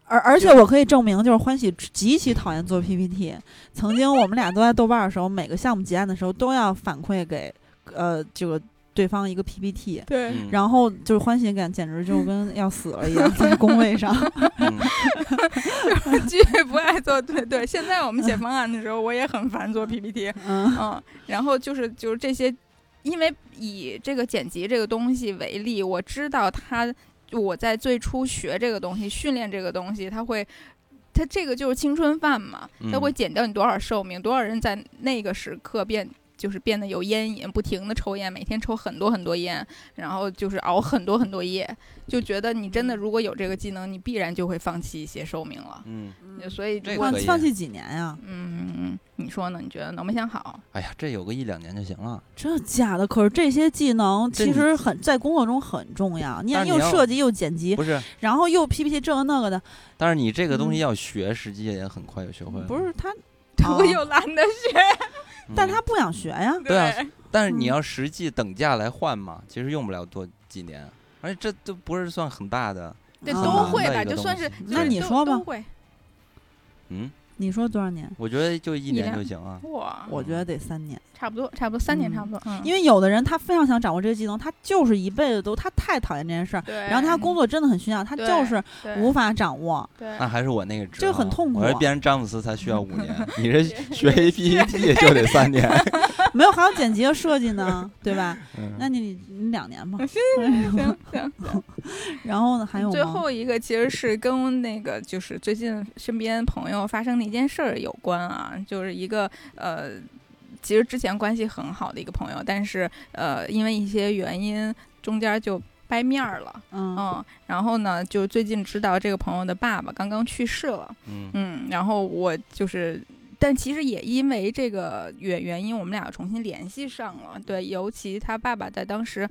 S1: 而而且我可以证明，就是欢喜极其讨厌做 PPT。曾经我们俩都在豆瓣儿的时候，每个项目结案的时候都要反馈给呃这个对方一个 PPT。
S3: 对
S2: 嗯
S1: 然后就是欢喜感，简直就跟要死了一样，在工位 上。
S2: 嗯
S3: 巨嗯不爱做。对对，现在我 们写方案的时候，我也很烦做 PPT。
S1: 嗯
S3: 嗯，然后就是就是这些，因为以这个剪辑这个东西为例，我知道它，我在最初学这个东西、训练这个东西，它会。它这个就是青春饭嘛，它
S2: 嗯
S3: 会减掉你多少寿命，多少人在那个时刻变就是变得有烟瘾，不停的抽烟，每天抽很多很多烟，然后就是熬很多很多夜，就觉得你真的如果有这个技能，你必然就会放弃一些寿命了。
S2: 嗯，
S3: 所以
S2: 这
S3: 如
S2: 个
S3: 果
S1: 放
S2: 可以啊
S1: 放弃几年呀？
S3: 嗯，你说呢？你觉得能没想好？
S2: 哎呀，这有个一两年就行了。
S1: 真的假的？可是这些技能
S2: 这
S1: 其
S2: 你
S1: 实很在工作中很重要。你看，
S2: 但是
S1: 又
S2: 你要
S1: 设计又剪辑，
S2: 不是，
S1: 然后又 PPT 这个那个的，
S2: 但是你这个东西
S1: 嗯
S2: 要学，实际也很快就学会了。
S1: 不是他，
S3: 我又懒得学。
S2: 嗯，
S1: 但他不想学呀。
S2: 对啊
S3: 对
S2: 但是你
S1: 嗯
S2: 要实际等价来换嘛，其实用不了多几年，而且这都不是算很大的。
S3: 对，
S1: 啊
S3: 都会
S2: 那
S3: 吧，
S2: 一个
S3: 就
S2: 东
S3: 算是
S2: 西
S3: 就是
S1: 那你
S3: 都
S1: 说吧
S3: 都会
S2: 嗯，
S1: 你说多少年？
S2: 我觉得就一
S3: 一
S2: 年
S3: 两
S2: 就行啊。
S3: 哇，
S1: 我觉得得三年，
S3: 差不多，差不多三年差不多，嗯，
S1: 因
S3: 为
S1: 为有的人他非常想掌握这个技能，他就是一辈子都他太讨厌这件事儿，
S3: 对，
S1: 然后他工作真的很需要，他
S3: 对
S1: 就是
S3: 对
S1: 无法掌握。
S3: 对
S2: 那还是我那个值啊，
S1: 这很痛苦
S2: 我
S1: 啊
S2: 要变成詹姆斯才需要五 年，你这学 A P E T 就得三年。
S1: 没有，还有剪辑和设计呢，对吧？
S2: 嗯
S1: 那你你两 年吧。
S3: 行行行，
S1: 然后呢？还有吗
S3: 最后一个其实是跟那个就是最近身边朋友发生的一件事儿有关啊，就是一个呃。其实之前关系很好的一个朋友，但是呃，因为一些原因，中间就掰面儿了。
S1: 嗯，
S3: 嗯，然后呢，就最近知道这个朋友的爸爸刚刚去世了。
S2: 嗯
S3: 嗯，然后我就是，但其实也因为这个原原因，我们俩重新联系上了。对，尤其他爸爸在当时，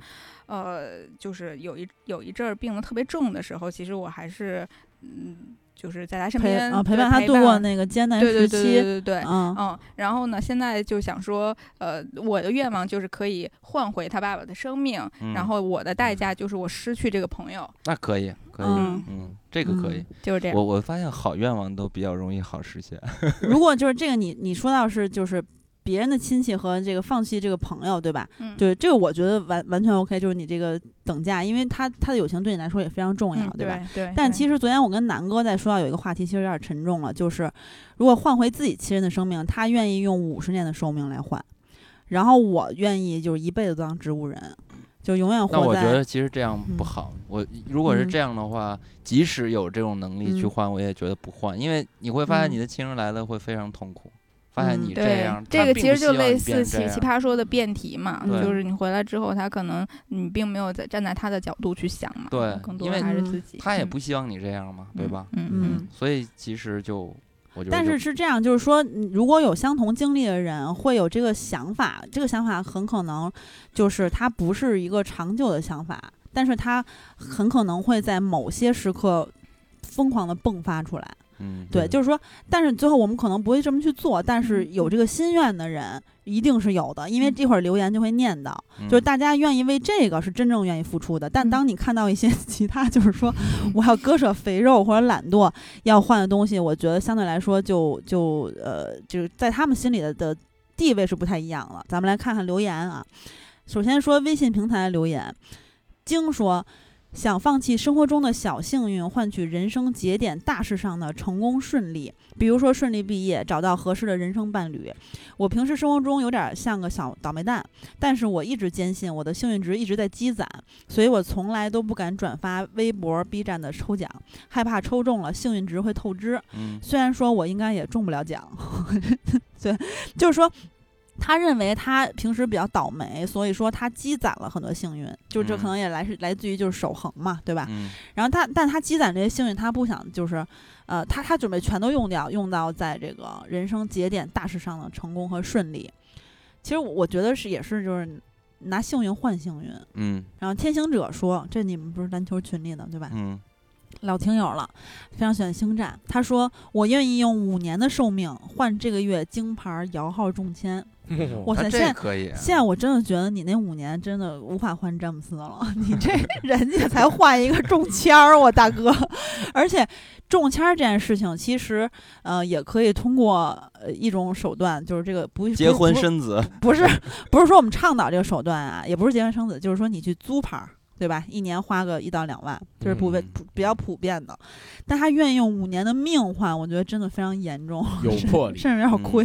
S3: 呃，就是有一有一阵儿病得特别重的时候，其实我还是，嗯，就是在他身
S1: 陪
S3: 边
S1: 啊陪
S3: 对
S1: 伴他
S3: 陪
S1: 度过那个艰难
S3: 对对
S1: 时
S3: 对对对
S1: 期。
S3: 对对。
S1: 嗯，
S3: 嗯，然后呢，现在就想说，呃，我的愿望就是可以换回他爸爸的生命，
S2: 嗯
S3: 然后我的代价就是我失去这个朋友，
S2: 那可以，可以，
S1: 嗯
S2: 嗯，这个可以。
S3: 就是这样。
S2: 我我发现好愿望都比较容易好实现。
S1: 如果就是这个你你说到是就是别人的亲戚和这个放弃这个朋友，对吧？
S3: 嗯，
S1: 对，这个我觉得完完全 OK，就是你这个等价，因为他他的友情对你来说也非常重要，
S3: 嗯
S1: 对吧？
S3: 对，
S1: 但
S3: 对
S1: 其实昨天我跟南哥在说到有一个话题，其实有点沉重了，就是如果换回自己亲人的生命，他愿意用五十年的寿命来换，然后我愿意就是一辈子当植物人，就永远
S2: 但
S1: 活
S2: 我觉
S1: 在。
S2: 得其实这样
S1: 嗯
S2: 不好。我如果是
S1: 嗯
S2: 这样的话，即使有这种能力去
S1: 嗯
S2: 换，我也觉得不换，因为你会发现
S1: 嗯
S2: 你的亲人来了会非常痛苦，发现
S1: 嗯
S2: 你这
S3: 对
S2: 样，他
S3: 这个
S2: 并
S3: 其
S2: 不
S3: 实
S2: 希
S3: 就
S2: 望你
S3: 类似
S2: 变
S3: 奇
S2: 这样
S3: 奇葩说的辩题嘛，
S1: 对
S3: 就是你回来之后，他可能你并没有在站在他的角度去想嘛，
S2: 对
S3: 更多
S2: 因为
S3: 还是
S1: 嗯
S3: 自己，
S2: 他也
S3: 嗯
S2: 不希望你这样嘛，对吧？？
S3: 嗯嗯
S1: 嗯
S3: 嗯，
S2: 所以其实就我觉得就，
S1: 但是是这样，就是说，嗯如果有相同经历的人会有这个想法，这个想法很可能就是他不是一个长久的想法，但是他很可能会在某些时刻疯狂的迸发出来。
S2: 嗯，
S1: 对，就是说，但是最后我们可能不会这么去做，但是有这个心愿的人一定是有的，因为
S3: 嗯
S1: 这会儿留言就会念叨，
S2: 嗯
S1: 就是大家愿意为这个是真正愿意付出的。但当你看到一些 其他，就是说我要割舍肥肉或者懒惰要换的东西，我觉得相对来说就就呃，就是在他们心里的的地位是不太一样了。咱们来看看留言啊，首先说微信平台留言，晶说。想放弃生活中的小幸运，换取人生节点大事上的成功顺利，比如说顺利毕业，找到合适的人生伴侣。我平时生活中有点像个小倒霉蛋，但是我一直坚信我的幸运值一直在积攒，所以我从来都不敢转发微博、B 站的抽奖，害怕抽中了幸运值会透支。
S2: 嗯
S1: 虽然说我应该也中不了奖， 对，就是说。他认为他平时比较倒霉，所以说他积攒了很多幸运，就这可
S2: 嗯
S1: 能也来是来自于就是守恒嘛，对吧？
S2: 嗯
S1: 然后他，但他积攒这些幸运，他不想就是，呃，他他准备全都用掉，用到在这个人生节点大事上的成功和顺利。其实我我觉得是也是就是拿幸运换幸运。
S2: 嗯
S1: 然后天行者说，这你们不是篮球群里的对吧？
S2: 嗯
S1: 老听友了，非常喜欢星战。他说：“我愿意用五年的寿命换这个月金牌摇号中签。”哇
S2: 啊
S1: 塞，现
S2: 这
S1: 在
S2: 可以，
S1: 现在我真的觉得你那五年真的无法换詹姆斯了，你 这人家才换一个中签儿，我大哥。 而且中签儿这件事情，其实呃也可以通过呃一种手段，就是这个不不
S2: 结婚
S1: 不
S2: 生子，
S1: 不是不是说我们倡导这个手段啊，也不是结婚生子，就是说你去租牌儿，对吧？一年花个一到两万，这是普遍、
S2: 嗯
S1: 普比较普遍的。但他愿意用五年的命换，我觉得真的非常严重，
S5: 有魄力
S1: 甚至有点亏。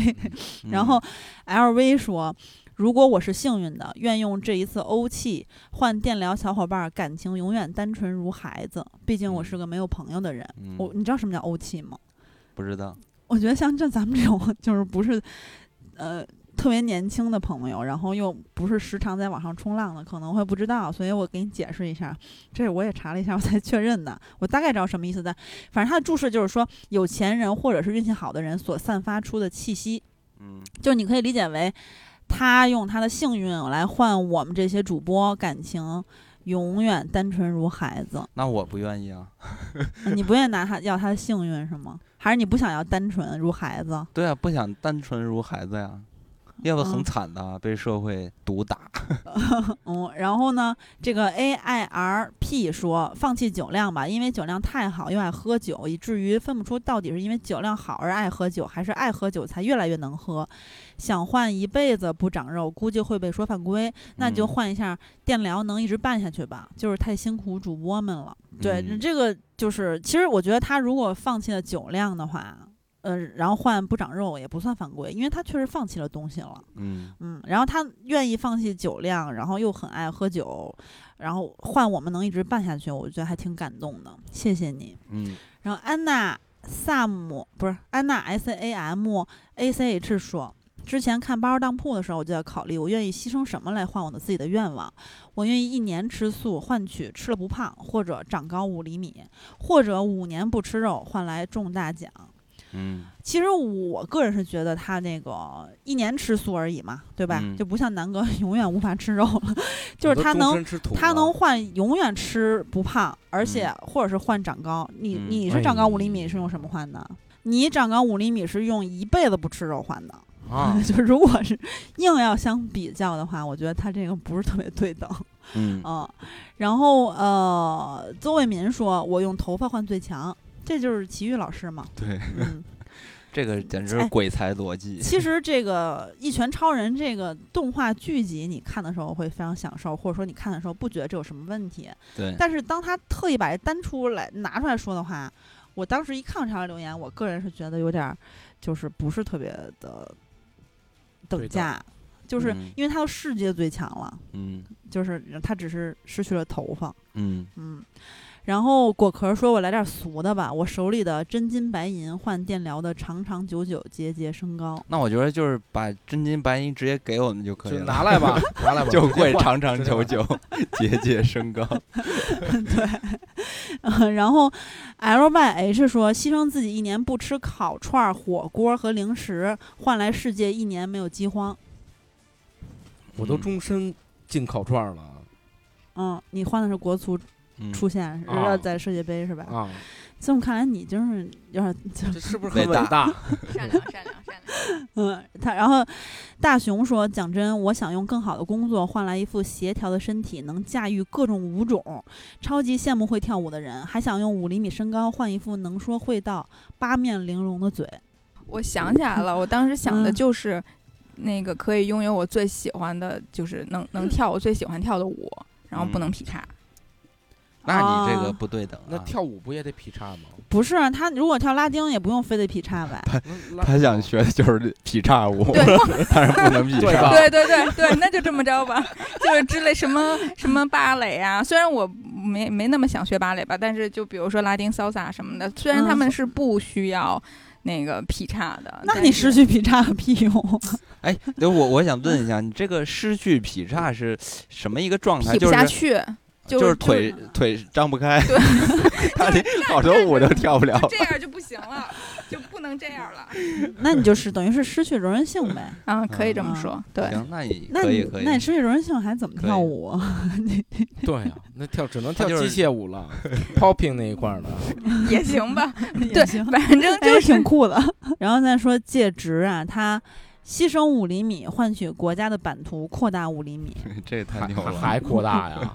S2: 嗯
S1: 然后 LV 说。如果我是幸运的，愿用这一次欧气换电疗小伙伴儿感情永远单纯如孩子。毕竟我是个没有朋友的人。
S2: 嗯
S1: 我你知道什么叫欧气吗？
S2: 不知道，
S1: 我觉得像这咱们这种就是不是，呃，特别年轻的朋友，然后又不是时常在网上冲浪的，可能会不知道，所以我给你解释一下。这我也查了一下，我才确认的。我大概知道什么意思但反正他的注释就是说，有钱人或者是运气好的人所散发出的气息，
S2: 嗯，
S1: 就是你可以理解为，他用他的幸运来换我们这些主播感情。永远单纯如孩子，
S2: 那我不愿意啊。
S1: 你不愿意拿他要他的幸运是吗？还是你不想要单纯如孩子？
S2: 对啊，不想单纯如孩子呀，要不
S1: 嗯
S2: 很惨的啊、被社会毒打。
S1: 嗯，然后呢，这个 A I R P 说放弃酒量吧，因为酒量太好又爱喝酒，以至于分不出到底是因为酒量好而爱喝酒，还是爱喝酒才越来越能喝。想换一辈子不长肉，估计会被说犯规，那就
S2: 嗯
S1: 换一下电疗，能一直办下去吧，就是太辛苦主播们了。对，
S2: 嗯
S1: 这个就是，其实我觉得他如果放弃了酒量的话，呃，然后换不长肉也不算犯规，因为他确实放弃了东西了。
S2: 嗯，
S1: 嗯，然后他愿意放弃酒量，然后又很爱喝酒，然后换我们能一直办下去，我觉得还挺感动的，谢谢你。
S2: 嗯，
S1: 然后安娜萨姆不是安娜 S A M A C H 说。之前看《包儿当铺》的时候，我就在考虑，我愿意牺牲什么来换我的自己的愿望？我愿意一年吃素，换取吃了不胖，或者长高五厘米，或者五年不吃肉，换来中大奖。
S2: 嗯，
S1: 其实我个人是觉得他那个一年吃素而已嘛，对吧？
S2: 嗯
S1: 就不像南哥 永远无法吃肉了，就是他
S5: 我都终
S1: 能
S5: 身吃土
S1: 他
S5: 了
S1: 能换永远吃不胖，而且或者是换长高。你
S2: 嗯
S1: 你是长高五厘米是用什么换的？你长高五厘米是用一辈子不吃肉换的。，
S2: 啊
S1: 就是如果是硬要相比较的话，我觉得他这个不是特别对等。
S2: 嗯，
S1: 嗯，然后呃，邹卫民说：“我用头发换最强。”这就是齐豫老师嘛。
S2: 对，
S1: 嗯。
S2: 这个简直
S1: 哎
S2: 是鬼才逻 辑。
S1: 其实这个《一拳超人》这个动画剧集，你看的时候会非常享受，或者说你看的时候不觉得这有什么问题。
S2: 对，
S1: 但是当他特意把这单出来拿出来说的话，我当时一看这条留言，我个人是觉得有点儿就是不是特别的等
S5: 对的
S1: 价，就是
S2: 嗯
S1: 因为他都世界最强了，
S2: 嗯
S1: 就是他只是失去了头发。
S2: 嗯，
S1: 嗯，然后果壳说：“我来点俗的吧，我手里的真金白银换电疗的长长久久，节节升高。”
S2: 那我觉得就是把真金白银直接给我们就可以
S5: 就
S2: 了，
S5: 拿来吧，拿来吧，
S2: 就
S5: 直接
S2: 会
S5: 换
S2: 长长久久， 节节升高。
S1: 对， 然后 L Y H 说，牺牲自己一年不吃烤串儿、火锅和零食，换来世界一年没有饥荒。
S5: 我都终身进烤串儿
S1: 啊
S5: 了
S1: 嗯，你换的是国足
S2: 嗯，
S1: 出现，是
S5: 啊
S1: 要在世界杯是吧？
S5: 啊，
S1: 这么看来，你就是有点就
S5: 这是不是
S2: 伟
S5: 很伟
S2: 大
S5: 大？
S1: 啊
S3: 善良善良善良，
S1: 嗯，他然后大熊说，讲真，我想用更好的工作换来一副协调的身体，能驾驭各种舞种，超级羡慕会跳舞的人，还想用五厘米身高换一副能说会道、八面玲珑的嘴。
S3: 我想起来了，我当时想的
S1: 嗯
S3: 就是。那个可以拥有我最喜欢的，就是能能跳我最喜欢跳的舞，
S2: 嗯
S3: 然后不能劈叉。
S2: 那你这个
S1: 啊
S2: 不对等啊。
S5: 那跳舞不也得劈叉吗？
S1: 不是啊他如果跳拉丁也不用非得劈叉吧？
S5: 那
S2: 他想学的就是 劈叉舞，
S3: 对
S2: 但是不能劈
S5: 对
S2: 叉
S5: 吧。
S3: 对对对对，那就这么着吧， 就是之类什么什么芭蕾啊，虽然我没没那么想学芭蕾吧，但是就比如说拉丁潇洒什么的，虽然他们是不需要那个劈叉的，
S1: 那
S3: 但
S1: 你
S3: 嗯是
S1: 失去劈叉有屁用？啊
S2: 哎，对，我我想问一下，你这个失去劈叉是什么一个状态？
S3: 劈
S2: 就
S3: 不
S2: 是
S3: 下去，就
S2: 就是
S3: 是
S2: 腿 腿张不开，
S3: 对，
S2: 他连好多舞都跳不了。
S3: 这样就不行 了，就不能这样了。
S1: 那你就是等于是失去柔韧性呗。
S3: 啊，嗯可以这么
S1: 嗯
S3: 说，对，
S2: 行，那也
S1: 那
S2: 可以
S1: 你
S2: 可以
S1: 那。你失去柔韧性还怎么
S2: 可以
S1: 跳舞？
S5: 对呀，那跳只能
S2: 他
S5: 跳
S2: 就是
S5: 机械舞 了，popping 那一块儿的。
S3: 也行 吧，
S1: 也
S3: 对，
S1: 行
S3: 反正
S1: 哎
S3: 就
S1: 挺
S3: 是
S1: 酷的。 然后再说介质啊，他牺牲五厘米换取国家的版图扩大五厘米。
S2: 这太
S5: 还
S2: 牛了！
S5: 还扩 大呀？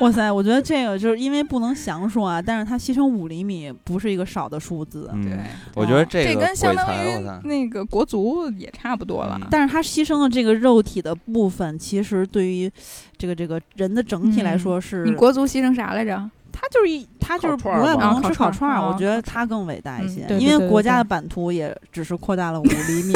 S1: 哇塞，我觉得这个就是因为不能详说啊，但是他牺牲五厘米不是一个少的数字，
S2: 嗯
S3: 对，
S2: 我觉得
S3: 这
S2: 这个
S3: 跟相
S2: 鬼
S3: 当
S2: 才，我操
S3: 于！那个国足也差不多了
S2: 嗯。
S1: 但是他牺牲的这个肉体的部分，其实对于这个这个人的整体来说是，
S3: 你国足牺牲啥来着？
S1: 他就是一他就是
S5: 烤
S1: 不
S5: 串儿
S1: 外不
S5: 嘛
S1: 能吃烤
S3: 烤
S1: 串
S3: 串
S1: 儿，
S3: 儿
S1: 我
S3: 哦
S1: 觉得他更伟大一
S3: 嗯
S1: 些，
S3: 对对
S1: 因为
S3: 对
S1: 国
S3: 对
S1: 家
S3: 对
S1: 的版图也只是扩 大了五厘米。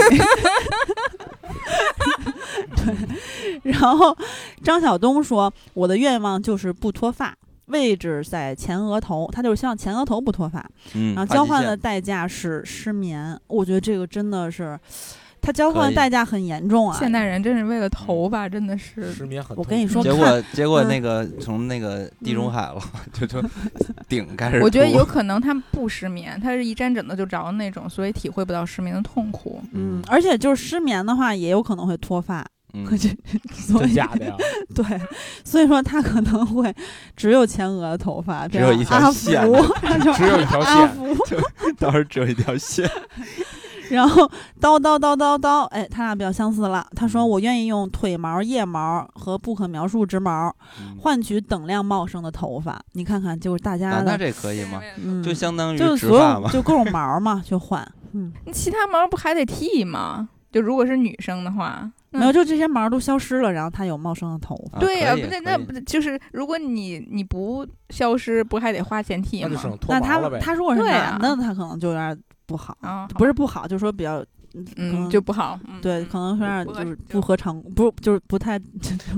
S1: 然后张晓东说：“我的愿望就是不脱发，位置在前额头，他就是希望前额头不脱发。
S2: 嗯，
S1: 然后
S2: 发
S1: 啊交
S2: 际
S1: 换
S2: 线
S1: 的代价是失眠。我觉得这个真的是，它交换
S2: 可以
S1: 代价很严重啊。
S3: 现代人真是为了头发，真的是
S5: 失眠很
S1: 我跟你说
S2: 结
S1: 看
S2: 果结果
S1: 嗯
S2: 那个从那个地中海了，就就顶开始吐。
S3: 我觉得有可能他们不失眠，他是一沾枕头就着的那种，所以体会不到失眠的痛苦。
S1: 嗯，而且就是失眠的话，也有可能会脱发，
S2: 嗯
S1: 可是所以
S5: 真假 的呀？
S1: 对，所以说他可能会只有前额的头发，
S2: 只有一条
S1: 阿福
S2: 线，
S1: 然后就
S5: 只有一条
S1: 阿
S5: 线，
S1: 福，
S2: 到时候只有一条线。
S1: 然后叨叨叨叨叨，哎，他俩比较相似了。他
S2: 嗯
S1: 说：“我愿意用腿毛、腋毛和不可描述之毛
S2: 嗯
S1: 换取等量茂盛的头发。”你看看，就是大
S2: 啊
S1: 家，
S2: 那
S1: 的，
S2: 这可以吗？
S1: 嗯，
S2: 就相当于
S1: 就是
S2: 植
S1: 所
S2: 发
S1: 有
S2: 嘛。
S1: 就各种毛嘛，就换，嗯，
S3: 你其他毛不还得剃吗？就如果是女生的话，那
S1: 没有，就这些毛都消失了，然后他有茂盛的头发。
S2: 啊
S3: 对呀、
S2: 可以
S3: 不对，
S2: 可
S3: 那
S2: 以
S3: 不就是如果你你不消失，不还得花钱剃
S5: 那就
S3: 吗
S5: 剩？脱
S1: 那
S5: 毛
S1: 他
S5: 了呗。
S1: 他如果是
S3: 对
S1: 男
S3: 啊
S1: 的，他可能就有点不好，
S3: 啊，
S1: 不是不好，就说比较，可
S3: 嗯，
S1: 能
S3: 就不好。嗯、
S1: 对，
S3: 嗯
S1: 可能是有点
S3: 不合
S1: 就是
S3: 就
S1: 不合常，不就是不太，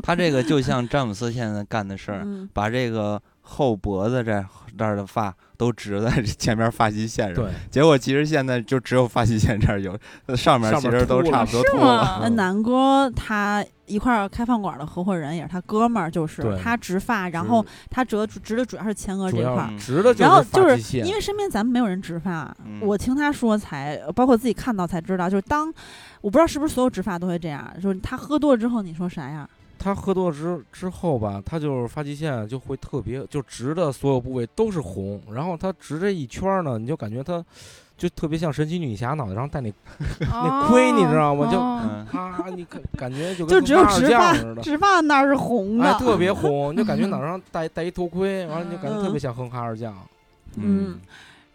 S2: 他这个就像詹姆斯现在干的事儿，
S1: 嗯，
S2: 把这个后脖子这这儿的发都植在这前面发际线上。
S5: 对，
S2: 结果其实现在就只有发际线这儿有，呃上面
S5: 上
S2: 其
S5: 面
S2: 实都
S5: 秃
S2: 差
S5: 了
S2: 不多
S3: 嗯是
S2: 秃了。
S3: 吗
S1: 那南哥他一块儿开饭馆的合伙人也是他哥们儿，就是
S5: 对
S1: 他植发，然后他折植的主要是前额这
S5: 主
S1: 块
S5: 要
S1: 儿。
S5: 直的
S1: 然后就
S5: 发
S1: 是
S5: 际线
S1: 因为身边咱们没有人植发，
S2: 嗯
S1: 我听他说才，包括自己看到才知道，就是当我不知道是不是所有植发都会这样，就是他喝多了之后，你说啥样？
S5: 他喝多之之后吧，他就是发际线就会特别，就直的所有部位都是红，然后他直这一圈儿呢，你就感觉他就特别像神奇女侠脑袋上戴那，那盔你知道吗就
S3: 哦
S2: 嗯，
S5: 咔，你感感觉就
S1: 就
S5: 跟
S1: 只有
S5: 跟
S1: 植
S5: 二
S1: 发
S5: 将 似，的。
S1: 植发那儿是红的，嗯
S5: 哎，特别红，你就感觉脑袋上戴戴一头盔，完了你就感觉特别像哼哈二将。
S1: 嗯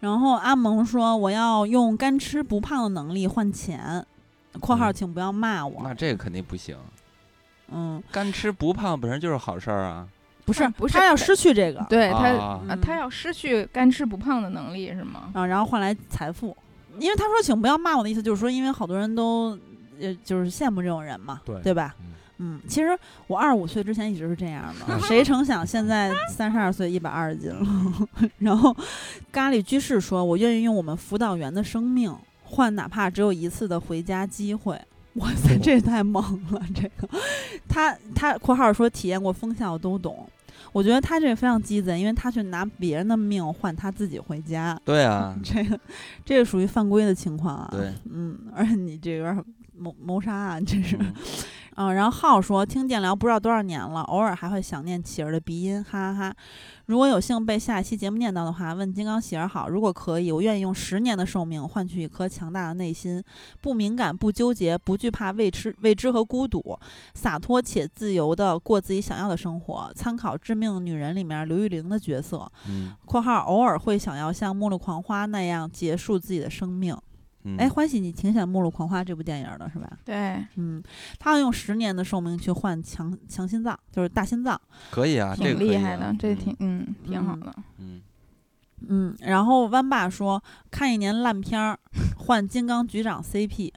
S1: 然后阿蒙说：“我要用干吃不胖的能力换钱。”（括号
S5: 嗯
S1: 请不要骂我
S2: 那这个肯定不行。）
S1: 嗯，
S2: 干吃不胖本身就是好事儿啊。
S1: 不是，
S3: 啊不是
S1: 他要失去这个，
S3: 对他、
S2: 啊
S3: 啊
S1: 嗯，
S3: 他要失去干吃不胖的能力是吗？
S1: 啊，然后换来财富。因为他说“请不要骂我”的意思就是说，因为好多人都呃就是羡慕这种人嘛，
S5: 对
S1: 吧？
S5: 嗯
S1: 嗯，其实我二十五岁之前一直是这样 的，谁成想现在三十二岁一百二十斤了。 然后咖喱居士说：“我愿意用我们辅导员的生命换哪怕只有一次的回家机会。”哇塞，
S5: 哦
S1: 这也太猛了！这个他他（括号说体验过风向我都懂），我觉得他这个非常鸡贼，因为他去拿别人的命换他自己回家。
S2: 对啊，
S1: 这个这个属于犯规的情况啊。
S2: 对，
S1: 嗯，而且你这有点谋谋杀啊，这是。
S2: 嗯
S1: 啊，然后浩说听电聊不知道多少年了，偶尔还会想念喜儿的鼻音，哈哈哈。如果有幸被下一期节目念到的话，问金刚喜儿好。如果可以，我愿意用十年的寿命换取一颗强大的内心，不敏感、不纠结、不惧怕未知、未知和孤独，洒脱且自由的过自己想要的生活。参考《致命女人》里面刘玉玲的角色，
S2: 嗯
S1: （括号偶尔会想要像《末路狂花》那样结束自己的生命）
S2: 嗯，
S1: 哎，欢喜，你挺喜欢《末路狂花》这部电影的是吧？
S3: 对，
S1: 嗯，他要用十年的寿命去换强强心脏，就是大心脏。
S2: 可以啊，这
S3: 挺
S2: 个
S3: 厉
S2: 可以
S3: 害的
S2: 啊，
S3: 这挺嗯挺好
S1: 嗯
S3: 的。
S2: 嗯
S1: 嗯，然后湾爸说看一年烂片儿，换金刚局长 CP。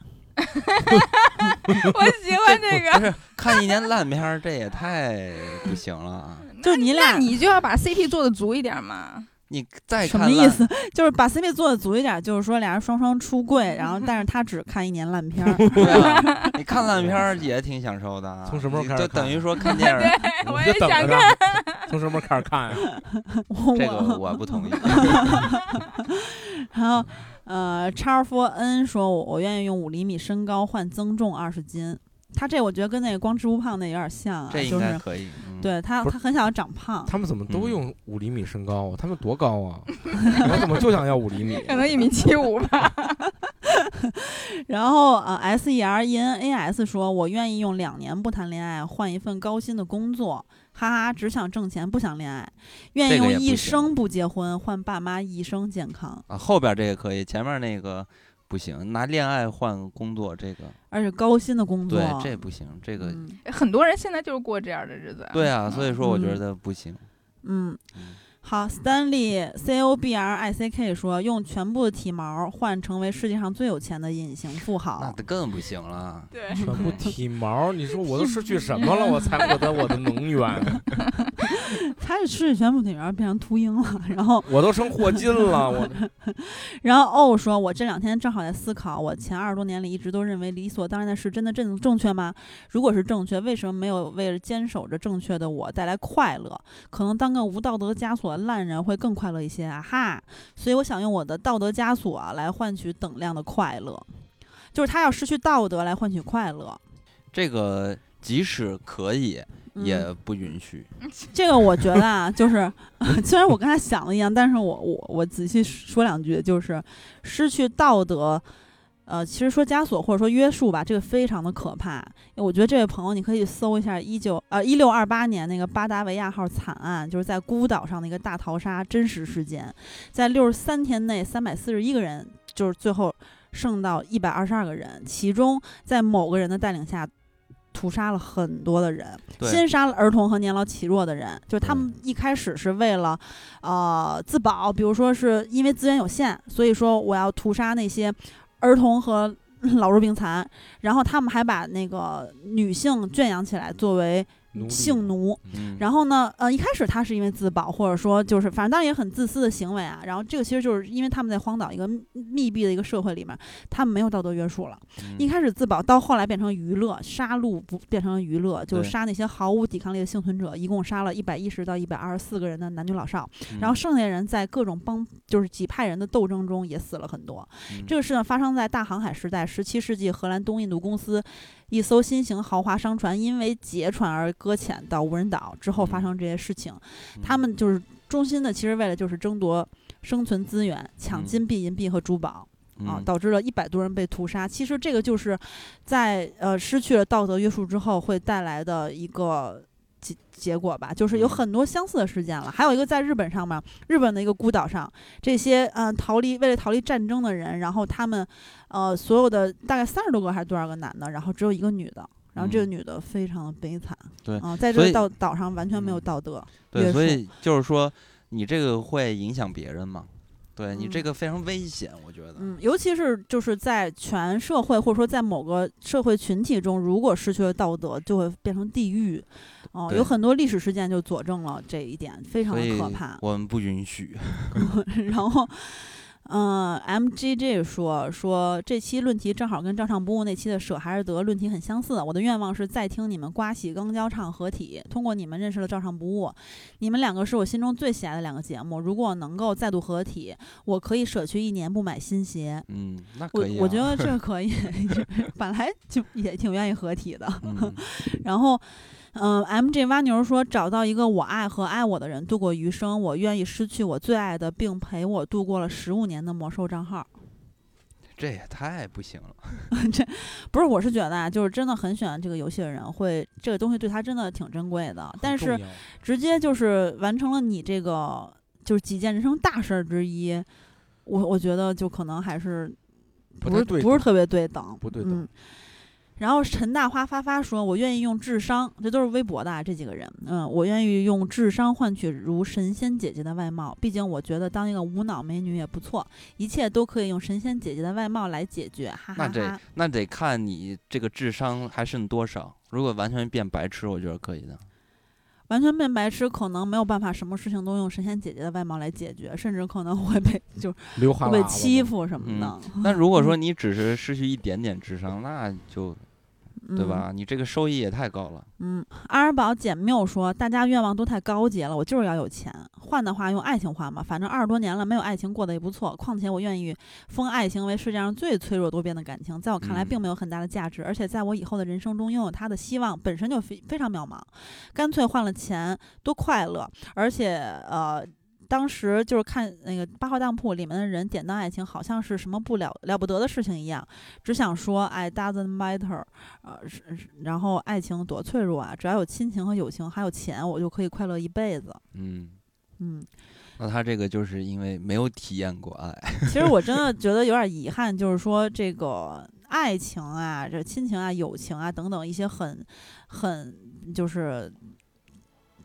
S3: 我喜欢这个，
S2: 嗯看一年烂片儿，这也太不行了啊！
S1: 就是你俩
S3: 那你就要把 CP 做的足一点嘛。
S2: 你再
S1: 什
S2: 看
S1: 么意
S2: 烂
S1: 思？就是把 CP 做的足一点，就是说俩人双双出柜，然后但是他只看一年烂片 儿。
S2: 对啊，你看烂片儿也挺享受的啊。
S5: 从什么时
S2: 你
S5: 候开始
S2: 就
S5: 看
S2: 等于说看电影儿，
S3: 哎我
S5: 就
S3: 也
S5: 等
S3: 想
S5: 着
S3: 看，
S5: 看，嗯从什么时候开始看 呀？
S1: 我
S2: 这个我 不同意。
S1: 然后，呃，叉 four n 说我我愿意用五厘米身高换增重二十斤。他这我觉得跟那个光吃不胖那有点像啊，
S2: 这
S1: 就
S2: 应该
S1: 是
S2: 可以。嗯，
S1: 对他
S5: 不
S1: 他很想要长胖，
S5: 他们怎么
S1: 嗯
S5: 都用五厘米身高啊？他们多高啊？ 我怎么就想要五厘米？
S3: 可能一米七五吧。
S1: 然后呃 s e r e n a s 说我愿意用两年不谈恋爱换一份高薪的工作，哈哈，只想挣钱不想恋爱，愿意
S2: 这个
S1: 用
S2: 也不
S1: 一
S2: 行
S1: 生不结婚换爸妈一生健康，
S2: 啊，后边这个可以，前面那个不行，拿恋爱换工作，这个
S1: 而且高薪的工作，
S2: 对，这不行，这个
S1: 嗯
S3: 很多人现在就是过这样的日子。
S2: 对啊，所以说我觉
S1: 嗯
S2: 得不行。
S1: 嗯
S2: 嗯
S1: 好，Stanley C O B R I C K 说，用全部的体毛换成为世界上最有钱的隐形富
S2: 那
S1: 豪。
S2: 更不行了。
S3: 对，
S5: 全部体毛，你说我都失去什么了？我才获得我的能源？
S1: 他是吃水旋风里边变成秃鹰了，然后
S5: 我都成霍金了，我
S1: 然后欧说：“我这两天正好在思考，我前二十多年里一直都认为理所当然的事，真的正正确吗？如果是正确，为什么没有为了坚守着正确的我带来快乐？可能当个无道德枷锁的烂人会更快乐一些啊哈！所以我想用我的道德枷锁啊来换取等量的快乐，就是他要失去道德来换取快乐。
S2: 这个即使可以，
S1: 嗯
S2: 也不允许。
S1: 这个我觉得啊，就是 虽然我跟他想的一样，但是我我我仔细说两句，就是失去道德，呃，其实说枷锁或者说约束吧，这个非常的可怕。我觉得这位朋友你可以搜一下一九呃一六二八年那个巴达维亚号惨案，就是在孤岛上的一个大逃杀真实事件，在六十三天内三百四十一个人，就是最后剩到一百二十二个人，其中在某个人的带领下。屠杀了很多的人，
S2: 对
S1: 先杀了儿童和年老体弱的人，就是他们一开始是为了，呃，自保，比如说是因为资源有限，所以说我要屠杀那些儿童和老弱病残，然后他们还把那个女性圈养起来作为
S5: 奴隶
S1: 性奴。
S2: 嗯，
S1: 然后呢，呃，一开始他是因为自保，或者说就是反正当然也很自私的行为啊。然后这个其实就是因为他们在荒岛一个密密闭的一个社会里面，他们没有道德约束了。一
S2: 嗯
S1: 开始自保，到后来变成娱乐，杀戮不变成了娱乐，就
S2: 对
S1: 是杀那些毫无抵抗力的幸存者，一共杀了一百一十到一百二十四个人的男女老少，
S2: 嗯
S1: 然后剩下的人在各种帮就是几派人的斗争中也死了很多。
S2: 嗯
S1: 这个事呢发生在大航海时代，十七世纪荷兰东印度公司一艘新型豪华商船因为劫船而搁浅到无人岛之
S2: 嗯
S1: 后发生这些事情，他们就是中心的，其实为了就是争夺生存资源，抢
S2: 嗯
S1: 金币、银币和珠宝。啊，
S2: 嗯
S1: 导致了一百多人被屠杀。其实这个就是在呃失去了道德约束之后会带来的一个结结果吧，就是有
S2: 嗯
S1: 很多相似的事件了。还有一个在日本上面，日本的一个孤岛上，这些嗯、呃逃离为了逃离战争的人，然后他们呃所有的大概三十多个还是多少个男的，然后只有一个女的。然后这个
S2: 嗯
S1: 女的非常的悲惨，
S2: 对
S1: 啊，在这
S2: 所
S1: 个
S2: 以
S1: 岛岛上完全没有
S2: 嗯
S1: 道德，
S2: 对，
S1: 约
S2: 所
S1: 束
S2: 以就是说，你这个会影响别人嘛？对你这
S1: 嗯
S2: 个非常危险，我觉得。
S1: 嗯，尤其是就是在全社会或者说在某个社会群体中，如果失去了道德，就会变成地狱。哦、
S2: 对
S1: 有很多历史事件就佐证了这一点，非常
S2: 所
S1: 的
S2: 以
S1: 可怕。
S2: 我们不允许。
S1: 然后，嗯、m g g 说说这期论题正好跟照常不误那期的舍还是得论题很相似。我的愿望是再听你们刮喜钢交唱合体，通过你们认识了照常不误。你们两个是我心中最喜爱的两个节目。如果能够再度合体，我可以舍去一年不买新鞋。
S2: 嗯，那
S1: 我
S2: 可以、啊。
S1: 我觉， 得这个可以， 本来就也挺愿意合体的。
S2: 嗯，
S1: 然后，嗯、m J 蛙牛说找到一个我爱和爱我的人度过余生，我愿意失去我最爱的，并陪我度过了十五年的魔兽账号。
S2: 这也太不行
S1: 啊
S2: 了。
S1: 不是，我是觉得啊，就是真的很喜欢这个游戏的人，会这个东西对他真的挺珍贵的。但是直接就是完成了你这个就是几件人生大事儿之一，我我觉得就可能还是不
S5: 不太
S1: 是
S5: 对
S1: 不是
S5: 等
S1: 特别对等，
S5: 不对等
S1: 嗯然后陈大花发发说：“我愿意用智商，这都是微博的、啊、这几个人。嗯，我愿意用智商换取如神仙姐姐的外貌，毕竟我觉得当一个无脑美女也不错，一切都可以用神仙姐姐的外貌来解决。哈哈哈
S2: 那这那得看你这个智商还剩多少。如果完全变白痴，我觉得可以
S1: 哦
S2: 的。
S1: 完全变白痴，可能没有办法什么事情都用神仙姐姐的外貌来解决，甚至可能会被 就是
S5: 刘哈
S1: 会
S5: 喇
S1: 被
S5: 子
S1: 欺
S5: 嘛，
S1: 负什
S2: 嗯
S1: 么的，
S2: 那如果说你只是失去一点点智商，那就
S1: 嗯、
S2: 对吧？你这个收益也太高了。
S1: 嗯，阿尔堡姐谬说，大家愿望都太高级了，我就是要有钱。换的话，用爱情换吧，反正二十多年了，没有爱情过得也不错。况且我愿意封爱情为世界上最脆弱多变的感情，在我看来
S2: 嗯
S1: 并没有很大的价值，而且在我以后的人生中拥有它的希望本身就非非常渺茫。干脆换了钱，多快乐，而且呃。当时就是看那个八号当铺里面的人典当爱情，好像是什么不了了不得的事情一样，只想说 I doesn't matter，呃，是是然后爱情多脆弱啊！只要有亲情和友情，还有钱，我就可以快乐一辈子。
S2: 嗯，
S1: 嗯，
S2: 那他这个就是因为没有体验过哎爱。
S1: 其实我真的觉得有点遗憾，就是说这个爱情啊、这亲情啊、友情啊等等一些很很就是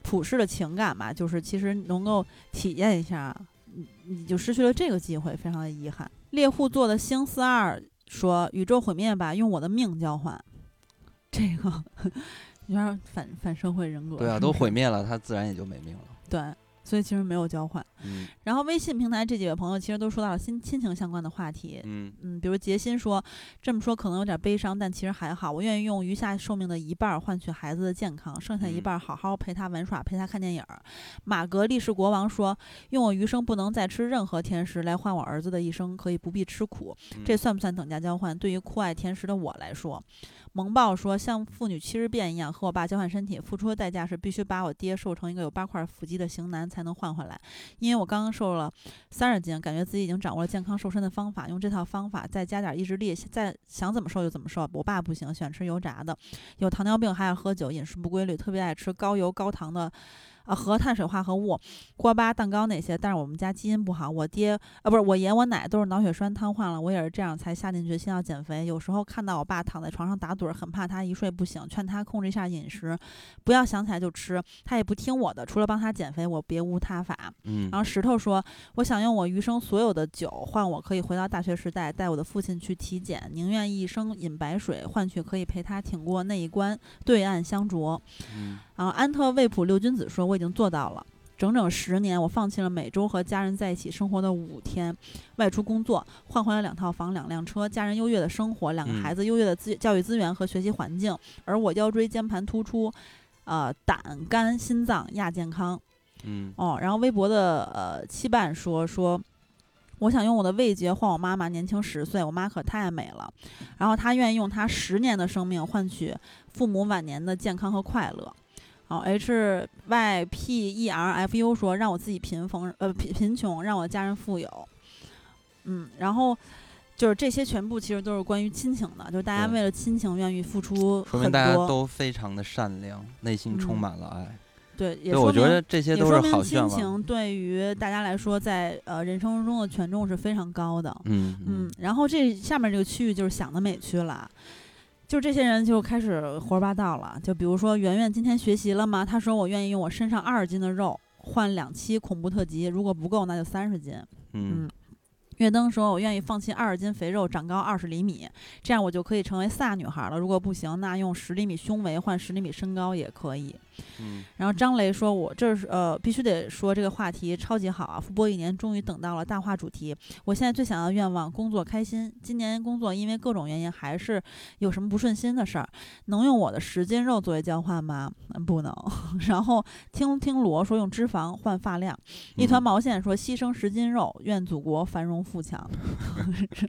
S1: 普世的情感吧，就是其实能够体验一下，你你就失去了这个机会，非常的遗憾。猎户座的星四二说：“宇宙毁灭吧，用我的命交换。”这个 有点反反社会人格。
S2: 对 啊，都毁灭了，它自然也就没命了。
S1: 对，所以其实没有交换。
S2: 嗯
S1: 然后微信平台这几位朋友其实都说到了亲亲情相关的话题。
S2: 嗯，
S1: 嗯，比如杰心说，这么说可能有点悲伤，但其实还好。我愿意用余下寿命的一半儿换取孩子的健康，剩下一
S2: 嗯
S1: 半儿好好陪他玩耍，陪他看电影儿。马格力士国王说，用我余生不能再吃任何甜食来换我儿子的一生，可以不必吃苦。这算不算等价交换？对于酷爱甜食的我来说，萌爆说像《妇女七十变》一样和我爸交换身体，付出的代价是必须把我爹瘦成一个有八块腹肌的型男才能换回来。因为我刚刚瘦了三十斤，感觉自己已经掌握了健康瘦身的方法，用这套方法再加点意志力，再想怎么瘦就怎么瘦。我爸不行，喜欢吃油炸的，有糖尿病，还爱喝酒，饮食不规律，特别爱吃高油高糖的。啊，和碳水化合物、锅巴、蛋糕那些，但是我们家基因不好，我爹啊，不是我爷我奶都是脑血栓瘫痪了，我也是这样才下定决心要减肥。有时候看到我爸躺在床上打盹儿，很怕他一睡不醒，劝他控制一下饮食，不要想起来就吃，他也不听我的，除了帮他减肥，我别无他法。
S2: 嗯
S1: 然后石头说：“我想用我余生所有的酒换我可以回到大学时代，带我的父亲去体检，宁愿一生饮白水，换取可以陪他挺过那一关，对岸相酌。”
S2: 嗯
S1: 然后安特卫普六君子说：“我已经做到了，整整十年，我放弃了每周和家人在一起生活的五天，外出工作，换回了两套房、两辆车，家人优越的生活，两个
S2: 嗯
S1: 孩子优越的资教育资源和学习环境，而我腰椎间盘突出。”呃，胆、肝、心脏亚健康
S2: 嗯
S1: 哦。然后微博的呃七伴说说，我想用我的味觉换我妈妈年轻十岁，我妈可太美了。然后她愿意用她十年的生命换取父母晚年的健康和快乐。哦，H Y P E R F U 说让我自己贫穷，呃贫贫穷，让我家人富有。嗯，然后就是这些全部其实都是关于亲情的，就是大家
S2: 对
S1: 为了亲情愿意付出
S2: 说
S1: 很
S2: 明大家
S1: 多。
S2: 都非常的善良，内心充
S1: 嗯
S2: 满了爱。
S1: 对，也
S2: 对，
S1: 说
S2: 我觉
S1: 明
S2: 得这些
S1: 也
S2: 都
S1: 说
S2: 是好
S1: 明亲
S2: 愿望。
S1: 情对于大家来说在，呃人生中的权重是非常高的。
S2: 嗯
S1: 嗯，然后这下面这个区域就是想得美区了。就这些人就开始胡说八道了，就比如说圆圆今天学习了吗？他说我愿意用我身上二十斤的肉换两期恐怖特辑，如果不够那就三十斤。嗯
S2: 嗯，
S1: 月灯说：“我愿意放弃二十斤肥肉，长高二十厘米，这样我就可以成为飒女孩了。如果不行，那用十厘米胸围换十厘米身高也可以。”
S2: 嗯
S1: 然后张雷说：“我这是呃，必须得说这个话题超级好啊！复播一年，终于等到了大话主题。我现在最想要的愿望，工作开心。今年工作因为各种原因还是有什么不顺心的事儿，能用我的十斤肉作为交换吗？嗯，不能。 然后听听罗说用脂肪换发量，一团
S2: 嗯
S1: 毛线说牺牲十斤肉，愿祖国繁荣富强。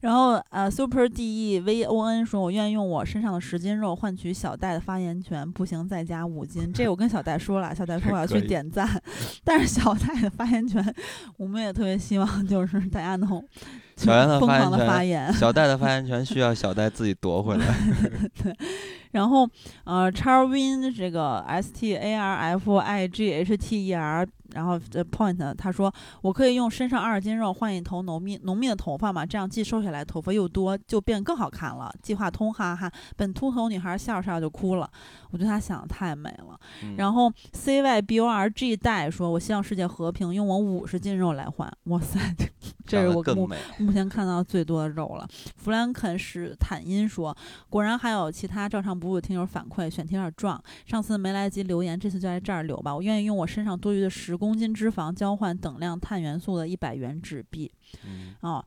S1: 然后呃，Super D E V O N 说，我愿意用我身上的十斤肉换取小戴的发言权，不行再加五斤。这我跟小戴说了，小戴说我要
S2: 可
S1: 去
S2: 以
S1: 点赞，但是小戴的发言权，我们也特别希望就是大家能
S2: 小戴的
S1: 疯
S2: 发言
S1: 狂的
S2: 权
S1: 发 言。
S2: 小戴的发言权需要小戴自己夺 回来。
S1: 然后呃 c h a r Win 这个 S T A R F I G H T E R，然后呃 Point 他说我可以用身上二十斤肉换一头浓密浓密的头发嘛，这样既瘦下来头发又多，就变更好看了。计划通，哈哈。本秃头女孩笑着笑着就哭了，我觉得她想的太美了。
S2: 嗯
S1: 然后 C Y B O R G 带说，我希望世界和平，用我五十斤肉来换。哇塞，这
S2: 长
S1: 是
S2: 得
S1: 我
S2: 更
S1: 目
S2: 美。
S1: 目前看到最多的肉了。弗兰肯史坦因说：“果然还有其他照常不误的听友反馈，选题有点壮。上次没来得及留言，这次就在这儿留吧。我愿意用我身上多余的十公斤脂肪交换等量碳元素的一百元纸币
S2: 嗯
S1: 哦。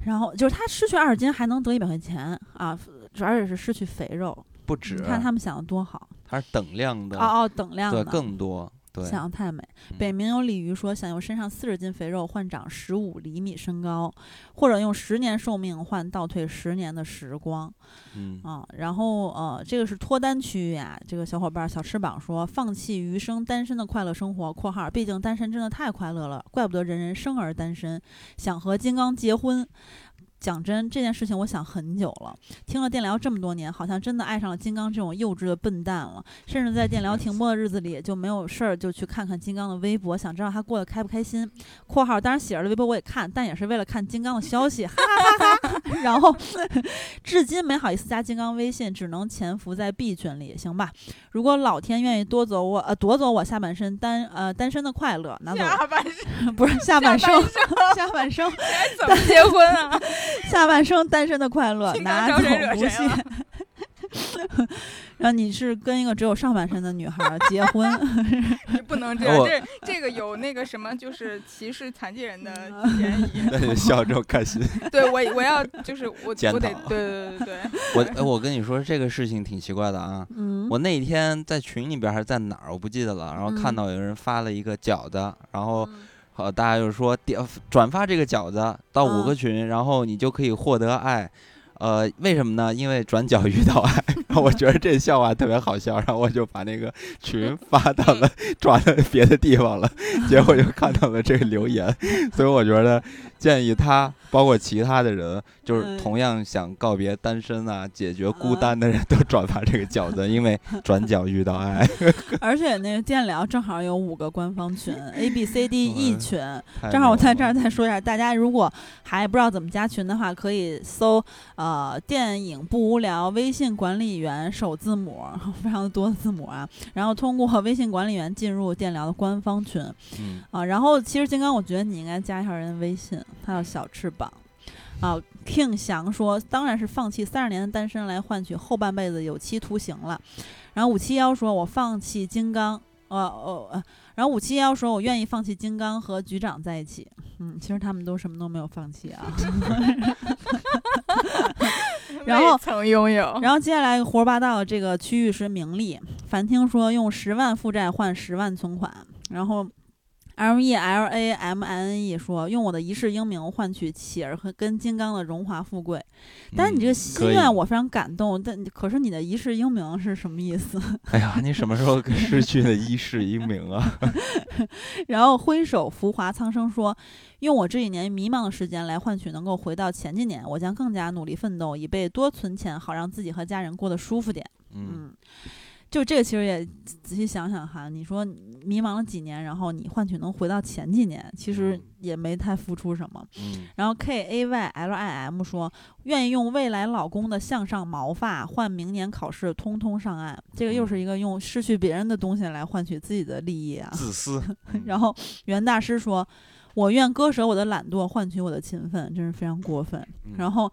S1: 然后就是他失去二十斤还能得一百块钱啊，主要也是失去肥肉。
S2: 不止，啊
S1: 你看他们想的多好
S2: 它是等量的，
S1: 哦哦，等量
S2: 对，
S1: 的
S2: 更多，对，
S1: 想的太美。北
S2: 嗯
S1: 冥有鲤鱼说，想用身上四十斤肥肉换长十五厘米身高，或者用十年寿命换倒退十年的时光
S2: 嗯
S1: 啊。然后呃，这个是脱单区域啊。这个小伙伴小翅膀说，放弃余生单身的快乐生活（括号毕竟单身真的太快乐了，怪不得人人生而单身），想和金刚结婚。讲真，这件事情我想很久了。听了电聊这么多年，好像真的爱上了金刚这种幼稚的笨蛋了。甚至在电聊停播的日子里，就没有事儿就去看看金刚的微博，想知道他过得开不开心。（括号当然喜儿的微博我也看，但也是为了看金刚的消息，哈哈哈哈。 然后至今没好意思加金刚微信，只能潜伏在 B 群里，行吧？如果老天愿意夺走我呃夺走我下半身单呃单身的快乐，拿走
S3: 下半身
S1: 不是 下半
S3: 半
S1: 生
S3: 生
S1: 下半生
S3: 怎么结婚啊？
S1: 下半生单身的快乐，
S3: 金刚
S1: 拿
S3: 招
S1: 走
S3: 谁惹啊
S1: 不
S3: 谁
S1: 谢
S3: 了。
S1: 然后你是跟一个只有上半身的女孩儿结 婚，
S3: 不能这
S2: 哎
S3: 样，
S2: 我
S3: 这这个有那个什么，就是歧视残疾人的嫌疑。
S2: 但是笑这么 开心。
S3: 对我我要就是我我
S2: 检
S3: 得对
S2: 讨
S3: 对对对对，
S2: 我哎我跟你说这个事情挺奇怪的啊。
S1: 嗯，
S2: 我那天在群里边还是在哪儿，我不记得了。然后看
S1: 嗯
S2: 到有人发了一个饺子，然后好，大家就说点转发这个饺子到五
S1: 嗯
S2: 个群，然后你就可以获得爱。呃，为什么呢？因为转角遇到爱。 然后我觉得这笑话特别好笑，然后我就把那个群发到 了转到别的地方了，结果就看到了这个留言。 所以我觉得建议他，包括其他的人，就是
S1: 嗯
S2: 同样想告别单身啊、解决孤
S1: 啊
S2: 单的人，都转发这个饺 子，因为转角遇到爱。
S1: 而且那个建聊正好有五个官方 群 A B C D E 群，
S2: 太
S1: 正好我
S2: 牛
S1: 在
S2: 了
S1: 这儿再说一下，大家如果还不知道怎么加群的话，可以搜呃电影不无聊微信管理员首字母， 非常多的字母啊，然后通过微信管理员进入电聊的官方群
S2: 嗯，
S1: 啊，然后其实金刚，我觉得你应该加一下人微信，他叫小翅膀。啊，King 翔说，当然是放弃三十年的单身来换取后半辈子有期徒刑了。然后五七幺说，我放弃金刚，呃呃呃，然后五七幺说，我愿意放弃金刚和局长在一起。嗯，其实他们都什么都没有放弃啊。 然后
S3: 未曾拥有，
S1: 然后接下来胡说八道这个区域是名利，凡听说用十万负债换十万存款，然后 L E L A M I N E 说用我的一世英名换取企儿和跟金刚的荣华富贵，但是你这个
S2: 嗯
S1: 心
S2: 可以
S1: 愿我非常感动，但可是你的一世英名是什么意思？
S2: 哎呀，你什么时候失去了一世英名啊？
S1: 然后挥手浮华苍生说，用我这一年迷茫的时间来换取能够回到前几年，我将更加努力奋斗，以备多存钱，好让自己和家人过得舒服点。
S2: 嗯，
S1: 嗯，就这个其实也仔细想想哈，你说迷茫了几年，然后你换取能回到前几年，其实
S2: 嗯
S1: 也没太付出什么。
S2: 嗯
S1: 然后 K A Y L I M 说，愿意用未来老公的向上毛发换明年考试通通上岸，这个又
S2: 嗯
S1: 是一个用失去别人的东西来换取自己的利益啊。
S2: 自私。嗯
S1: 然后袁大师说，我愿割舍我的懒惰换取我的勤奋，真是非常过分。
S2: 嗯
S1: 然后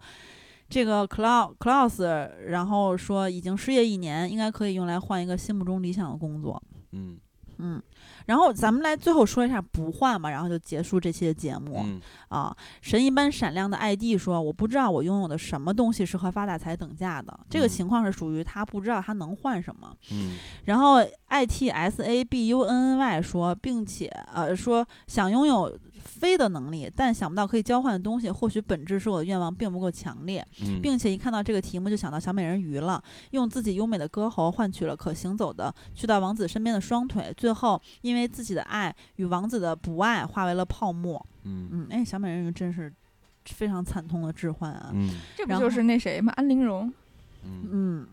S1: 这个 Clau- Klaus，然后说已经失业一年，应该可以用来换一个心目中理想的工作。
S2: 嗯
S1: 嗯，然后咱们来最后说一下不换嘛，然后就结束这期的节目、
S2: 嗯，
S1: 啊。神一般闪亮的 ID 说，我不知道我拥有的什么东西是和发大财等价的，这个
S2: 嗯
S1: 情况是属于他不知道他能换什么。
S2: 嗯
S1: 然后 i t s a b u n n y 说，并且呃说想拥有飞的能力，但想不到可以交换的东西，或许本质是我的愿望并不够强烈，
S2: 嗯，
S1: 并且一看到这个题目就想到小美人鱼了，用自己优美的歌喉换取了可行走的去到王子身边的双腿，最后因为自己的爱与王子的不爱化为了泡沫。
S2: 嗯
S1: 嗯，哎，小美人鱼真是非常惨痛的置换啊。
S2: 嗯
S3: 这不
S1: 然
S3: 就
S1: 后
S3: 是那谁吗？安陵容。
S2: 嗯
S1: 嗯，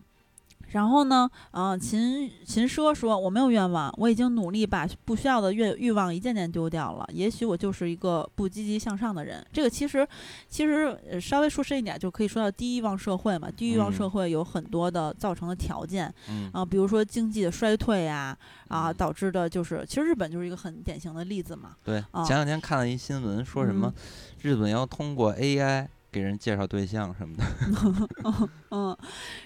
S1: 然后呢，呃，秦秦奢说我没有愿望，我已经努力把不需要的愿欲望一件件丢掉了。也许我就是一个不积极向上的人。这个其实其实呃稍微说深一点，就可以说到低欲望社会嘛。低欲望
S2: 嗯
S1: 社会有很多的造成的条件
S2: 嗯
S1: 啊、比如说经济的衰退呀、啊，
S2: 嗯
S1: 导致的就是其实日本就是一个很典型的例子嘛。
S2: 对
S1: 啊，嗯
S2: 前两天看了一新闻，说什么日本要通过 AI 给人介绍对象 什么的。
S1: 嗯，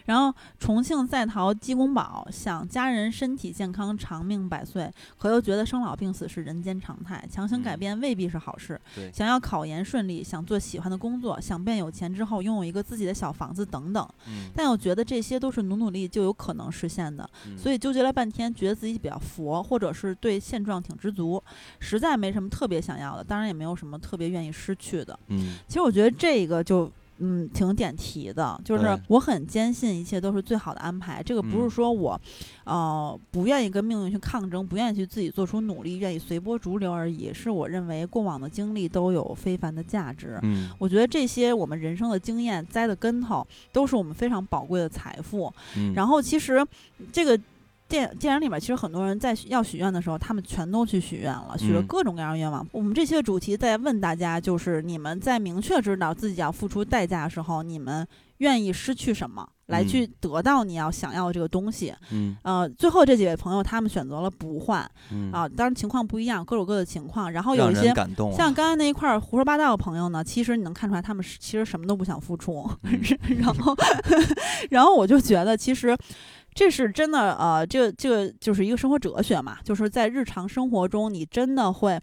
S1: 然后重庆在逃鸡公堡，想家人身体健康、长命百岁，可又觉得生老病死是人间常态，强行改
S2: 嗯
S1: 变未必是好事。
S2: 对
S1: 想要考研顺利，想做喜欢的工作，想变有钱之后拥有一个自己的小房子等等，
S2: 嗯，
S1: 但又觉得这些都是努努力就有可能实现的，所
S2: 以
S1: 以纠结了半天，觉得自己比较佛，或者是对现状挺知足，实在没什么特别想要的，当然也没有什么特别愿意失去的。
S2: 嗯
S1: 其实我觉得这个就嗯挺点题的，就是
S2: 对
S1: 我很坚信一切都是最好的安排。这个不是
S2: 嗯
S1: 说我，呃，不愿意跟命运去抗争，不愿意去自己做出努力，愿意随波逐流而已。是我认为过往的经历都有非凡的价值。
S2: 嗯
S1: 我觉得这些我们人生的经验栽的跟头，都是我们非常宝贵的财富。
S2: 嗯，
S1: 然后其实这个。电电影里面其实很多人在许要许愿的时候，他们全都去许愿了，许了
S2: 嗯
S1: 各种各样的愿望。我们这期的主题在问大家，就是你们在明确知道自己要付出代价的时候，你们愿意失去什么来
S2: 嗯
S1: 去得到你要想要的这个东西？
S2: 嗯
S1: 呃，最后这几位朋友他们选择了不换
S2: 嗯
S1: 啊，当然情况不一样，各有各的情况。然后有
S2: 让
S1: 一
S2: 人
S1: 些
S2: 感动啊。
S1: 像刚才那一块儿胡说八道的朋友呢，其实你能看出来他们是 其实什么都不想付出，
S2: 嗯
S1: 然后然后我就觉得其实这是真的，呃，这个这个就是一个生活哲学嘛，就是在日常生活中，你真的会，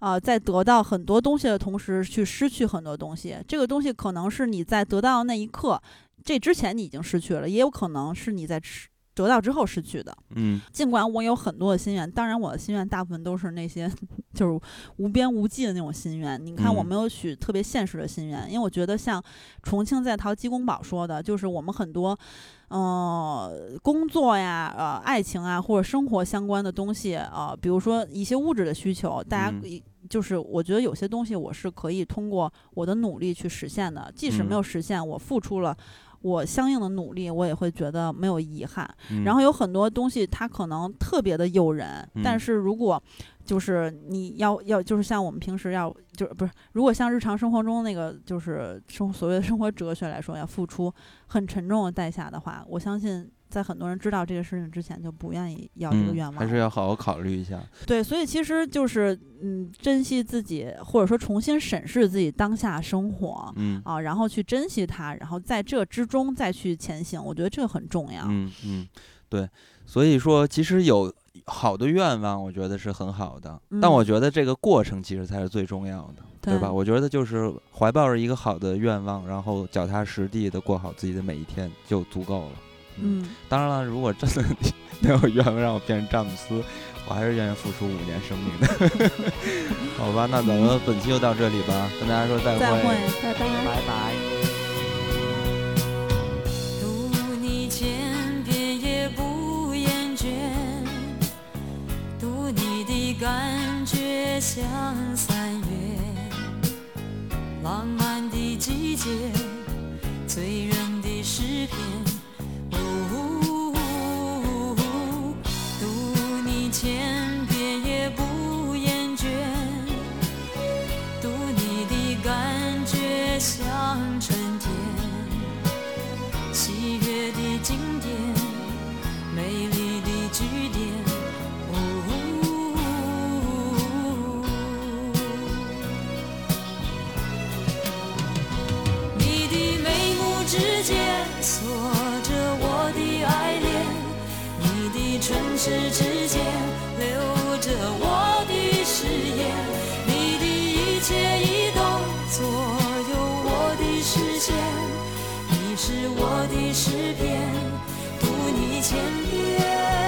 S1: 呃，在得到很多东西的同时，去失去很多东西。这个东西可能是你在得到的那一刻，这之前你已经失去了，也有可能是你在吃得到之后失去的。
S2: 嗯，
S1: 尽管我有很多的心愿，当然我的心愿大部分都是那些就是无边无际的那种心愿。你看，
S2: 嗯
S1: 我没有许特别现实的心愿，因为我觉得像重庆在逃鸡公堡说的，就是我们很多，呃，工作呀、呃，爱情啊，或者生活相关的东西，呃，比如说一些物质的需求，大家
S2: 嗯
S1: 一。就是我觉得有些东西我是可以通过我的努力去实现的，即使没
S2: 嗯
S1: 有实现，我付出了我相应的努力，我也会觉得没有遗憾。
S2: 嗯
S1: 然后有很多东西它可能特别的诱人，但
S2: 嗯
S1: 是如果就是你要要就是像我们平时要就是不是，如果像日常生活中那个就是生所谓的生活哲学来说，要付出很沉重的代价的话，我相信。在很多人知道这个事情之前，就不愿意要这个
S2: 嗯
S1: 愿望了、
S2: 还是要好好考虑一下。
S1: 对，所以其实就是嗯，珍惜自己，或者说重新审视自己当下生活、
S2: 嗯
S1: 啊，然后去珍惜它，然后在这之中再去前行，我觉得这个很重要。
S2: 嗯嗯，对，所以说其实有好的愿望，我觉得是很好的，但我
S1: 嗯
S2: 觉得这个过程其实才是最重要的，对
S1: 对
S2: 吧？我觉得就是怀抱着一个好的愿望，然后脚踏实地的过好自己的每一天就足够了。
S1: 嗯，
S2: 当然了，如果真的 没有愿望让我变成詹姆斯，我还是愿意付出五年生命的。 好吧，那咱们本期就到这里吧，跟大家说再
S1: 再会，
S3: 拜拜。
S2: 拜拜。
S4: 读你简便也不厌倦，读你的感觉像三月，浪漫的季节，醉人的诗篇。哦读你千遍也不厌倦，读你的感觉像春天。喜悦的景点，美丽的句点。哦，你的眉目之间锁着我的爱恋，你的唇齿之间留着我的誓言，你的一切一动左右我的视线。你是我的诗篇，读你千遍。